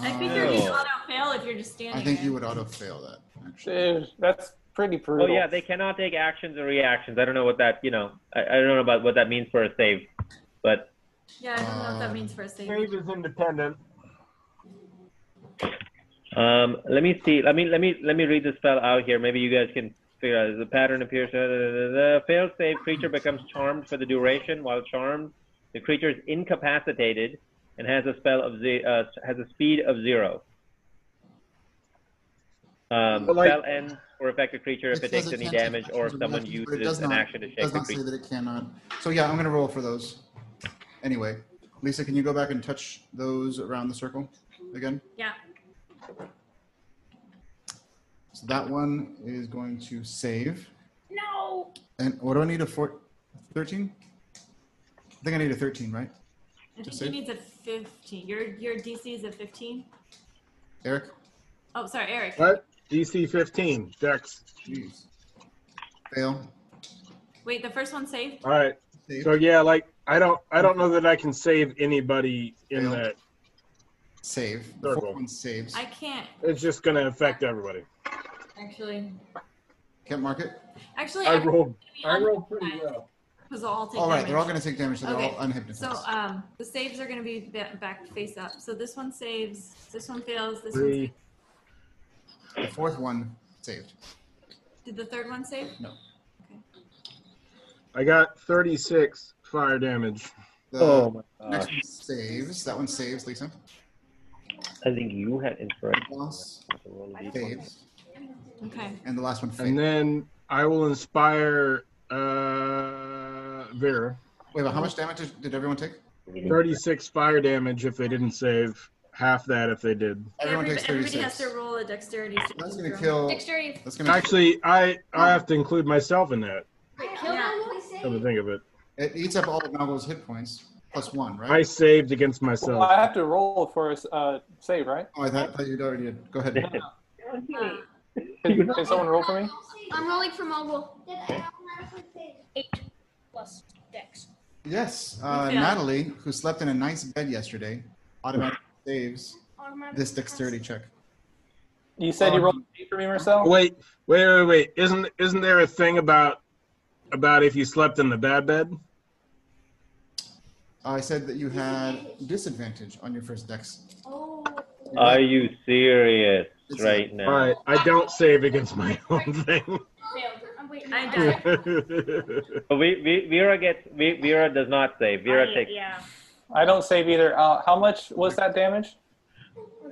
I figured you'd no. auto fail if you're just standing Uh, I think there. you would auto fail that. Actually. Dude, that's pretty Oh brutal. yeah, they cannot take actions or reactions. I don't know what that. You know, I, I don't know about what that means for a save, but Yeah, I don't know what that means for a save. is independent. um, let me see. Let me let me let me read the spell out here. Maybe you guys can figure out. The pattern appears. The failed save creature becomes charmed for the duration. While charmed, the creature is incapacitated and has a spell of ze- uh, has a speed of zero. Um, But like- spell ends for affected creature if says it, takes any can take damage or if actions someone reactions, but it uses does an not- action to it shake Does the not say creature. that it cannot. So yeah, I'm gonna roll for those. Anyway, Lisa, can you go back and touch those around the circle again? Yeah. So that one is going to save. No. And what do I need a four, 13? I think I need a 13, right? I think Just he save? needs a 15. Your your DC is a 15. Eric? Oh, sorry, Eric. What? DC 15. Dex. Jeez. Fail. Wait, the first one saved. All right. Save. So yeah, like I don't. I don't know that I can save anybody in Fail. that. Save. The Circle. fourth one saves. I can't It's just gonna affect everybody. actually. Can't mark it. Actually, I everyone's rolled. gonna be I on- rolled pretty well. because they'll all take All right, they're all damage. going to take damage, so they're Okay, all unhypnotized. So um, the saves are going to be ba- back face up. So this one saves, this one fails, this one. Three. the fourth one saved. Did the third one save? I got 36 fire damage. The uh, Oh my next gosh. one saves. That one saves, Lisa. I think you had inspiration. Boss to roll a d4. saves. Okay. And the last one And fails. then I will inspire uh, Vera. Wait, but how much damage did- did everyone take? 36 fire damage if they didn't save. Half that if they did. Everyone Everyb- takes everybody has 36. to roll a dexterity. That's saving going to throw. kill. Dexterity. That's going to Actually, I I have to include myself in that. Wait, Kill kill Yeah. them, we Come to say. think of it, It eats up all of Nago's hit points, plus one, I right? saved against Well, I myself. have to roll for a s- uh, save, right? Oh, I thought, thought you'd already. Go ahead. Uh, Can, can someone roll for me? I'm rolling for mobile. Did I automatically save? Eight plus dex. Yes, uh, Yeah. Natalie, who slept in a nice bed yesterday, automatically saves Automatic this dexterity check. You said you rolled an eight for me, Marcel. Wait, wait, wait, wait. Isn't isn't there a thing about about if you slept in the bad bed? I said that you had disadvantage on your first dex. Oh. Are you serious It's- right All now? right, I don't save against my <laughs> own thing. Failed. Oh, I'm waiting. I I'm- died. So we, we, Vera gets we, Vera does not save. Vera I- takes yeah. I don't save either. Uh, how much was that damage?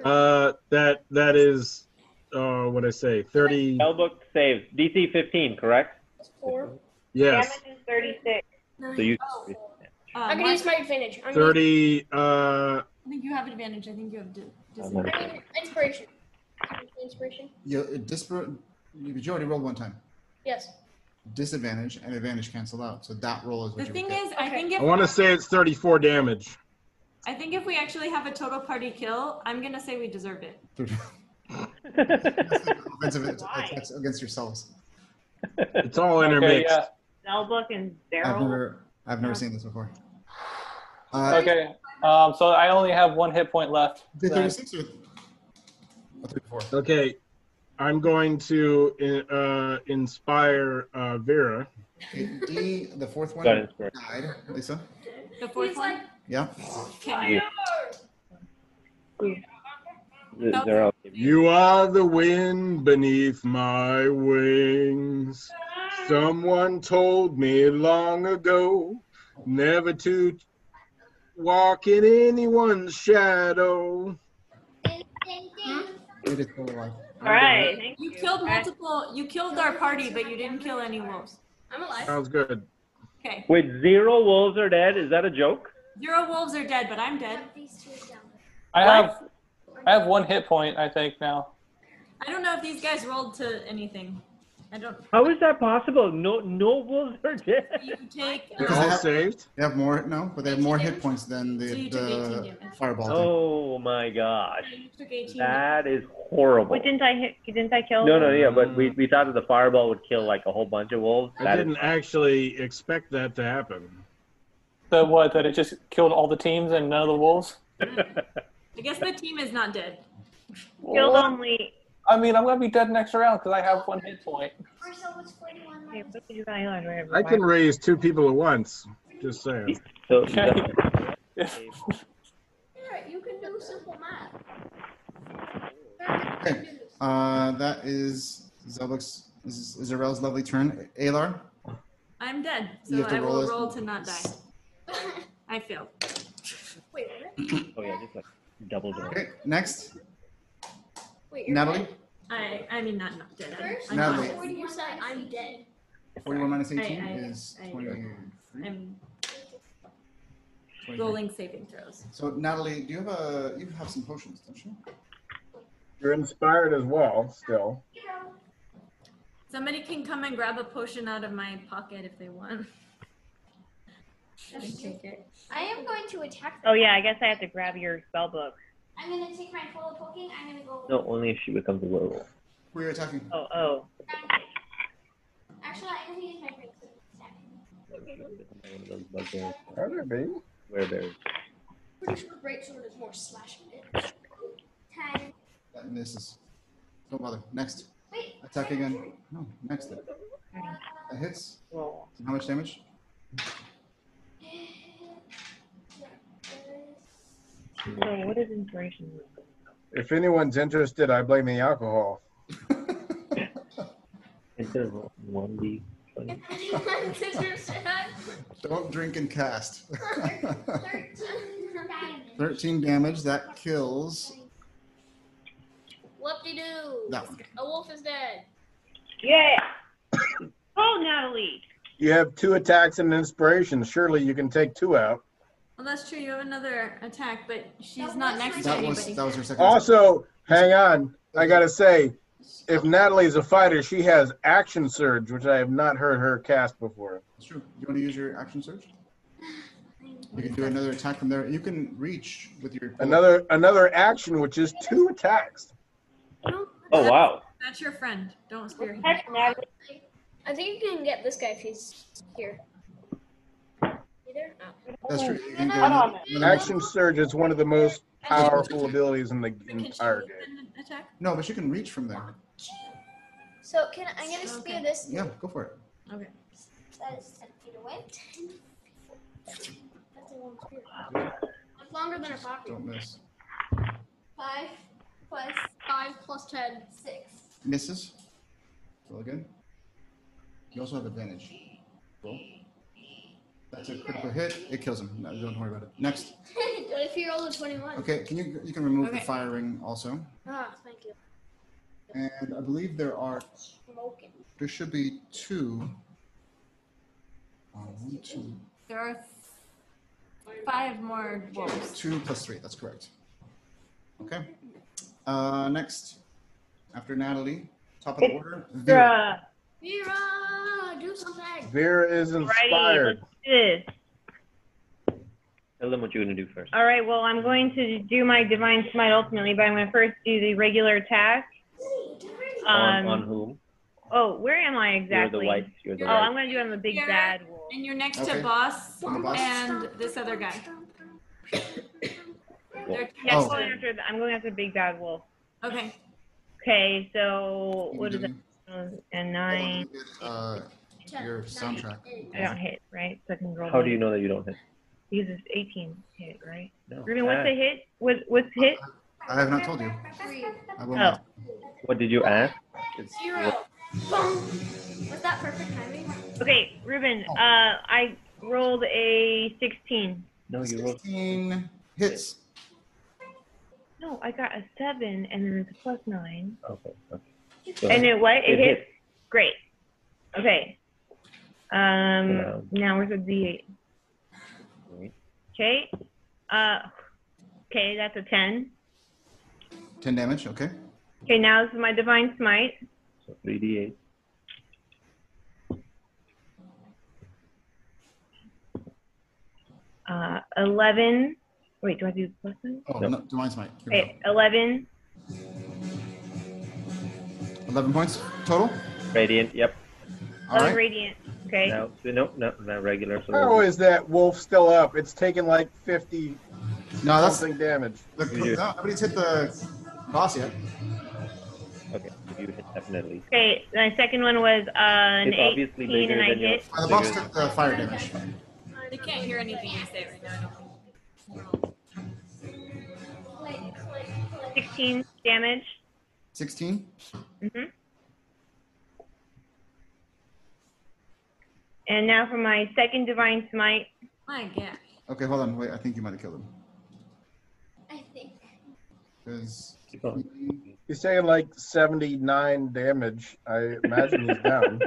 uh, that that is, uh, what I say, thirty. Hellbook saves DC 15, correct? Four. Yes, Damage is 36. So you Oh. uh, I can Mark, use my advantage. I'm gonna- thirty. Uh, I think you have advantage. I think you have di- gonna- disadvantage. I mean, inspiration. Inspiration. You, it disparate, you, you already rolled one time. Yes. Disadvantage and advantage cancel out. So that roll is what The you thing would get. is, I Okay. think if I want to say it's thirty-four damage. I think if we actually have a total party kill, I'm gonna say we deserve it. <laughs> Offensive attacks against yourselves. It's all Okay, intermixed. yeah. Cellbook and I've Daryl. never, I've never seen this before. Uh, Okay. Um, so I only have one hit point left. Did 36 or or 34? Okay, I'm going to uh, inspire uh, Vera. Okay, D, the fourth one Got it, correct. died. Lisa? The fourth He's one. like- Yeah? okay. You- Th- they're all- You are the wind beneath my wings. Someone told me long ago never to walk in anyone's shadow. Ding, ding, ding. It is still alive. All right. Thank You killed All right. multiple. You killed our party, but you didn't kill any wolves. I'm Oh. alive. Sounds good. Okay. Wait, zero wolves are dead? Is that a joke? Zero wolves are dead, but I'm dead. Have these two down. I have I have one hit point, I think now. I don't know if these guys rolled to anything. I don't. How is that possible? No, no wolves are dead. You take. uh, They're Because I all have- saved. They have more, no, but they have more hit damage? points than So the, you took 18 the damage. fireball. thing. Oh my gosh, You took 18. that is horrible. Wait, didn't I hit? Didn't I kill? No, no, yeah, but we, we thought that the fireball would kill like a whole bunch of wolves. I That is, didn't actually expect that to happen. The what? That it just killed all the teams and none of the wolves. I guess the team is not dead. Killed only. I mean, I'm gonna be dead next round because I have one hit <laughs> point. Marcel was 41 Okay, minus what did you buy on? Whatever. I can raise two people at once. Just saying. so Okay. Yeah, you can do simple math. <laughs> Okay. Uh, that is Zelbuk's, is is Zarel's lovely turn. Alar? I'm dead, You so have to I roll will as- roll to not die. I failed. Wait, what? <laughs> oh yeah, just like double <laughs> door. Okay, next. Wait, you're Natalie? I I mean not not dead. I'm, I'm Natalie. fine. You said I'm dead. 41 minus 18 I- I- is I- 23. I'm 23. rolling saving throws. So Natalie, do you have a, you have some potions, don't you? You're inspired as well, still. Somebody can come and grab a potion out of my pocket if they want. <laughs> I can take it. I am going to attack them. Oh yeah, I guess I have to grab your spell book. I'm going to take my full poking. I'm going to go. No, only if she becomes a werewolf. Who are you attacking? Oh oh. Actually, I'm going to use my break. Like, she can become one of those bugbears, be. werebears. Pretty sure great sword is more slashing. Time. That misses. Don't bother. Next. Wait. Attack again. No, next. That hits. Well, And how much damage? <laughs> So what is inspiration? If anyone's interested, I blame the alcohol. Is there one D? If anyone's interested, Don't drink and cast. <laughs> 13 damage. 13 damage. That kills. Whoop-de-doo. That one. A wolf is dead. Yeah. <coughs> oh, Natalie. You have two attacks and an inspiration. Surely you can take two out. Well, that's true. You have another attack, but she's That not was next to That was anybody. that was her second. Also, hang on. I gotta say, if Natalie's a fighter, she has action surge, which I have not heard her cast before. That's true. You want to use your action surge? You can do another attack from there. You can reach with your bow. Another another action, which is two attacks. No, Oh that's- wow! That's your friend. Don't spear him. That's Natalie. I think you can get this guy if he's here. Either? No. That's Oh, true. You can go Hold on. another- Action surge is one of the most powerful abilities in the Can she entire game. even attack? No, but you can reach from there. Oh. So can I- I'm gonna spear Okay. this? Yeah, go for it. Okay. That is ten feet away. That's a long spear. That's longer than a pocket. Don't miss. Five plus Five plus ten. six. <laughs> Misses. Roll again. You also have advantage. Roll. That's a critical hit. It kills him. No, don't worry about it. Next. What if you roll a twenty-one? Okay, can you you can remove the Okay. firing also. Ah, thank you. And I believe there are Smoking. there should be two. Uh, one, two, There are five more wolves. two plus three. That's correct. Okay. Uh, next, after Natalie, top of the order. Vera. Bruh. Vera, do something. Vera is Right. inspired. This. Tell them what you're gonna do first. All right. Well, I'm going to do my divine smite ultimately, but I'm going to first do the regular attack. on, on Um. whom? Oh, where am I You're exactly? the white. You're the Oh, white. I'm going to do it on the big Here. bad wolf. And you're next Okay. to boss On the boss? and this other guy. They're Yeah, Oh. I'm going after. The, I'm going after the big bad wolf. Okay. Okay. So You what is do- it? And hold nine. on, Uh, <coughs> your soundtrack. I don't hit, right? So I can roll. How do you know that you don't hit? Because it's 18 hit, right? No. Ruben, what's the hit? What what's the hit? I have not told you. Three. I will Oh. not. What did you ask? Zero. Boom. Was that perfect timing? Okay, Ruben. Uh, I rolled a 16. Oh. No, you wrote. 16 hits. No, I got a seven, and then it's a plus nine. Okay. okay. And it what? It, It hits. hits. Great. Okay. Um. Wow. Now where's the D8? Wait. Okay. Uh. Okay, that's a ten. 10 damage, okay. Okay, now this is my divine smite. So three D eight. Uh, eleven. Wait, do I do plus nine? Oh, Yep. no, Divine Smite. Here we Okay, eleven. go. 11 points total. Radiant. Yep. All Eleven right. radiant. Okay. Now no no not regular. So How is that wolf still up? It's taken like 50 No, that's the, something damage. You do. no, nobody's hit the boss yet. okay. You hit definitely. Okay, my second one was uh, an It's obviously 18, and bigger I than your. hit. Uh, the boss bigger- took the fire damage. They can't hear anything you say right now. I don't think. 16 damage. 16. hmm And now for my second divine smite. My God. Okay, hold on. Wait, I think you might have killed him. I think. 'Cause Keep going. he- He's taking like 79 damage. I imagine he's down.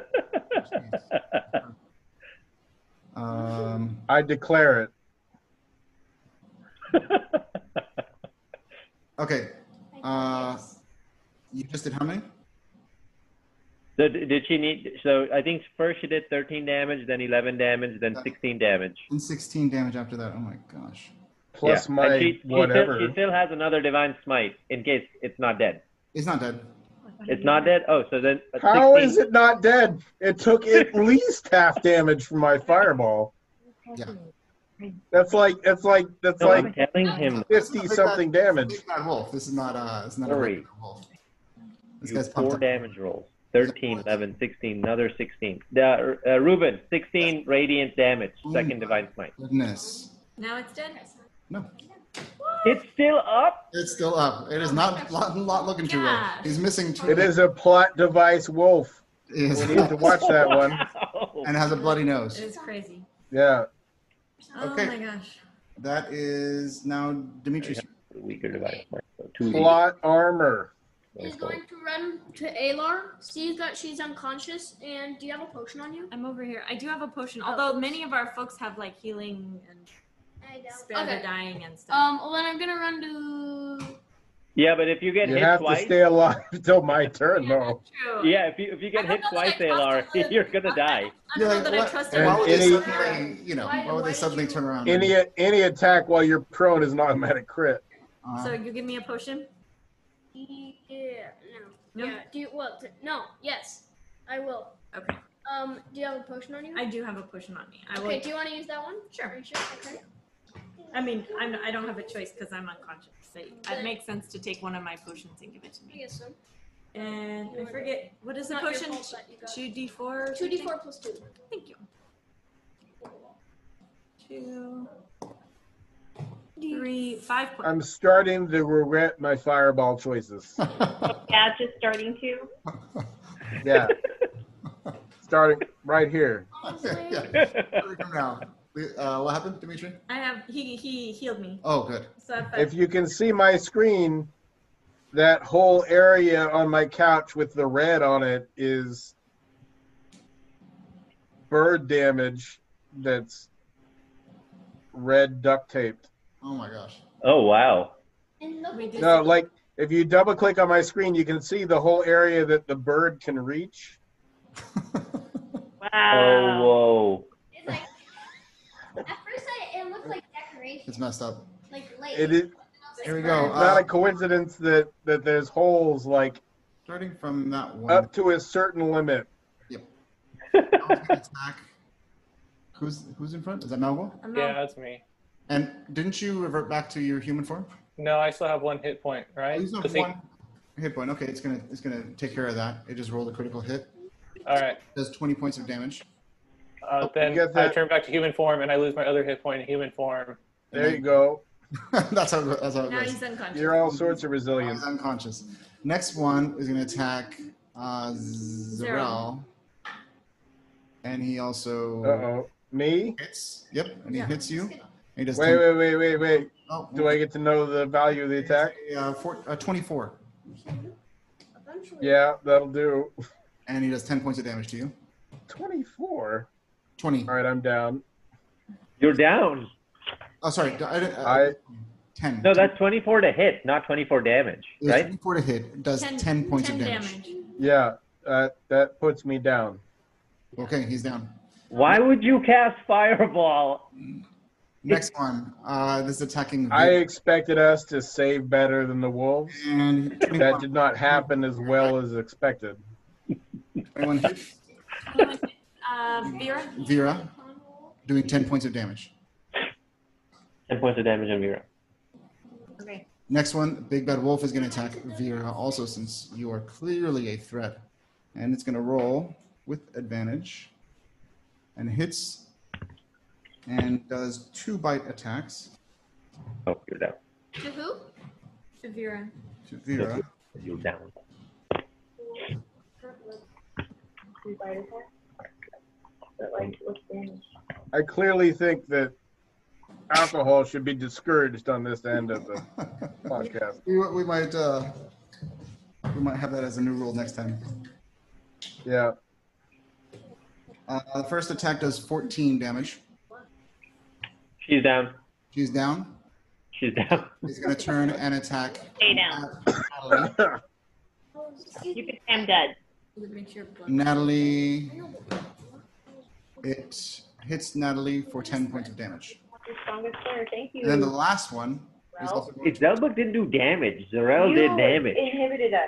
um, I declare it. okay, Uh, you just did how many? <laughs> So d- did she need? So I think first she did 13 damage, then 11 damage, then 16 damage. And 16 damage after that. Oh my gosh. Plus yeah. my and she, she whatever. Still, she still has another divine smite in case it's not dead. He's not dead. It's not dead. Oh, so then uh, How 16. is it not dead? It took <laughs> at least half damage from my fireball. Yeah. That's like that's like that's No, like I'm telling him. fifty something damage. Big bad wolf. This is not uh it's not a Worry. regular wolf. This You guy's pumped four up. damage rolls. 13, 11, 16, another 16. The, uh, Ruben, 16 radiant damage, Oh my second divine smite. Goodness. Now it's dead. No, It's still up. <laughs> it's still up. It is not <laughs> not, not looking too well. Yeah. He's missing two. It is a plot device wolf. It is- We need to watch that one. Wow. <laughs> and has a bloody It nose. is crazy. Yeah. Oh Okay. my gosh. That is now Dimitri's. Weaker device. Mike, so Two Plot armor. He's going to run to Alar, see that she's unconscious, and do you have a potion on you? I'm over here. I do have a potion, although many of our folks have like healing and I spare the dying and stuff. Um, well, then I'm gonna run to. Yeah, but if you get You hit have to twice, stay alive <laughs> till my turn, though. True. yeah, if you if you I get don't hit know that twice, I Alar, <laughs> trust him. you're gonna die. I don't know that I what- trust why him. would they And any- suddenly, you know, Why- why would why they did suddenly you- turn around? and- Any any attack while you're prone is an automatic crit. Uh, So you give me a potion? Yeah, no. No? Yeah. Do you? Well, t- no. Yes, I will. Okay. Um, do you have a potion on you? I do have a potion on me. I will. okay. Do you want to use that one? Are Sure. you sure? Okay. I mean, I'm, I don't have a choice because I'm unconscious. So it makes sense to take one of my potions and give it to I me. guess so. And I forget what It's is the not your potion? fault that you got- Two D four. Two D four plus two. Thank you. Two. Three, five points. I'm starting to regret my fireball choices. Yeah, just starting to. <laughs> Yeah. Starting right here. <laughs> yeah, yeah. Here we come now. We- Uh, what happened, Dimitri? I have he he healed me. Oh, good. So I If you can see my screen, that whole area on my couch with the red on it is bird damage that's red duct taped. Oh my gosh. oh wow. And look We at this. did- No, like if you double click on my screen, you can see the whole area that the bird can reach. Oh Wow. whoa. It's like at first I, it looked like decoration, It's messed up. like late. It is Here we go. not Uh, a coincidence that that there's holes like starting from that one. up to a certain limit. Uh. I was gonna attack. Who's who's in front? Is that Malgo? I'm Yeah, not, that's me. And didn't you revert back to your human form? No, I still have one hit point, right? Use of Does he- one hit point. Okay, it's gonna it's gonna take care of that. It just rolled a critical hit. All right. Does twenty points of damage. <laughs> Uh, then get I that. turn back to human form and I lose my other hit point in human form. There you go. that's how that's how it now goes. he's unconscious. You're all sorts of Oh, resilient. He's unconscious. Next one is gonna attack uh, Zero. Zarel. And he also Uh oh. Me? hits. Yep, and he Yeah. hits you. And he does Wait, 10 wait, wait, wait, wait. Oh, Do I get to know the value of the attack? A, uh, four, uh, 24. Eventually. Yeah, that'll do. <laughs> And he does 10 points of damage to you. 24. 20. All right, I'm down. You're down. Oh, sorry. I, didn't- uh, I 10. No, that's 24 to hit, not 24 damage, It was right? 24 to hit. Does 10, points of damage. yeah, uh, that puts me down. Okay, he's down. Why would you cast fireball? Next one. Uh, this is attacking. I Vic. expected us to save better than the wolves. And That 21, did not happen as well as expected. 21 hits. damage. uh, Vera, Vera, doing 10 points of damage. 10 points of damage on Vera. Next one, Big Bad Wolf is going to attack Vera also, since you are clearly a threat. And it's going to roll with advantage and hits and does two bite attacks Oh, you're down. To who? Vera. to Vera. You're down. But like, what's damage? I clearly think that alcohol should be discouraged on this end of the podcast. <laughs> we, we might uh, we might have that as a new rule next time. Yeah. Uh, the first attack does 14 damage. She's down. She's down. She's <laughs> down. He's going to turn and attack. Stay down. Natalie. You can say I'm dead. Make sure your blood- Natalie. It hits Natalie for 10 points of damage. Your strongest player. Thank you. And then the last one is also going to, Zelbuk didn't do damage. Zarel you did damage. inhibited us.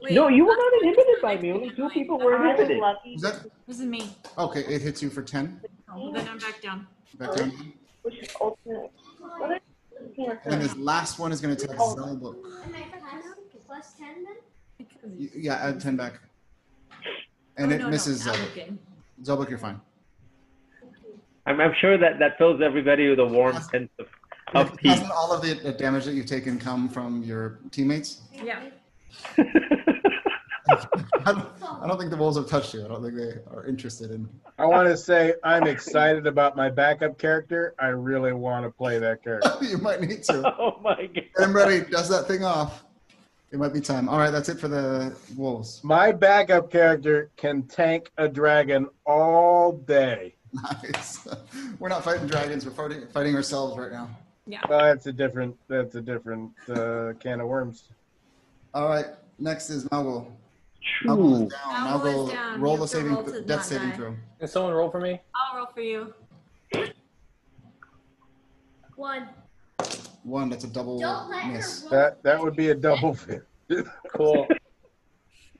Wait, no, you were that's not what inhibited you by said. me. Only two people I were was inhibited. lucky. is that This is me. okay? It hits you for 10 Oh, then I'm back down. back down. Which is ultimate. Well, that's- And then this last one is going to attack Zelbuk. Am I plus- plus ten then? Because Y- Yeah, add 10 back. And Oh, it no, no, misses uh, I'm Zelbuk. good. Zelbuk, you're fine. I'm, I'm sure that that fills everybody with a warm sense of of peace. Doesn't all of the, the damage that you've taken come from your teammates? <laughs> Yeah. I don't, I don't think the wolves have touched you. I don't think they are interested in. <laughs> I want to say I'm excited about my backup character. I really want to play that character. you might need to. Oh my god. Get him ready. Does that thing off. It might be time. All right, that's it for the wolves. <laughs> My backup character can tank a dragon all day. Nice. We're not fighting dragons. We're fighting, fighting ourselves right now. Well, Oh, that's a different that's a different uh, can of worms. All right. Next is Malgul. Malgul is down. Malgul is Malgul, down. roll the You have to saving roll to death not saving die. throw. Can someone roll for me? I'll roll for you. One. One. That's a double Don't let miss. her roll. That that would be a double. <laughs> fit. <coughs> Cool.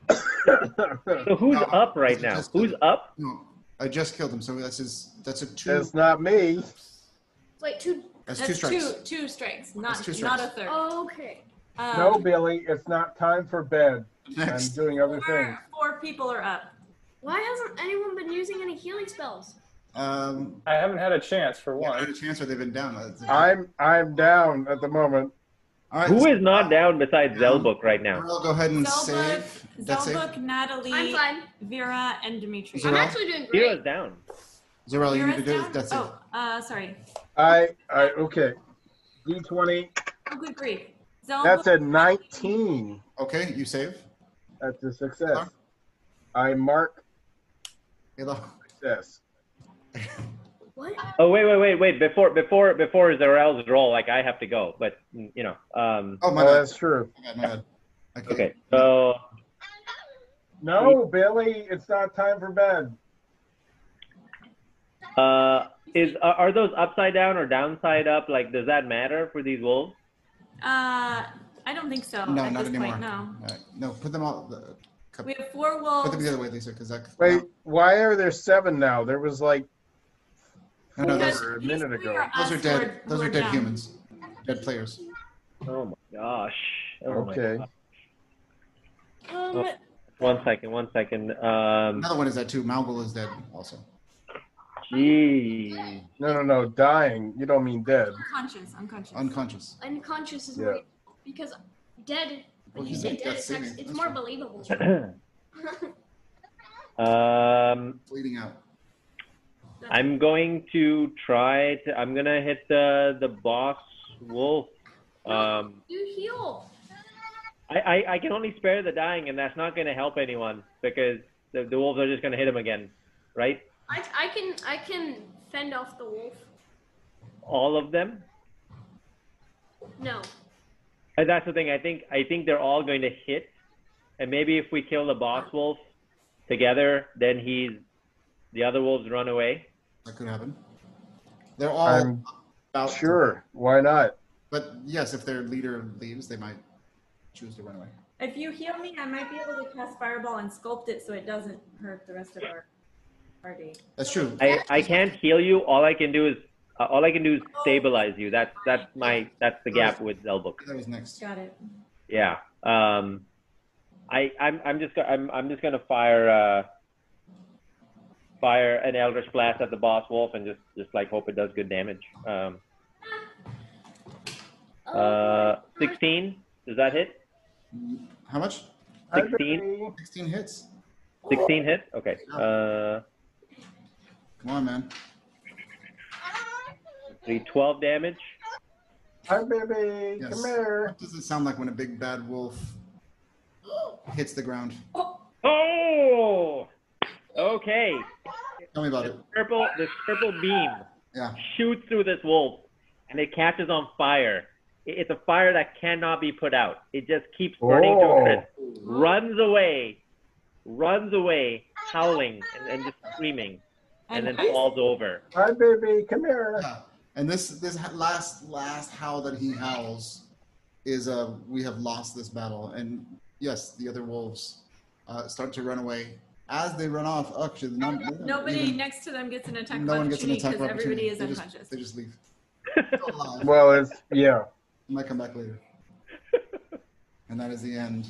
So who's No, up right it's now? just- Who's up? No, I just killed him. So that's his. That's a two. That's not me. Wait, two. that's, That's two strikes. Two, two strikes, That's not two not a strikes. Oh. third. Okay. Um, No, Billy, it's not time for bed. I'm Next. doing other things. four, four people are up. Why hasn't anyone been using any healing spells? Um, I haven't had a chance for yeah, I had a one. chance, or they've been down. That's- I'm I'm down at the moment. All right. Who so is not down besides Zelbook right now? I'll go ahead and Zelbook, save. That's save. Zelbook, Natalie, I'm fine. Vera, and Dimitri. Uh-huh. I'm Zero. actually doing great. Zero's down. Zarel, you need to Vera's do down. it. That's it. Oh, uh, sorry. I I okay. D20. Oh, good grief. Zelbook, That's a 19. Okay, you save. That's a success. I mark Hello. success. What? Oh wait, wait, wait, wait. Before before before Zarel's roll, like I have to go, but mm, you know. Um <laughs> Oh my Oh, bad. that's true. My bad. My bad. Okay. okay. So No, Billy, it's not time for bed. uh is are are those upside down or downside up? Like does that matter for these wolves? Uh, I don't think so. No, Oh, at not this anymore. Point, no. All right. No, put them all. The, cup- We have four put them wolves. the other way, Lisa, because that. Wait, why are there seven now? There was like No, no, Because those, four a these minute three ago. are those us are who dead. Those who are dead down. humans. Dead players. Oh my gosh. Oh my Okay. God. Um, One second, one second. Um Another one is that too. Malgul is dead also. gee. <clears throat> No, no, no. Dying. You don't mean dead. unconscious, unconscious. Unconscious. Unconscious is Yeah. right. Because dead. When you say dead, it's, actually, it's more <laughs> believable. Um bleeding out. I'm going to try to I'm gonna hit the the boss wolf. Um You heal. I, I, I can only spare the dying, and that's not going to help anyone because the, the wolves are just going to hit him again, right? I, I can I can fend off the wolf. All of them. No. And that's the thing. I think I think they're all going to hit, and maybe if we kill the boss wolf together, then he's the other wolves run away. That could happen. They're all I'm about sure. Why not? But yes, if their leader leaves, they might choose to run away. If you heal me, I might be able to cast fireball and sculpt it so it doesn't hurt the rest of our party. That's true. I, I can't heal you. All I can do is uh, all I can do is stabilize you. That's that's my that's the gap with Zelbook. that was next. Got it. Yeah. Um, I I'm I'm just go- I'm I'm just gonna fire uh, fire an Eldritch Blast at the boss wolf and just just like hope it does good damage. Um, Oh, uh, 16 does that hit? How much? 16? 16 hits. 16 hit? Okay. Uh, Come on, man. three, 12 damage. Hi, baby. Yes. Come here. What does it sound like when a big bad wolf <gasps> hits the ground? Oh. Okay. Tell me about it. Purple. This purple beam. Yeah. shoots through this wolf and it catches on fire. I- It's a fire that cannot be put out. It just keeps burning to a Oh. crisp. Runs away, runs away, howling and, and just screaming, and then I- falls over. Hi, baby. Come here. Yeah. And this this ha- last last howl that he howls is uh we have lost this battle. And yes, the other wolves uh, start to run away. As they run off, oh, actually, the num- they don't Nobody even- next to them gets an attack no one gets an opportunity attack of because opportunity. everybody is they, unconscious. just, they just leave. Still alive. Well, it's yeah. I might come back later. and that is the end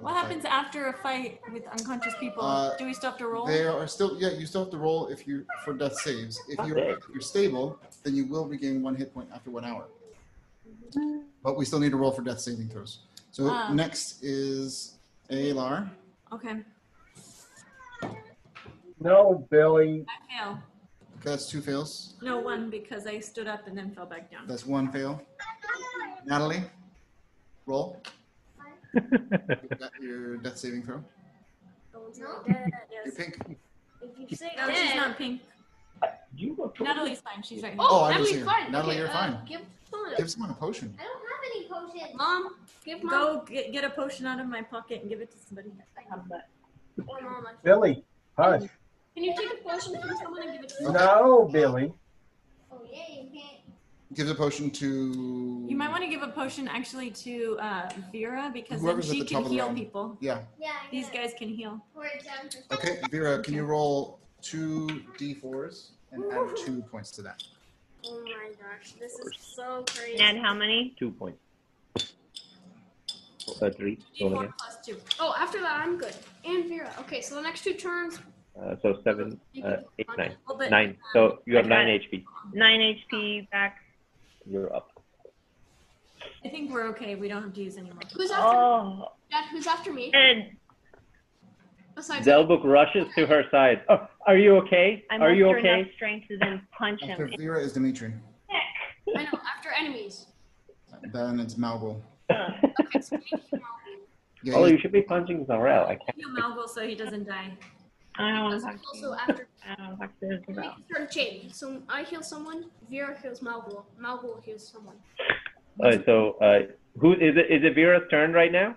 What happens after a fight with unconscious people? Uh, Do we still have to roll? They are still yeah. You still have to roll if you for death saves. If you're Okay. if you're stable, then you will regain one hit point after one hour. But we still need to roll for death saving throws. So Ah. next is Alar. Okay, No, Billy. I fail. Okay, that's two fails. No one because I stood up and then fell back down. That's one fail. Natalie, roll your de- your death saving throw. Oh, You're pink. If you say No, she's not pink. You look Natalie's fine. She's right here. Oh, Oh, I Natalie's was here. fine. Natalie, okay, you're uh, fine. Give someone. Give someone a potion. I don't have any potions. Mom, Give mom. go get, get a potion out of my pocket and give it to somebody. Or mom. I- Billy. Hush. Can you take a potion from someone and give it to me? No, Billy. Oh, yeah, you can't. Gives a potion to. You might want to give a potion actually to uh, Vera because then Whoever's at she the top can of the heal round. people. Yeah. Yeah, I These know. guys can heal. Pour it down for Okay, Vera, can you roll two d4s and add two points to that? Oh my gosh, this is so crazy. And how many? Two points. Uh, three. Roll D4 again. plus two. Oh, after that, I'm good. And Vera. Okay, so the next two turns. Uh, so seven, uh, eight, nine. Well, but Nine. So you have I got nine it. HP. Nine HP back. You're up. I think we're okay. We don't have to use anymore. Who's after Oh, Dad, who's after me? and Besides Zelbook rushes to her side. Oh, are you okay? I Are you muster okay? enough strength to then punch After him. Vera is Dimitri, I know, after enemies. then it's Malbul. <laughs> Okay, so we need to know. Yeah, Oh, yeah. you should be punching Zarel. I can't. Heal Malvo so he doesn't die. I don't want to <laughs> talk to Also you. after I don't want to talk to this we about. can start a chain. So I heal someone, Vera heals Malvo, Malvo heals someone. Uh, so uh, who is it? Is it Vera's turn right now?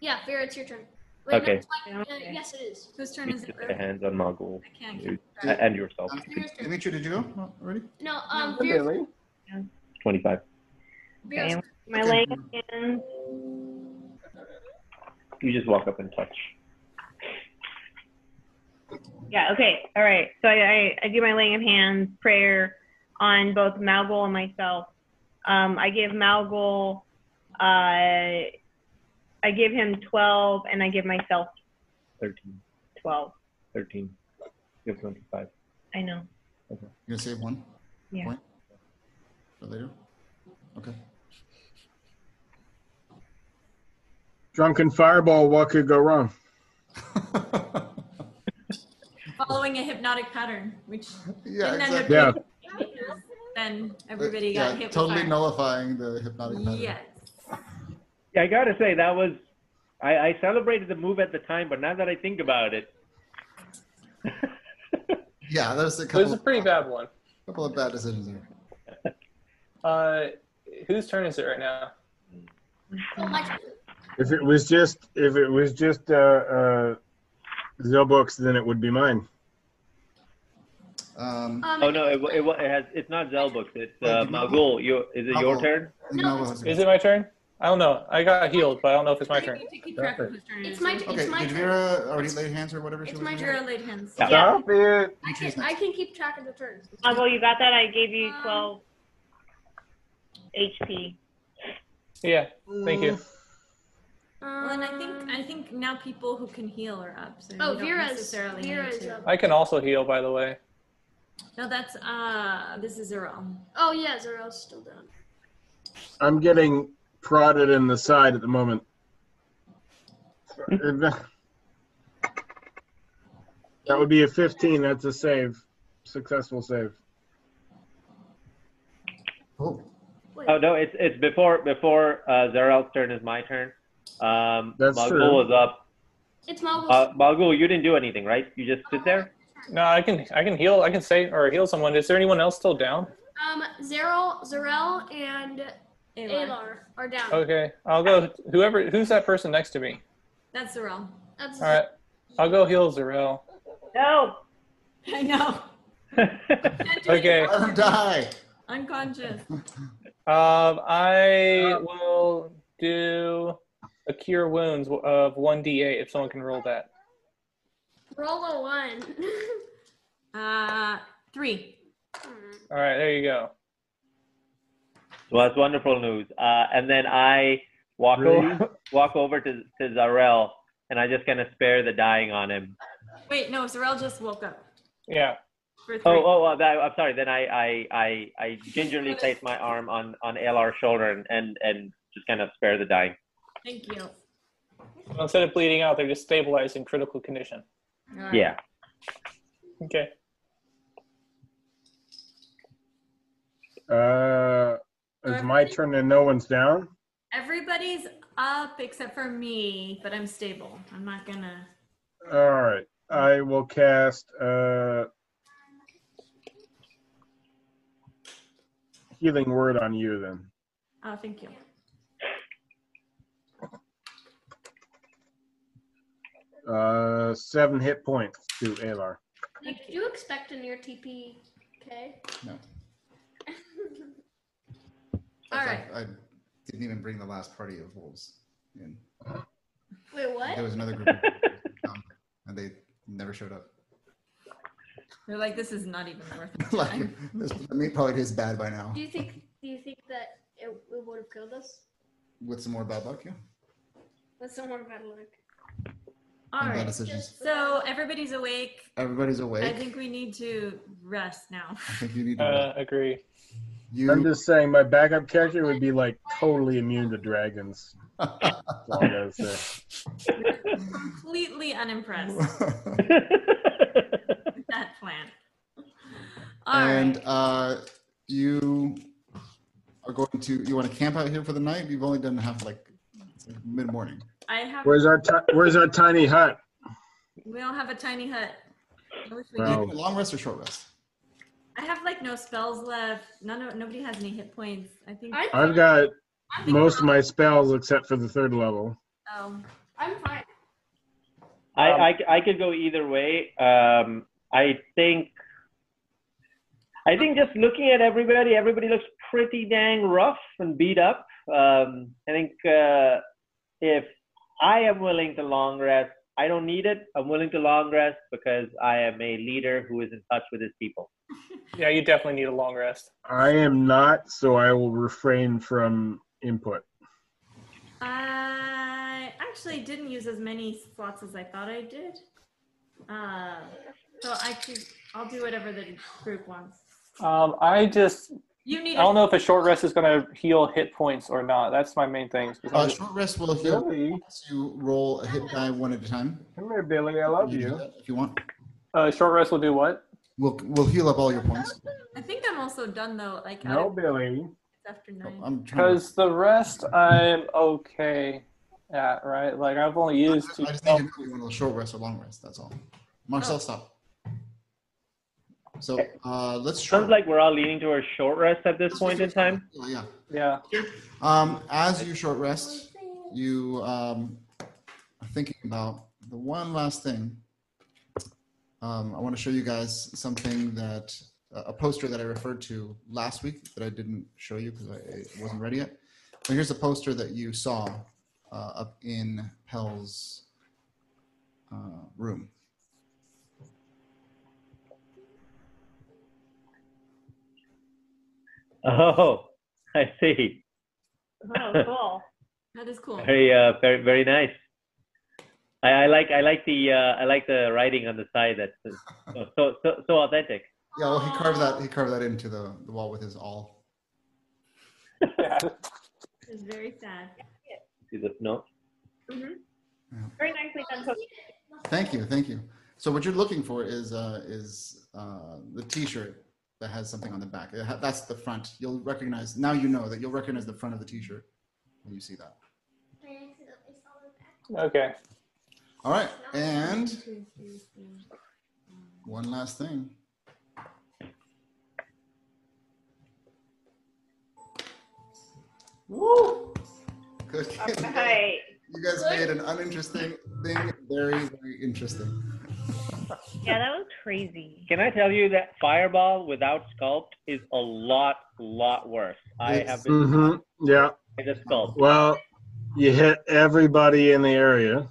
Yeah, Vera, it's your turn. Wait, Okay. no, it's mine. Uh, yes, it is. Whose turn You is it? put your hands on Magul I can't You- keep track. and yourself. Uh, Vera's turn. Dimitri, did you go already? No, um, Vera, Really? Twenty-five. Vera's Okay. My Okay. leg in. You just walk up and touch. Yeah, okay. All right. So I, I, I do my laying of hands prayer on both Malgol and myself. Um, I give Malgol, uh, I give him 12 and I give myself Thirteen. 12. Thirteen. You have twenty-five. I know. You're gonna save one Yeah. point for later. Okay. Drunken fireball, what could go wrong? Following a hypnotic pattern, which yeah, And then exactly. Yeah. then everybody yeah, got hit totally with fire. nullifying the hypnotic pattern. Yes. Yeah, I gotta say that was. I, I celebrated the move at the time, but now that I think about it, Yeah, there's a It was couple, a pretty bad one. couple of bad decisions there. Uh, whose turn is it right now? oh, my turn. If it was just if it was just uh, uh, Zilbooks, then it would be mine. Um, Um, oh no, it, wa- it, wa- it has. It's not Zelbooks. It's Oh, uh, did Magul- Magul. You is it your Magul. turn? I think No, Malbul has to go. Is it my turn? I don't know. I got healed, but I don't know if it's my I turn. need to keep track of whose turn it It's is. my turn. okay, It's my did turn. Vera already lay hands or whatever? she It's was my doing? Vera laid hands. Yeah. Stop it! I Dimitri's can, I next. can keep track of the turns. Malgol, you got that? I gave you Um, 12 HP. Yeah. Thank Mm. you. Well, and I think I think now people who can heal are up. So Um, Oh, you don't Vera's. necessarily Vera need is to. up. I can also heal, by the way. No, that's uh, this is zero. Oh yeah, Zero's still down. I'm getting prodded in the side at the moment. <laughs> that would be a 15. That's a save, successful save. Cool. Wait. Oh no, it's it's before before uh, Zarel's turn is my turn. Um, That's Magul true. is up. It's Malvo's. Uh, Magul, you didn't do anything, right? You just sit there. No, I can. I can heal. I can say or heal someone. Is there anyone else still down? um, Zero, Zarel, and Ayla. Alar are down. Okay. I'll go. Whoever. Who's that person next to me? That's Zarel. That's All right. I'll go heal Zarel. No. <laughs> I <laughs> know. Can't do it. Okay. Let him die. Unconscious. Um, I will do a cure wounds of one d8 if someone can roll that. Roll a one. <laughs> Uh, three. Hmm. All right, there you go. Well, that's wonderful news. Uh, and then I walk Really? over, <laughs> walk over to to Zarel, and I'm just gonna spare the dying on him. Wait, no, Zarel just woke up. Yeah. For three. Oh, oh, uh, that, I'm sorry. Then I, I, I, I gingerly place my arm on on Alar's shoulder and and, and just kind of spare the dying. Thank you. So instead of bleeding out, they're just stabilized in critical condition. All right. Yeah. Okay. Uh, it's my turn and no one's down. Everybody's up except for me, but I'm stable. I'm not gonna. All right. I will cast uh, healing word on you then. Oh, thank you. Uh, seven hit points to Alar. Like, do you expect a near TP? Okay. No. All right. I didn't even bring the last party of wolves. In. Wait, There what? was another group, of wolves, um, and they never showed up. <laughs> They're like, this is not even worth it. like this, I mean, probably tastes bad by now. Do you think? Do you think that it, it would have killed us? With some more bad luck, yeah. That's not more bad luck. All Bad right. decisions. So everybody's awake. Everybody's awake. I think we need to rest now. <laughs> you need to. Uh, agree. <laughs> I'm just saying, my backup character would be like totally immune to dragons. That's all I gotta <laughs> say. Completely unimpressed with that plan. All <laughs> right. and uh, you are going to. You want to camp out here for the night? You've only done half like mid morning. I have. Where's our ti- Where's our tiny hut? We don't have a tiny hut. I wish we Wow. did. Long rest or short rest? I have like no spells left. None of nobody has any hit points. I think. I'm I've fine. got I think most of my spells except for the third level. um, I'm fine. I, Um, I, I could go either way. Um, I think. I think just looking at everybody, everybody looks pretty dang rough and beat up. Um, I think uh, if I am willing to long rest, I don't need it. I'm willing to long rest because I am a leader who is in touch with his people. Yeah, you definitely need a long rest. I am not, so I will refrain from input. I actually didn't use as many slots as I thought I did. Uh, so I could. I'll do whatever the group wants. Um, I just You I need. don't a- know if a short rest is going to heal hit points or not. That's my main thing. Uh, short rest will heal. Billy, You roll a hit die one at a time. come here, Billy. I love can do you. that if you want. Uh, short rest will do what? We'll we'll heal up all your points. I think I'm also done though. Like out No, of- Billy. it's after Oh, nine. I'm trying. To, Because the rest I'm okay at, right? Like I've only I used just two. need to know if you want a short rest or long rest. That's all. Marcel, Oh. stop. So uh, let's try. Sounds like we're all leaning towards short rest at this point in time. Yeah, yeah. Yeah. Um, as you short rest, you um, are thinking about the one last thing. Um, I want to show you guys something that uh, a a poster that I referred to last week that I didn't show you because I it wasn't ready yet. So here's a poster that you saw uh, up in Pell's uh, room. Oh, <laughs> I see. Oh, cool. That is cool. Very, uh, very, very nice. I, I like, I like the, uh, I like the writing on the side. That's so, so, so, so authentic. Yeah, well, he carved that he carved that into the, the wall with his all. yeah. It's very sad. See this note? Very nicely done. Coach. Thank you, thank you. So what you're looking for is uh, is uh, the T-shirt that has something on the back. It ha- that's the front. You'll recognize now. You know that you'll recognize the front of the T-shirt when you see that. Okay. All right, and one last thing. Woo! Good. All right. You guys made an uninteresting thing very, very interesting. Yeah, that was crazy. Can I tell you that Fireball without sculpt is a lot, lot worse. I have been hmm Yeah. trying to sculpt. Well, you hit everybody in the area.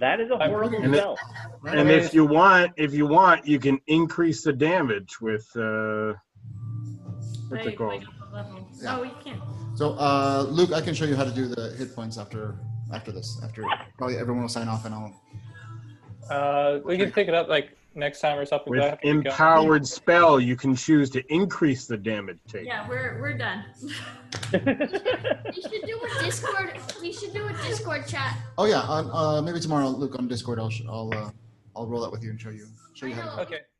That is a horrible And it- spell. Right? And if you want, if you want, you can increase the damage with uh, what's Right, it called? like, level. So Yeah. we can't. So, uh, Luke, I can show you how to do the hit points after after this. After probably everyone will sign off, and I'll Uh, we can pick it up like next time or something. but I With have to go. empowered spell, you can choose to increase the damage taken. Yeah, we're we're done. <laughs> <laughs> We should do a Discord. We should do a Discord chat. Oh yeah, on, uh, maybe tomorrow, Luke, on Discord, I'll sh- I'll uh, I'll roll that with you and show you show you how. To do it. Okay.